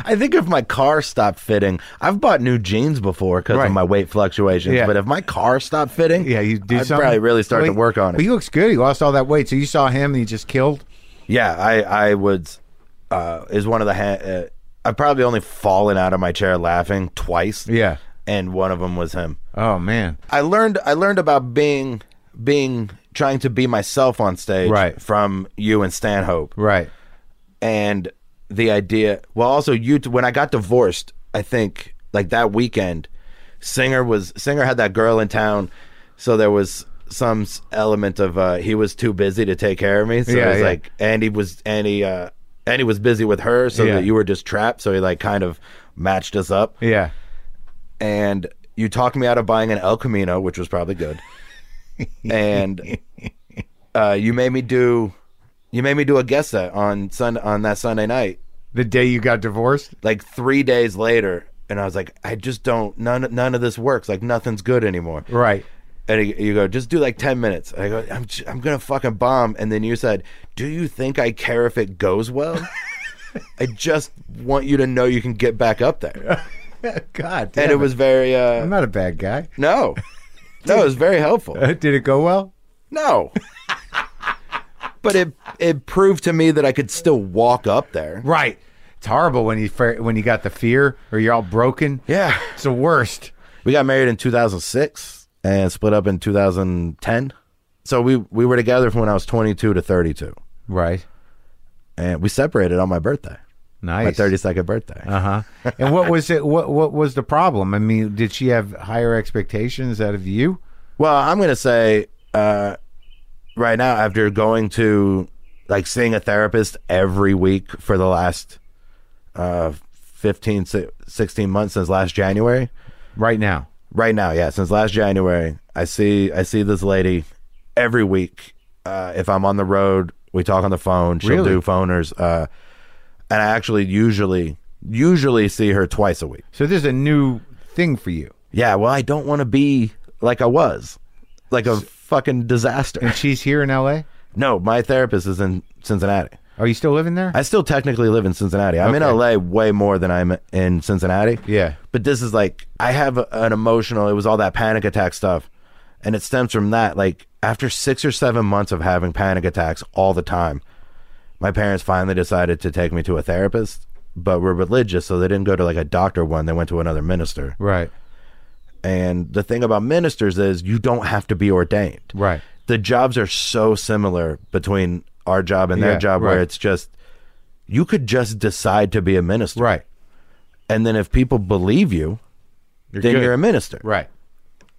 S5: I think if my car stopped fitting, I've bought new jeans before because
S1: Right.
S5: of my weight fluctuations.
S1: Yeah.
S5: But if my car stopped fitting,
S1: Yeah, you do
S5: I'd
S1: something.
S5: probably really start
S1: Well,
S5: to work on
S1: But
S5: it.
S1: he looks good. He lost all that weight. So you saw him and he just killed.
S5: yeah, I I would uh, is one of the ha- uh, I've probably only fallen out of my chair laughing twice.
S1: Yeah.
S5: and one of them was him.
S1: Oh man.
S5: I learned I learned about being being trying to be myself on stage
S1: Right.
S5: from you and Stanhope.
S1: Right.
S5: and the idea well also you t- when i got divorced i think like that weekend singer was singer had that girl in town so there was some s- element of uh he was too busy to take care of me so
S1: Yeah,
S5: it was
S1: yeah.
S5: like andy was andy uh andy was busy with her so
S1: Yeah.
S5: that you were just trapped so he like kind of matched us up
S1: Yeah.
S5: and you talked me out of buying an El Camino, which was probably good. and uh, you made me do, you made me do a guest set on sun on that Sunday night,
S1: The day you got divorced.
S5: like three days later. And I was like, I just don't none none of this works. Like nothing's good anymore.
S1: Right.
S5: And you- you go, just do like ten minutes. And I go, I'm j- I'm gonna fucking bomb. And then you said, Do you think I care if it goes well? I just want you to know you can get back up there.
S1: God, damn
S5: And it was very uh
S1: I'm not a bad guy.
S5: no. No, it was very helpful.
S1: Did it go well?
S5: No. But it it proved to me that I could still walk up there.
S1: Right. It's horrible when you fer- when you got the fear or you're all broken.
S5: Yeah.
S1: It's the worst.
S5: We got married in 2006 and split up in 2010. So we we were together from when I was 22 to 32.
S1: Right.
S5: And we separated on my birthday. My
S1: Nice.
S5: 32nd birthday.
S1: Uh huh. and what was it? What what was the problem? I mean, did she have higher expectations out of you?
S5: Well, I'm going to say uh, right now, after going to like seeing a therapist every week for the last uh, 15, si- 16 months since last January,
S1: Right now.
S5: right now, yeah, since last January, I see I see this lady every week. Uh, if I'm on the road, we talk on the phone. She'll
S1: Really?
S5: do phoners, uh, and I actually usually usually see her twice a week.
S1: So this is a new thing for you.
S5: Yeah, well, I don't want to be like I was, like a fucking disaster.
S1: And she's here in L.A.
S5: No, my therapist is in Cincinnati.
S1: Are you still living there?
S5: I still technically live in Cincinnati. I'm in LA
S1: Okay.
S5: way more than I'm in Cincinnati.
S1: Yeah.
S5: But this is like, I have a- an emotional, it was all that panic attack stuff. And it stems from that. Like, after six or seven months of having panic attacks all the time, my parents finally decided to take me to a therapist, but we're religious, so they didn't go to like a doctor one. They went to another minister.
S1: right.
S5: And the thing about ministers is you don't have to be ordained.
S1: Right.
S5: The jobs are so similar between our job and their
S1: Yeah,
S5: job where
S1: right.
S5: it's just you could just decide to be a minister.
S1: Right.
S5: And then if people believe you, then
S1: good.
S5: you're a minister.
S1: Right.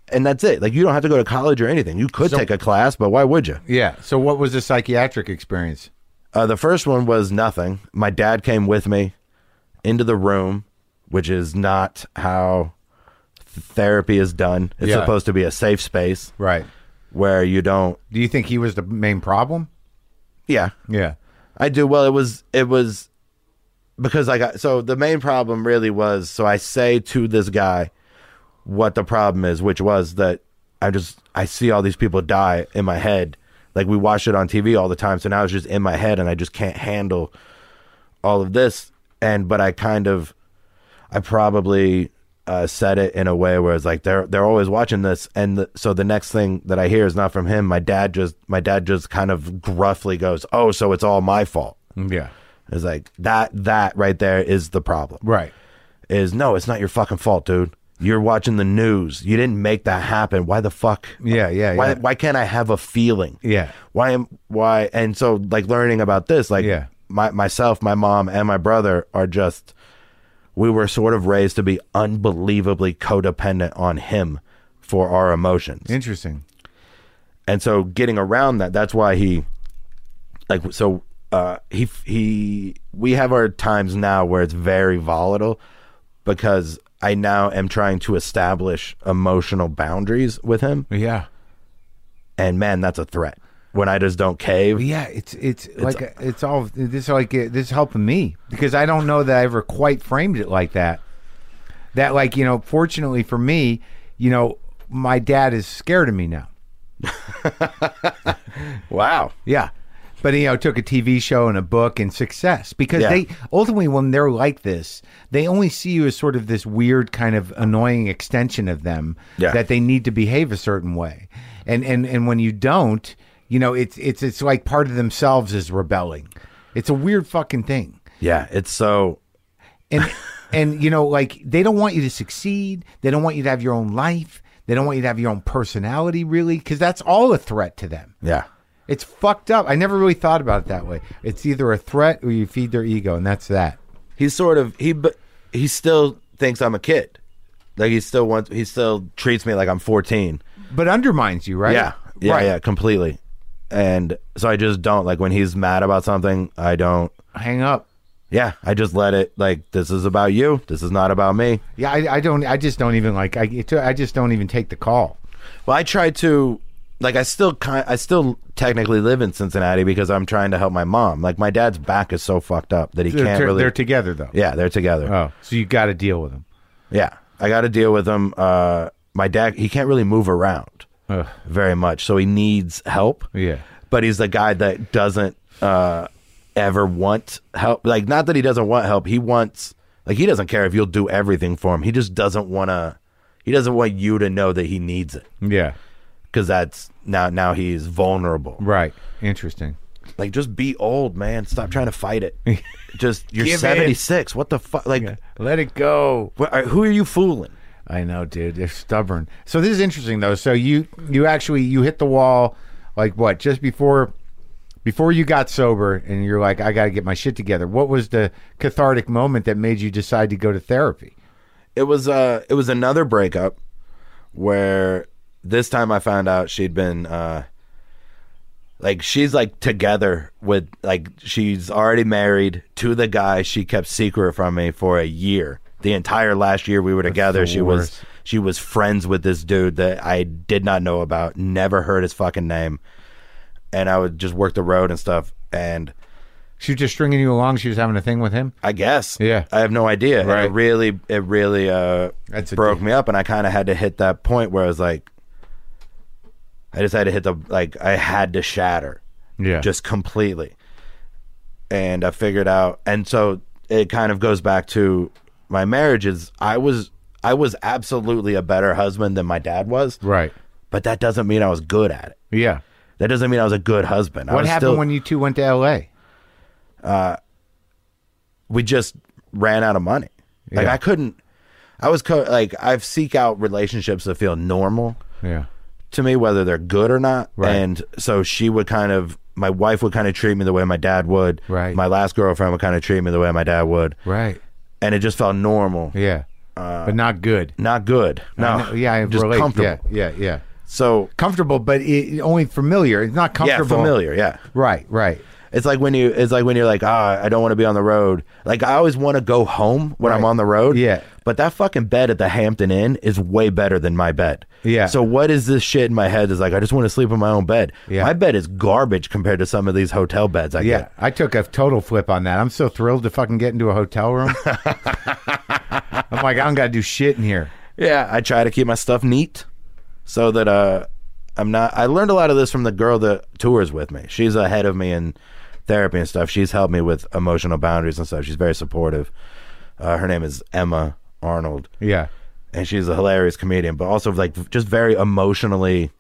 S5: And that's it. Like you don't have to go to college or anything. You could
S1: So-
S5: take a class, but why would you?
S1: Yeah. So what was the psychiatric experience?
S5: Uh, the first one was nothing. My dad came with me into the room, which is not how therapy is done. It's
S1: Yeah.
S5: supposed to be a safe space
S1: Right.
S5: where you don't.
S1: Do you think he was the main problem?
S5: Yeah,
S1: Yeah.
S5: I do. Well, it was it was because I got so the main problem really was so I say to this guy what the problem is, which was that I just I see all these people die in my head. Like we watch it on TV all the time, so now it's just in my head, and I just can't handle all of this. And but I kind of I probably uh, said it in a way where it's like they're they're always watching this, and the, so the next thing that I hear is not from him. My dad just my dad just kind of gruffly goes, "Oh, so it's all my fault."
S1: Yeah.
S5: It's like that that right there is the problem.
S1: Right.
S5: Is no, it's not your fucking fault, dude. You're watching the news. You didn't make that happen. Why the fuck?
S1: Yeah, yeah,
S5: Why
S1: yeah.
S5: why can't I have a feeling?
S1: Yeah.
S5: Why am why and so like learning about this, like
S1: Yeah.
S5: my myself, my mom and my brother are just we were sort of raised to be unbelievably codependent on him for our emotions.
S1: Interesting.
S5: And so getting around that, that's why he, like, so uh, he he we have our times now where it's very volatile because I now am trying to establish emotional boundaries with him,
S1: Yeah.
S5: and man, that's a threat when I just don't cave.
S1: Yeah, it's it's, like a, it's all this like uh, this is helping me because I don't know that I ever quite framed it like that. That like you know, fortunately for me, you know, my dad is scared of me now.
S5: Wow.
S1: Yeah. But you know, it took a TV show and a book and success because
S5: Yeah.
S1: they ultimately, when they're like this, they only see you as sort of this weird kind of annoying extension of them
S5: Yeah.
S1: that they need to behave a certain way, and and and when you don't, you know, it's it's it's like part of themselves is rebelling. It's a weird fucking thing
S5: Yeah, it's so
S1: and and you know like they don't want you to succeed they don't want you to have your own life they don't want you to have your own personality really because that's all a threat to them
S5: yeah.
S1: it's fucked up i never really thought about it that way it's either a threat or you feed their ego and that's that
S5: He's sort of he but he still thinks I'm a kid. Like he still wants he still treats me like I'm 14.
S1: but undermines you right
S5: Yeah. Yeah,
S1: right
S5: yeah, completely. And so I just don't like when he's mad about something, I don't
S1: hang up
S5: yeah, I just let it like this is about you. This is not about me.
S1: yeah I, I don't i just don't even like I, it, I just don't even take the call
S5: Well, I try to like I still kind I still technically live in Cincinnati because I'm trying to help my mom. Like my dad's back is so fucked up that he
S1: they're,
S5: can't
S1: to-
S5: really
S1: they're together though
S5: Yeah, they're together.
S1: oh so you got to deal with them
S5: Yeah, I got to deal with him. Uh, my dad, he can't really move around
S1: Ugh.
S5: very much, so he needs help.
S1: Yeah.
S5: but he's the guy that doesn't. Uh, ever want help. Like, not that he doesn't want help. He wants, like, he doesn't care if you'll do everything for him. He just doesn't want to, he doesn't want you to know that he needs it
S1: Yeah.
S5: because that's now, now he's vulnerable.
S1: Right. Interesting.
S5: Like, just be old, man. Stop trying to fight it. just, you're
S1: Give in.
S5: 76. What the fuck? Like,
S1: Let it go.
S5: wh- are- who are you fooling?
S1: I know, dude. They're stubborn. So this is interesting though. So you you actually you hit the wall like what? Just before before you got sober and you're like I got to get my shit together. What was the cathartic moment that made you decide to go to therapy?
S5: it was uh it was another breakup where this time I found out she'd been uh like she's like together with like she's already married to the guy she kept secret from me for a year. The entire last year we were together, she was she was friends with this dude that I did not know about, never heard his fucking name. And I would just work the road and stuff and
S1: She was just stringing you along. She was having a thing with him.
S5: I guess.
S1: Yeah.
S5: I have no idea. And
S1: Right.
S5: it really, it really uh,
S1: That's a
S5: broke
S1: deep-
S5: me up, and I kind of had to hit that point where I was like, I just had to hit the like I had to shatter,
S1: Yeah. Just
S5: just completely. And I figured out, and so it kind of goes back to my marriages. I was, I was absolutely a better husband than my dad was,
S1: right.
S5: but that doesn't mean I was good at it.
S1: Yeah.
S5: That doesn't mean I was a good husband. I
S1: What
S5: was
S1: happened
S5: still-
S1: when you two went to L.A.?
S5: we just ran out of money. Like
S1: Yeah.
S5: I couldn't. I was co- like I seek out relationships that feel normal
S1: Yeah.
S5: to me, whether they're good or not.
S1: Right.
S5: And so she would kind of, my wife would kind of treat me the way my dad would.
S1: Right.
S5: My last girlfriend would kind of treat me the way my dad would,
S1: Right.
S5: and it just felt normal,
S1: Yeah. but not good.
S5: not good.
S1: I
S5: Uh, No,
S1: know- yeah, I
S5: just
S1: relate.
S5: comfortable.
S1: Yeah, yeah, yeah.
S5: So
S1: Comfortable, but it, only familiar. It's not
S5: yeah,
S1: comfortable.
S5: familiar. Yeah.
S1: Right, right.
S5: It's like when you, it's like when you're like, ah, I don't want to be on the road. Like I always want to go home when I'm
S1: Right.
S5: on the road.
S1: Yeah.
S5: But that fucking bed at the Hampton Inn is way better than my bed.
S1: Yeah.
S5: So what is this shit in my head? Is like I just want to sleep in my own bed.
S1: Yeah.
S5: My bed is garbage compared to some of these hotel beds. I
S1: Yeah,
S5: get.
S1: I took a total flip on that. I'm so thrilled to fucking get into a hotel room. I'm like, I don't got to do shit in here.
S5: Yeah. I try to keep my stuff neat, so that uh, I'm not. I learned a lot of this from the girl that tours with me. She's ahead of me in therapy and stuff. She's helped me with emotional boundaries and stuff. She's very supportive. Uh, her name is Emma Arnold.
S1: Yeah,
S5: and she's a hilarious comedian, but also like just very emotionally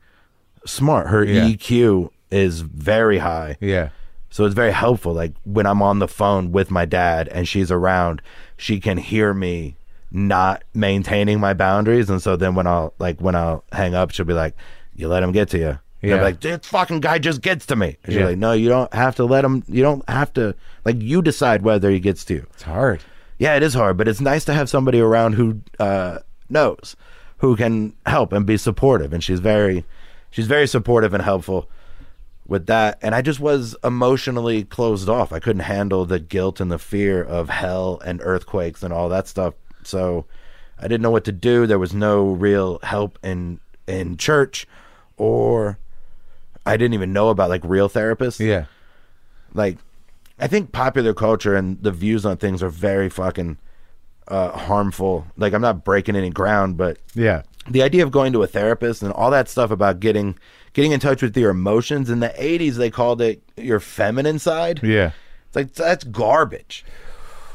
S5: smart. Her
S1: Yeah.
S5: EQ is very high.
S1: yeah,
S5: So it's very helpful. Like when I'm on the phone with my dad and she's around, she can hear me not maintaining my boundaries. And so then when I'll like when I'll hang up, she'll be like, You let him get to you. Yeah.
S1: Yeah.
S5: like, this fucking guy just gets to me. And she's
S1: Yeah.
S5: like, No, you don't have to let him you don't have to like you decide whether he gets to you.
S1: it's hard.
S5: Yeah, it is hard, but it's nice to have somebody around who uh, knows, who can help and be supportive. And she's very, she's very supportive and helpful with that. And I just was emotionally closed off. I couldn't handle the guilt and the fear of hell and earthquakes and all that stuff. So I didn't know what to do. There was no real help in in church, or I didn't even know about like real therapists
S1: Yeah,
S5: like I think popular culture and the views on things are very fucking uh, harmful. Like I'm not breaking any ground, but
S1: yeah,
S5: the idea of going to a therapist and all that stuff about getting getting in touch with your emotions in the 80s they called it your feminine side.
S1: yeah.
S5: It's like that's garbage.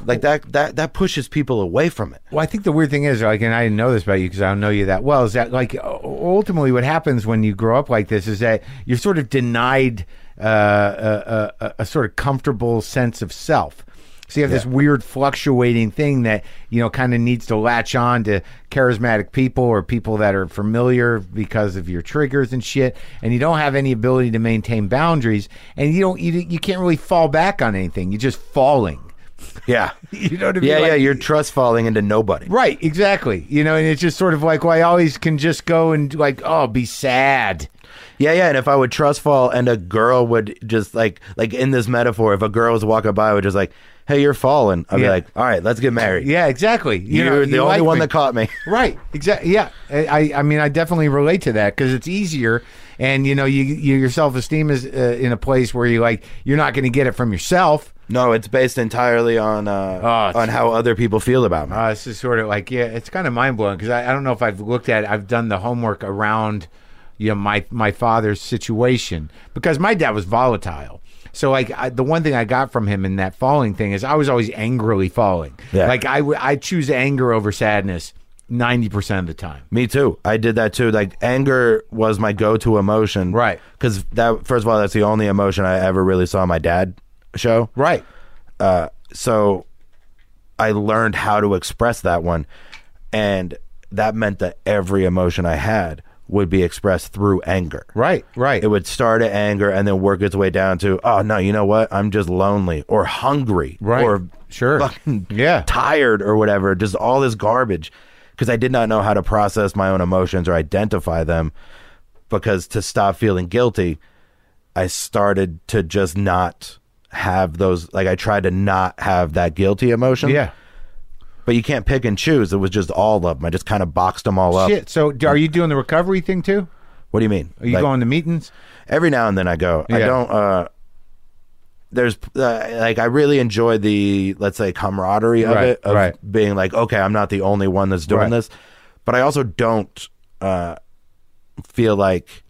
S5: Like that that that pushes people away from it.
S1: Well, I think the weird thing is, like, and I didn't know this about you because I don't know you that well, is that, like, u- ultimately what happens when you grow up like this is that you're sort of denied uh, a, a, a- a sort of comfortable sense of self. So you have this weird fluctuating thing that, you know, kind of needs to latch on to charismatic people or people that are familiar because of your triggers and shit. And you don't have any ability to maintain boundaries. And you don't, you, you can't really fall back on anything. You're just falling.
S5: Yeah.
S1: You know what I mean?
S5: Yeah,
S1: Like-
S5: yeah, your trust falling into nobody.
S1: Right, exactly. You know, and it's just sort of like, well, I always can just go and like, oh, be sad.
S5: Yeah, yeah. And if I would trust fall and a girl would just like, like in this metaphor, if a girl was walking by, would just like, hey, you're falling. I'd be
S1: Yeah.
S5: like, all right, let's get married.
S1: Yeah, exactly. You
S5: You're
S1: know,
S5: the
S1: you
S5: only
S1: like
S5: one
S1: me.
S5: that caught me.
S1: Right, exactly. Yeah, I, I I mean, I definitely relate to that because it's easier, and you know, you, you your self esteem is uh, in a place where you like you're not going to get it from yourself.
S5: No, it's based entirely on uh,
S1: it's-
S5: on how other people feel about me.
S1: Uh, this is sort of like, yeah, it's kind of mind blowing because I, I don't know if I've looked at, it. I've done the homework around, you know, my my father's situation because my dad was volatile. So like I, the one thing I got from him in that falling thing is I was always angrily falling.
S5: Yeah.
S1: Like I w- I choose anger over sadness ninety percent of the time.
S5: Me too. I did that too. Like anger was my go-to emotion,
S1: Right.
S5: Because that, first of all, that's the only emotion I ever really saw my dad show,
S1: Right.
S5: So I learned how to express that one, and that meant that every emotion I had would be expressed through anger.
S1: Right. Right.
S5: It would start at anger and then work its way down to, oh no, you know what? I'm just lonely or hungry,
S1: Right.
S5: Or
S1: Sure.
S5: fucking
S1: Yeah.
S5: tired or whatever. Just all this garbage because I did not know how to process my own emotions or identify them. Because to stop feeling guilty, I started to just not have those. Like I tried to not have that guilty emotion.
S1: yeah.
S5: but you can't pick and choose. It was just all of them. I just kind of boxed them all up.
S1: Shit. So d- are you doing the recovery thing too?
S5: What do you mean?
S1: Are you
S5: Like-
S1: going to meetings?
S5: every now and then I go. I
S1: Yeah.
S5: don't. uh There's uh, like I really enjoy the let's say camaraderie of
S1: Right,
S5: it of
S1: right.
S5: being like okay I'm not the only one that's doing
S1: Right.
S5: this, but I also don't uh feel like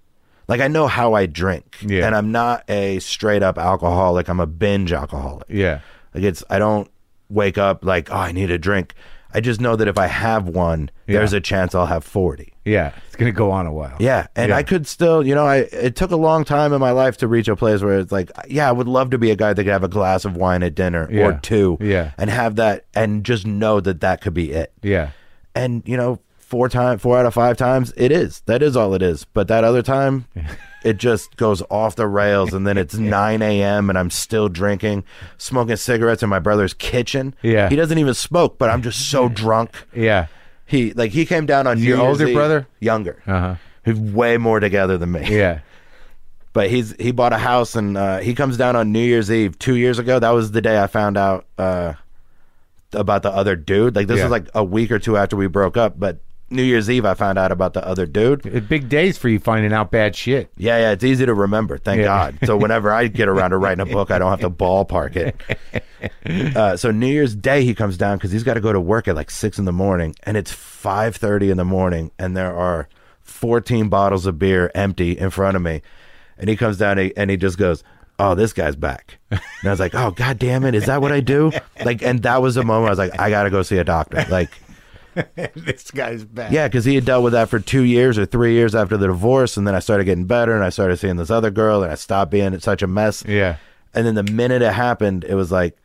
S5: like I know how I drink
S1: Yeah.
S5: and I'm not a straight up alcoholic. I'm a binge alcoholic.
S1: Yeah.
S5: Like it's I don't wake up like oh I need a drink. I just know that if I have one,
S1: Yeah.
S5: there's a chance I'll have forty.
S1: Yeah. It's gonna go on a while.
S5: Yeah, and
S1: Yeah.
S5: I could still, you know, I it took a long time in my life to reach a place where it's like, yeah, I would love to be a guy that could have a glass of wine at dinner or
S1: Yeah.
S5: two,
S1: Yeah.
S5: and have that, and just know that that could be it.
S1: Yeah.
S5: And you know, four time, four out of five times, it is. That is all it is. But that other time, it just goes off the rails, and then it's nine a.m. and I'm still drinking, smoking cigarettes in my brother's kitchen.
S1: Yeah.
S5: he doesn't even smoke, but I'm just so drunk.
S1: Yeah.
S5: He like he came down on New
S1: Your
S5: Year's
S1: older
S5: Eve-
S1: brother?
S5: younger.
S1: Uh-huh.
S5: He's way more together than me.
S1: Yeah.
S5: But he's he bought a house and uh, he comes down on New Year's Eve two years ago. That was the day I found out uh, about the other dude. Like this
S1: Yeah.
S5: was like a week or two after we broke up, but New Year's Eve I found out about the other dude.
S1: It- Big days for you finding out bad shit.
S5: Yeah, yeah, it's easy to remember. Thank
S1: Yeah.
S5: God. So whenever I get around to writing a book, I don't have to ballpark it. Uh, so New Year's Day he comes down because he's got to go to work at like six in the morning, and it's five thirty in the morning, and there are fourteen bottles of beer empty in front of me, and he comes down and he, and he just goes. Oh, this guy's back. And I was like, oh, God damn it. Is that what I do? Like, and that was the moment I was like, I got to go see a doctor. Like,
S1: this guy's bad.
S5: yeah, because he had dealt with that for two years or three years after the divorce, and then I started getting better, and I started seeing this other girl, and I stopped being such a mess.
S1: Yeah.
S5: And then the minute it happened, it was like,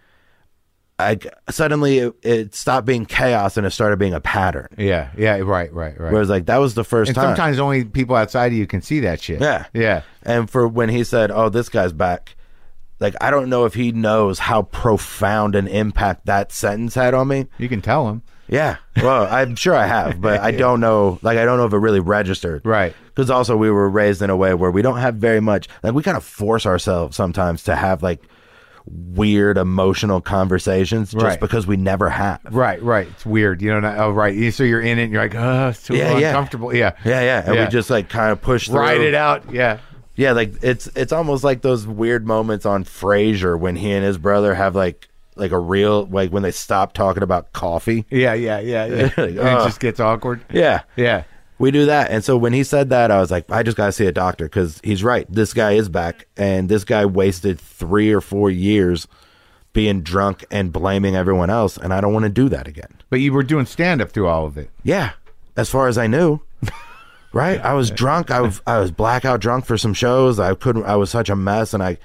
S5: I suddenly it, it stopped being chaos and it started being a pattern.
S1: Yeah. Yeah. Right. Right. Right.
S5: Where it was like that was the first
S1: and
S5: time.
S1: sometimes only people outside of you can see that shit.
S5: Yeah.
S1: Yeah.
S5: And for when he said, "Oh, this guy's back," like I don't know if he knows how profound an impact that sentence had on me.
S1: You can tell them.
S5: Yeah. Well, I'm sure I have, but I don't know. Like, I don't know if it really registered.
S1: Right.
S5: Because also, we were raised in a way where we don't have very much. Like, we kind of force ourselves sometimes to have like weird emotional conversations just
S1: Right.
S5: because we never have.
S1: Right. Right. It's weird. You know. not- Oh, right. So you're in it. and You're like, oh, it's too
S5: Yeah, yeah.
S1: uncomfortable. Yeah.
S5: Yeah, yeah. And we just like kind of push through.
S1: ride it out. Yeah.
S5: Yeah, like it's it's almost like those weird moments on Frasier when he and his brother have like like a real like when they stop talking about coffee.
S1: Yeah. Yeah. Yeah. Yeah.
S5: Like,
S1: And it
S5: ugh.
S1: just gets awkward.
S5: Yeah.
S1: Yeah.
S5: We do that. And so when he said that, I was like, I just got to see a doctor because he's right. This guy is back. And this guy wasted three or four years being drunk and blaming everyone else. And I don't want to do that again.
S1: But you were doing stand up through all of it.
S5: Yeah. As far as I knew. right. I was drunk. I was, I was blackout drunk for some shows. I couldn't, I was such a mess. And I,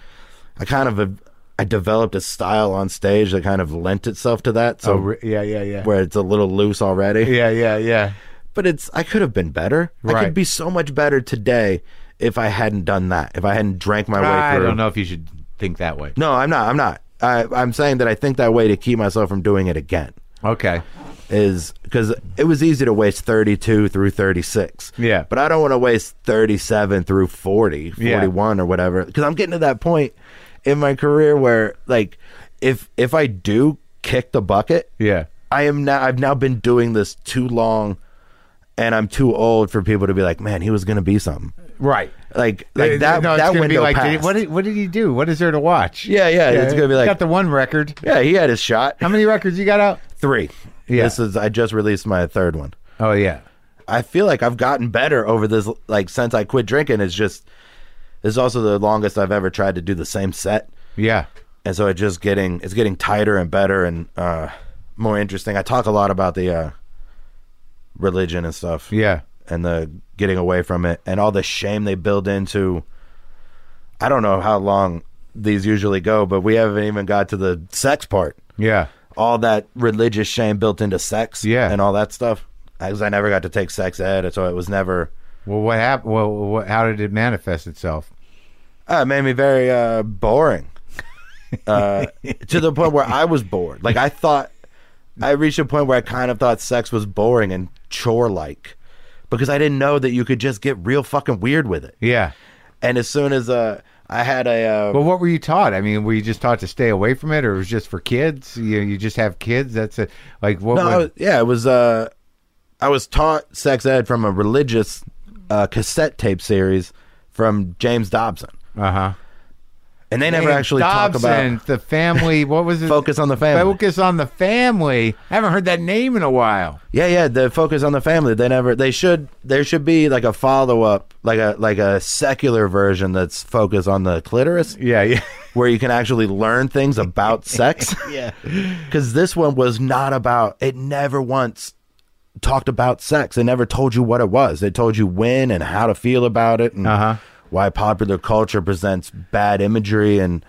S5: I kind of, I developed a style on stage that kind of lent itself to that. So
S1: Oh, re- yeah. Yeah. Yeah.
S5: where it's a little loose already.
S1: Yeah. Yeah. Yeah.
S5: but it's I could have been better. I
S1: Right.
S5: could be so much better today if I hadn't done that. If I hadn't drank my way
S1: I
S5: through.
S1: don't know if you should think that way.
S5: No, I'm not. I'm not. I, I'm saying that I think that way to keep myself from doing it again
S1: Okay.
S5: is because it was easy to waste 32 through 36.
S1: Yeah.
S5: But I don't want to waste 37 through 40,
S1: Yeah.
S5: 41 or whatever. Because I'm getting to that point in my career where like if if I do kick the bucket,
S1: Yeah.
S5: I am now. I've now been doing this too long, and I'm too old for people to be like, "Man, he was gonna be something."
S1: Right.
S5: Like, like
S1: It-
S5: that.
S1: no, it's
S5: that
S1: gonna
S5: window
S1: be like, did he-
S5: passed.
S1: what did what did he do? What is there to watch?
S5: Yeah, yeah, it's gonna be
S1: he
S5: like-
S1: got the one record.
S5: yeah, he had his shot.
S1: How many records you got out?
S5: Three.
S1: Yeah.
S5: This is. I just released my third one.
S1: Oh yeah.
S5: I feel like I've gotten better over this. Like since I quit drinking, it's just. It's also the longest I've ever tried to do the same set.
S1: Yeah.
S5: and so it's just getting it's getting tighter and better and uh, more interesting. I talk a lot about the uh, religion and stuff,
S1: Yeah.
S5: and the getting away from it and all the shame they build into. I don't know how long these usually go, but we haven't even got to the sex part.
S1: Yeah.
S5: All that religious shame built into sex,
S1: Yeah.
S5: and all that stuff. Because I never got to take sex ed, and so it was never.
S1: Well, what happened? Well, what, how did it manifest itself?
S5: Uh, it made me very uh, boring. Uh, to the point where I was bored. Like I thought, I reached a point where I kind of thought sex was boring and chore-like, because I didn't know that you could just get real fucking weird with it.
S1: Yeah.
S5: And as soon as uh, I had a, uh,
S1: Well, what were you taught? I mean, were you just taught to stay away from it, or it was just for kids? You you just have kids. That's it. Like what?
S5: no, I
S1: was-
S5: was, yeah, it was. Uh, I was taught sex ed from a religious uh, cassette tape series from James Dobson,
S1: uh-huh.
S5: and they never
S1: James
S5: actually talk
S1: Dobson,
S5: about
S1: the family. What was it?
S5: focus on the family.
S1: Focus on the family. I haven't heard that name in a while.
S5: Yeah, yeah. The focus on the family. They never. They should. There should be like a follow up, like a like a secular version that's focused on the clitoris,
S1: Yeah, yeah,
S5: where you can actually learn things about sex. yeah. Because this one was not about. It never once talked about sex. It never told you what it was. It told you when and how to feel about it, and
S1: Uh-huh.
S5: why popular culture presents bad imagery and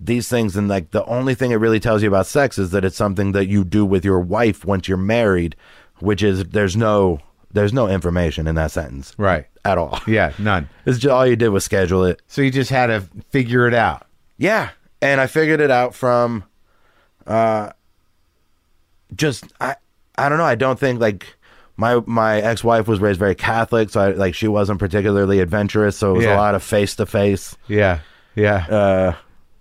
S5: these things and like the only thing it really tells you about sex is that it's something that you do with your wife once you're married which is there's no there's no information in that sentence
S1: right.
S5: at all
S1: Yeah, none.
S5: it's just all you did was schedule it
S1: So you just had to figure it out.
S5: yeah and i figured it out from uh just i i don't know i don't think like my my ex-wife was raised very catholic so i like she wasn't particularly adventurous so it was
S1: Yeah.
S5: a lot of face to face
S1: Yeah, yeah.
S5: uh,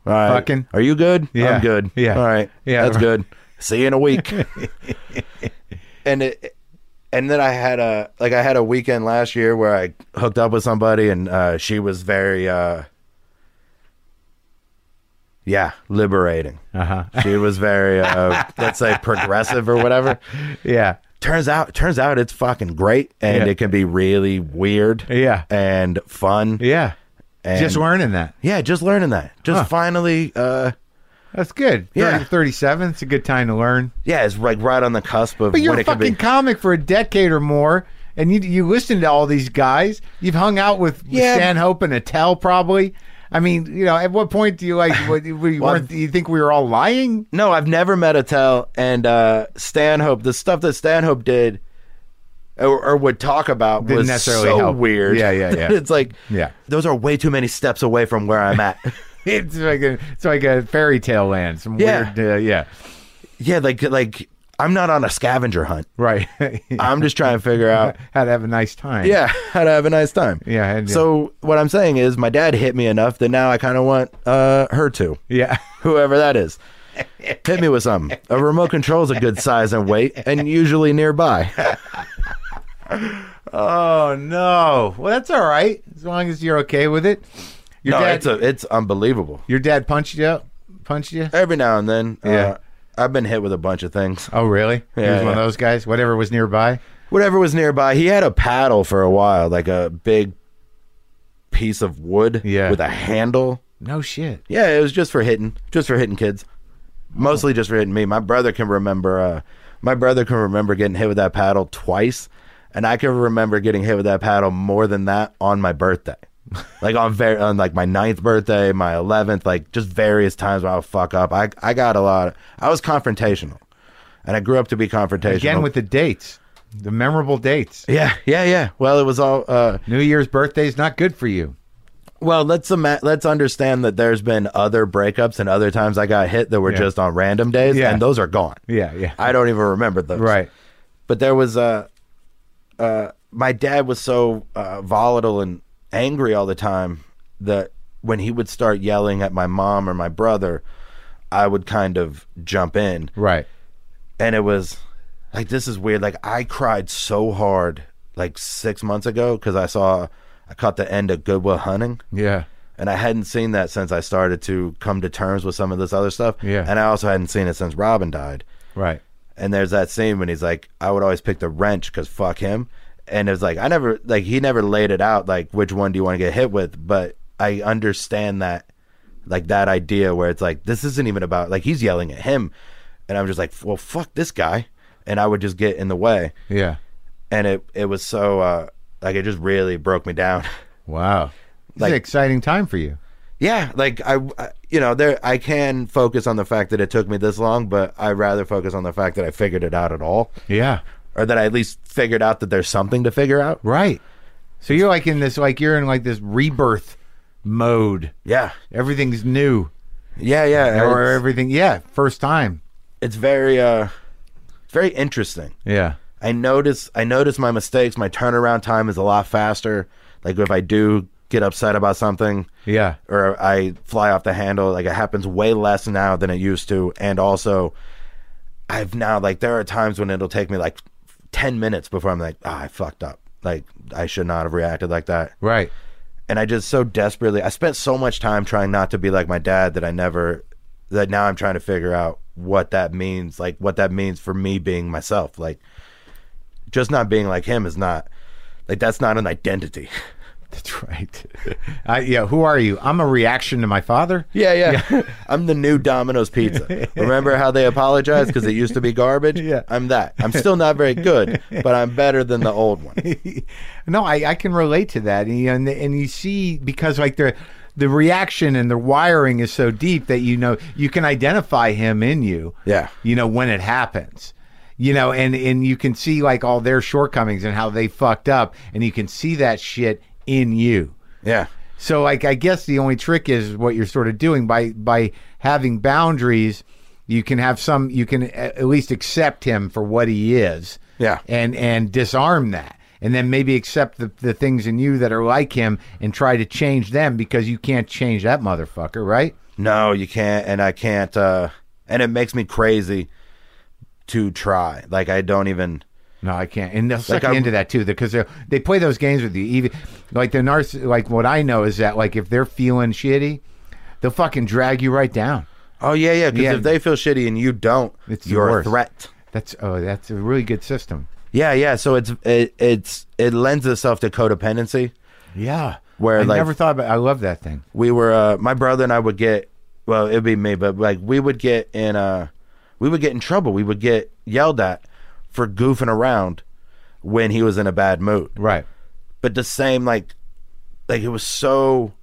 S5: all right.
S1: Fucking.
S5: Are you good?
S1: Yeah.
S5: I'm good.
S1: Yeah.
S5: All right.
S1: Yeah.
S5: That's good. See you in a week. and it, and then I had a like I had a weekend last year where I hooked up with somebody and uh, she was very uh, yeah liberating.
S1: Uh-huh.
S5: She was very uh, let's say progressive or whatever.
S1: yeah,
S5: Turns out turns out it's fucking great and
S1: Yeah.
S5: it can be really weird.
S1: Yeah.
S5: And fun.
S1: yeah.
S5: And
S1: just learning that.
S5: yeah, just learning that. Just
S1: Huh.
S5: finally uh
S1: That's good.
S5: Yeah.
S1: 30, 37. It's a good time to learn.
S5: Yeah, it's like right on the cusp of
S1: But you're
S5: when
S1: a
S5: it could
S1: fucking
S5: be.
S1: comic for a decade or more, and you you listen to all these guys. You've hung out with
S5: Yeah.
S1: Stanhope and Attell, probably. I mean, you know, at what point do you like? What, we
S5: Well,
S1: weren't, you think we were all lying?
S5: no, I've never met Attell and uh, Stanhope. The stuff that Stanhope did or, or would talk about
S1: Didn't
S5: was
S1: necessarily
S5: so
S1: help.
S5: weird.
S1: Yeah, yeah, yeah.
S5: it's like,
S1: Yeah.
S5: those are way too many steps away from where I'm at.
S1: It's like a it's like a fairy tale land. Some
S5: Yeah.
S1: weird, uh, yeah,
S5: yeah, like like I'm not on a scavenger hunt.
S1: right. Uh,
S5: I'm just trying to figure out.
S1: How to have a nice time.
S5: Yeah, how to have a nice time.
S1: Yeah, and-
S5: So what I'm saying is, my dad hit me enough that now I kind of want uh, her to.
S1: yeah.
S5: whoever that is. Hit me with something. A remote control's a good size and weight, and usually nearby.
S1: Oh no! Well, that's all right as long as you're okay with it. Your
S5: no,
S1: dad,
S5: it's a, it's unbelievable.
S1: your dad punched you up, punched you.
S5: Every now and then,
S1: Yeah.
S5: uh, I've been hit with a bunch of things.
S1: Oh really? he was
S5: Yeah,
S1: one of
S5: yeah.
S1: those guys. Whatever was nearby.
S5: Whatever was nearby, he had a paddle for a while, like a big piece of wood
S1: Yeah.
S5: with a handle.
S1: No shit.
S5: Yeah, it was just for hitting, just for hitting kids, mostly just for hitting me. My brother can remember. Uh, my brother can remember getting hit with that paddle twice, and I can remember getting hit with that paddle more than that on my birthday, like on very on like my ninth birthday, my eleventh, like just various times where I would fuck up. I I got a lot. I was confrontational, and I grew up to be confrontational.
S1: Again with the dates, the memorable dates.
S5: yeah, yeah, yeah. Well, it was all. Uh,
S1: New Year's birthday's not good for you.
S5: well, let's ima- let's understand that there's been other breakups and other times I got hit that were
S1: Yeah.
S5: just on random days,
S1: Yeah.
S5: and those are gone.
S1: Yeah, yeah.
S5: I don't even remember those.
S1: right.
S5: But there was Uh, uh, my dad was so uh, volatile and angry all the time that when he would start yelling at my mom or my brother, I would kind of jump in.
S1: Right.
S5: And it was like, this is weird. Like, I cried so hard like six months ago because I saw, I caught the end of Goodwill Hunting
S1: Yeah.
S5: and I hadn't seen that since I started to come to terms with some of this other stuff.
S1: Yeah.
S5: And I also hadn't seen it since Robin died.
S1: Right.
S5: And there's that scene when he's like, I would always pick the wrench because fuck him. And it was like, I never, like, he never laid it out, like, which one do you want to get hit with? But I understand that like that idea where it's like this isn't even about like he's yelling at him, and I'm just like, well, fuck this guy, and I would just get in the way,
S1: Yeah.
S5: and it it was so uh, like it just really broke me down.
S1: Wow. It's
S5: Like-
S1: an exciting time for you.
S5: yeah, like I, I- you know, there I can focus on the fact that it took me this long, but I rather focus on the fact that I figured it out at all,
S1: Yeah.
S5: or that I at least figured out that there's something to figure out.
S1: Right. So you're like in this like you're in like this rebirth mode.
S5: Yeah,
S1: Everything's new.
S5: yeah, yeah.
S1: Or
S5: it's-
S1: everything yeah, first time.
S5: it's very uh it's very interesting
S1: Yeah.
S5: i notice i notice my mistakes my turnaround time is a lot faster like if i do get upset about something
S1: Yeah.
S5: or i fly off the handle like it happens way less now than it used to and also i've now like there are times when it'll take me like 10 minutes before i'm like ah, i fucked up like i should not have reacted like that
S1: Right.
S5: and I just so desperately I spent so much time trying not to be like my dad that I never that now I'm trying to figure out what that means, like what that means for me being myself. Like just not being like him is not like that's not an identity.
S1: That's right. I, yeah, who are you? I'm a reaction to my father?
S5: Yeah, yeah. I'm the new Domino's Pizza. Remember how they apologized because it used to be garbage?
S1: Yeah.
S5: I'm that. I'm still not very good, but I'm better than the old one.
S1: no, I, I can relate to that, and you know, and, and you see because like the the reaction and the wiring is so deep that you know you can identify him in you.
S5: Yeah.
S1: you know when it happens. You know, and and you can see like all their shortcomings and how they fucked up, and you can see that shit in you.
S5: Yeah.
S1: So like I guess the only trick is what you're sort of doing by by having boundaries, you can have some you can a- at least accept him for what he is.
S5: Yeah.
S1: And and disarm that. And then maybe accept the, the things in you that are like him and try to change them because you can't change that motherfucker, right?
S5: No, you can't, and I can't. uh And it makes me crazy to try. Like I don't even.
S1: No, I can't. And they'll suck
S5: Like,
S1: you
S5: I'm-
S1: into that too, because they they play those games with you. Even like the narciss, like what I know is that like if they're feeling shitty, they'll fucking drag you right down.
S5: Oh yeah, yeah. Because
S1: Yeah.
S5: if they feel shitty and you don't,
S1: It's the
S5: you're a
S1: worst.
S5: threat.
S1: That's oh, that's a really good system.
S5: Yeah, yeah. So it's it, it's it lends itself to codependency.
S1: Yeah.
S5: Where,
S1: I
S5: like-
S1: never thought about I love that thing.
S5: We were uh, my brother and I would get well, it'd be me, but like we would get in uh we would get in trouble. We would get yelled at for goofing around when he was in a bad mood.
S1: Right.
S5: but the same like like it was so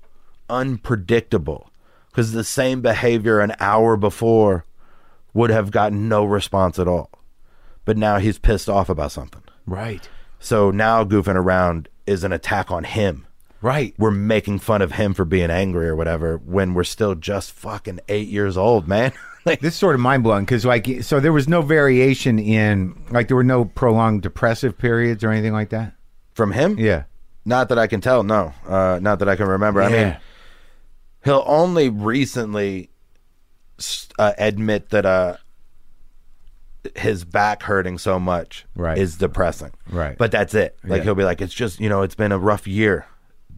S5: unpredictable because the same behavior an hour before would have gotten no response at all but now he's pissed off about something
S1: Right.
S5: so now goofing around is an attack on him
S1: Right.
S5: we're making fun of him for being angry or whatever when we're still just fucking eight years old man like
S1: This is sort of mind blowing because like so there was no variation in like there were no prolonged depressive periods or anything like that.
S5: from him
S1: Yeah.
S5: not that i can tell no uh not that i can remember i mean he'll only recently s- uh, admit that uh his back hurting so much
S1: Right.
S5: is depressing
S1: Right.
S5: but that's it like
S1: Yeah.
S5: he'll be like it's just you know it's been a rough year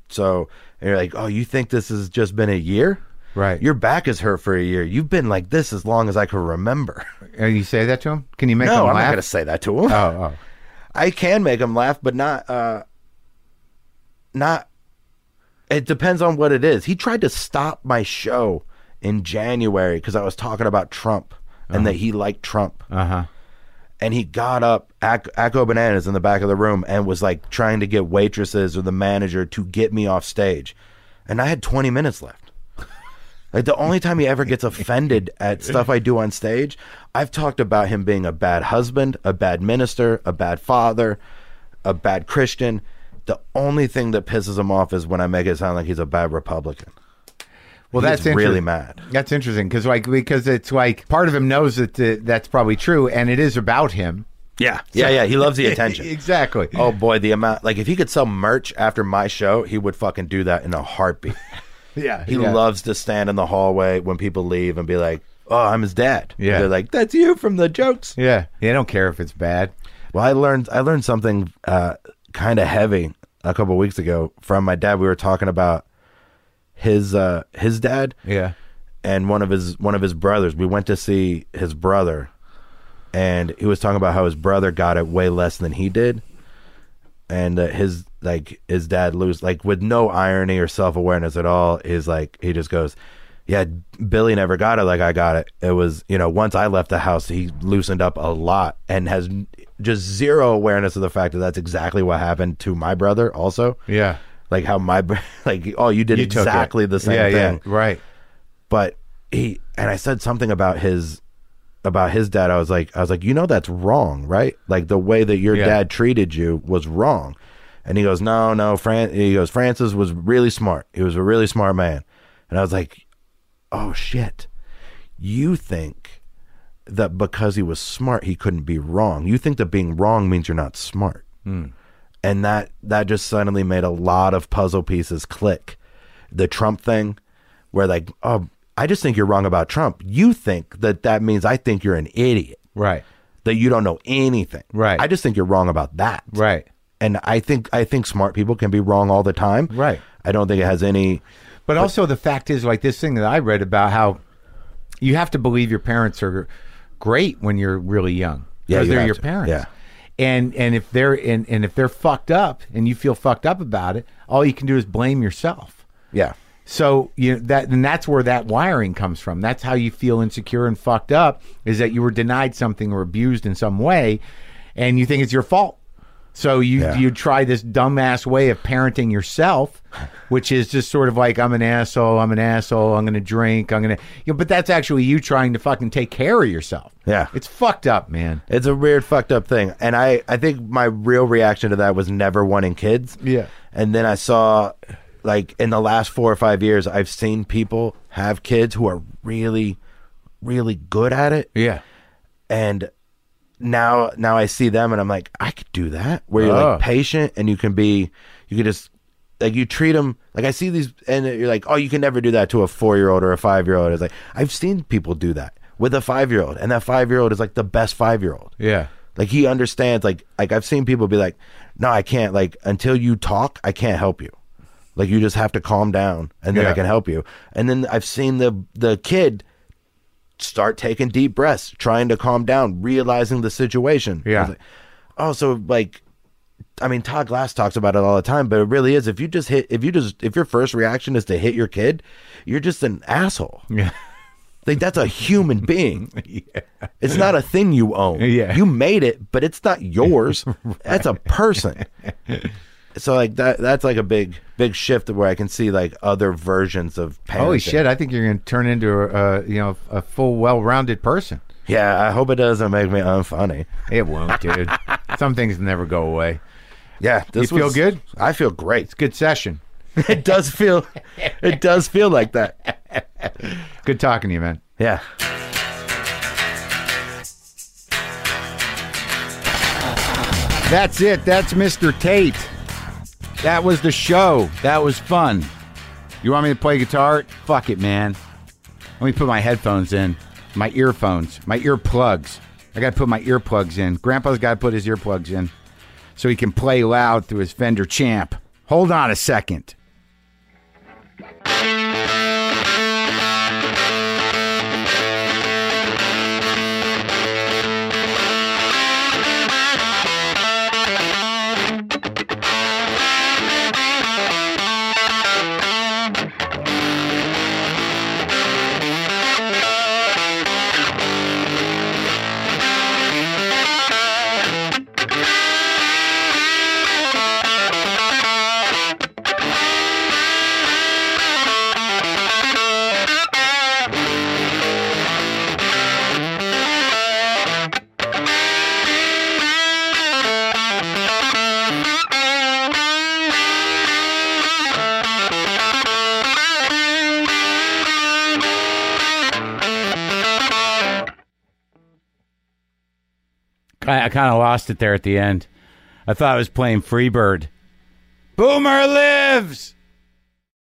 S5: so and you're like oh you think this has just been a year
S1: Right.
S5: your back is hurt for a year you've been like this as long as i can remember
S1: And you say that to him? Can you make
S5: no
S1: him
S5: i'm not
S1: laugh?
S5: gonna say that to
S1: oh,
S5: him
S1: oh.
S5: I can make him laugh, but not uh not it depends on what it is. He tried to stop my show in January cuz I was talking about Trump and that he liked Trump.
S1: Uh-huh.
S5: And he got up Ac- Acco Bananas in the back of the room and was like trying to get waitresses or the manager to get me off stage. And I had 20 minutes left. Like the only time he ever gets offended at stuff I do on stage, I've talked about him being a bad husband, a bad minister, a bad father, a bad Christian. The only thing that pisses him off is when I make it sound like he's a bad Republican.
S1: Well,
S5: He
S1: that's
S5: gets really
S1: interest-
S5: mad.
S1: That's interesting because like because it's like part of him knows that the, that's probably true and it is about him.
S5: Yeah, yeah, yeah. He loves the attention.
S1: Exactly.
S5: Oh boy, the amount! Like if he could sell merch after my show, he would fucking do that in a heartbeat.
S1: yeah.
S5: He
S1: yeah.
S5: loves to stand in the hallway when people leave and be like, "Oh, I'm his dad."
S1: Yeah.
S5: they're like, "That's you from the jokes."
S1: Yeah. They don't care if it's bad.
S5: Well, I learned I learned something uh, kind of heavy a couple weeks ago from my dad. We were talking about his uh, his dad
S1: Yeah.
S5: and one of his one of his brothers. We went to see his brother, and he was talking about how his brother got it way less than he did, and that his like his dad lose like with no irony or self awareness at all is like he just goes, yeah, Billy never got it like I got it. It was, you know, once I left the house, he loosened up a lot and has n- just zero awareness of the fact that that's exactly what happened to my brother, also.
S1: Yeah.
S5: Like how my, br- like, oh, you did
S1: You took it.
S5: exactly the same
S1: yeah,
S5: thing.
S1: Yeah, right.
S5: But he, and I said something about his, about his dad. I was like, I was like, you know, that's wrong, right? Like the way that your
S1: Yeah.
S5: dad treated you was wrong. And he goes, no, no, Fran, he goes, Francis was really smart. He was a really smart man. And I was like, oh shit you think that because he was smart he couldn't be wrong you think that being wrong means you're not smart and that that just suddenly made a lot of puzzle pieces click the trump thing where like oh i just think you're wrong about trump you think that that means i think you're an idiot
S1: Right.
S5: that you don't know anything
S1: Right.
S5: i just think you're wrong about that
S1: Right.
S5: and i think i think smart people can be wrong all the time
S1: Right.
S5: i don't think it has any
S1: But also the fact is, like this thing that I read about how you have to believe your parents are great when you're really young
S5: Yeah,
S1: because
S5: you
S1: they're
S5: have
S1: your
S5: to.
S1: parents.
S5: Yeah.
S1: And and if they're and, and if they're fucked up and you feel fucked up about it, all you can do is blame yourself.
S5: yeah
S1: So you that and that's where that wiring comes from. That's how you feel insecure and fucked up is that you were denied something or abused in some way, and you think it's your fault. So you
S5: Yeah.
S1: you try this dumbass way of parenting yourself, which is just sort of like I'm an asshole, I'm an asshole, I'm gonna drink, I'm gonna. You know, but that's actually you trying to fucking take care of yourself.
S5: Yeah.
S1: it's fucked up, man.
S5: It's a weird, fucked up thing. And I, I think my real reaction to that was never wanting kids.
S1: Yeah.
S5: And then I saw, like, in the last four or five years, I've seen people have kids who are really, really good at it.
S1: Yeah,
S5: And now, now I see them and I'm like, I could do that. Where you're
S1: Oh.
S5: like patient and you can be, you can just, like, you treat them, like, I see these, and you're like, oh, you can never do that to a four year old or a five year old. It's like, I've seen people do that with a five year old. And that five year old is like the best five year old.
S1: yeah,
S5: Like he understands. Like like I've seen people be like, "No, I can't. Like until you talk, I can't help you. Like you just have to calm down, and then
S1: Yeah.
S5: I can help you." And then I've seen the the kid start taking deep breaths, trying to calm down, realizing the situation.
S1: Yeah.
S5: I was like, oh, so like, I mean, Todd Glass talks about it all the time, but it really is. If you just hit, if you just, if your first reaction is to hit your kid, you're just an asshole.
S1: yeah,
S5: Like that's a human being. It's not a thing you own.
S1: Yeah.
S5: You made it, but it's not yours. That's a person. so like that that's like a big big shift where I can see like other versions of parenting.
S1: Holy shit! I think you're gonna turn into a, a you know a full, well-rounded person.
S5: Yeah, I hope it doesn't make me unfunny.
S1: It won't, dude. Some things never go away.
S5: Yeah, this
S1: You feel
S5: was-
S1: good?
S5: I feel great.
S1: Good session.
S5: It does feel it does feel like that.
S1: Good talking to you, man.
S5: Yeah.
S1: That's it. That's Mr. Tate. That was the show. That was fun. You want me to play guitar? Fuck it, man. Let me put my headphones in. My earphones. My earplugs. I gotta put my earplugs in. Grandpa's gotta put his earplugs in so he can play loud through his Fender Champ. Hold on a second. I, I kind of lost it there at the end. I thought I was playing Freebird. Boomer lives!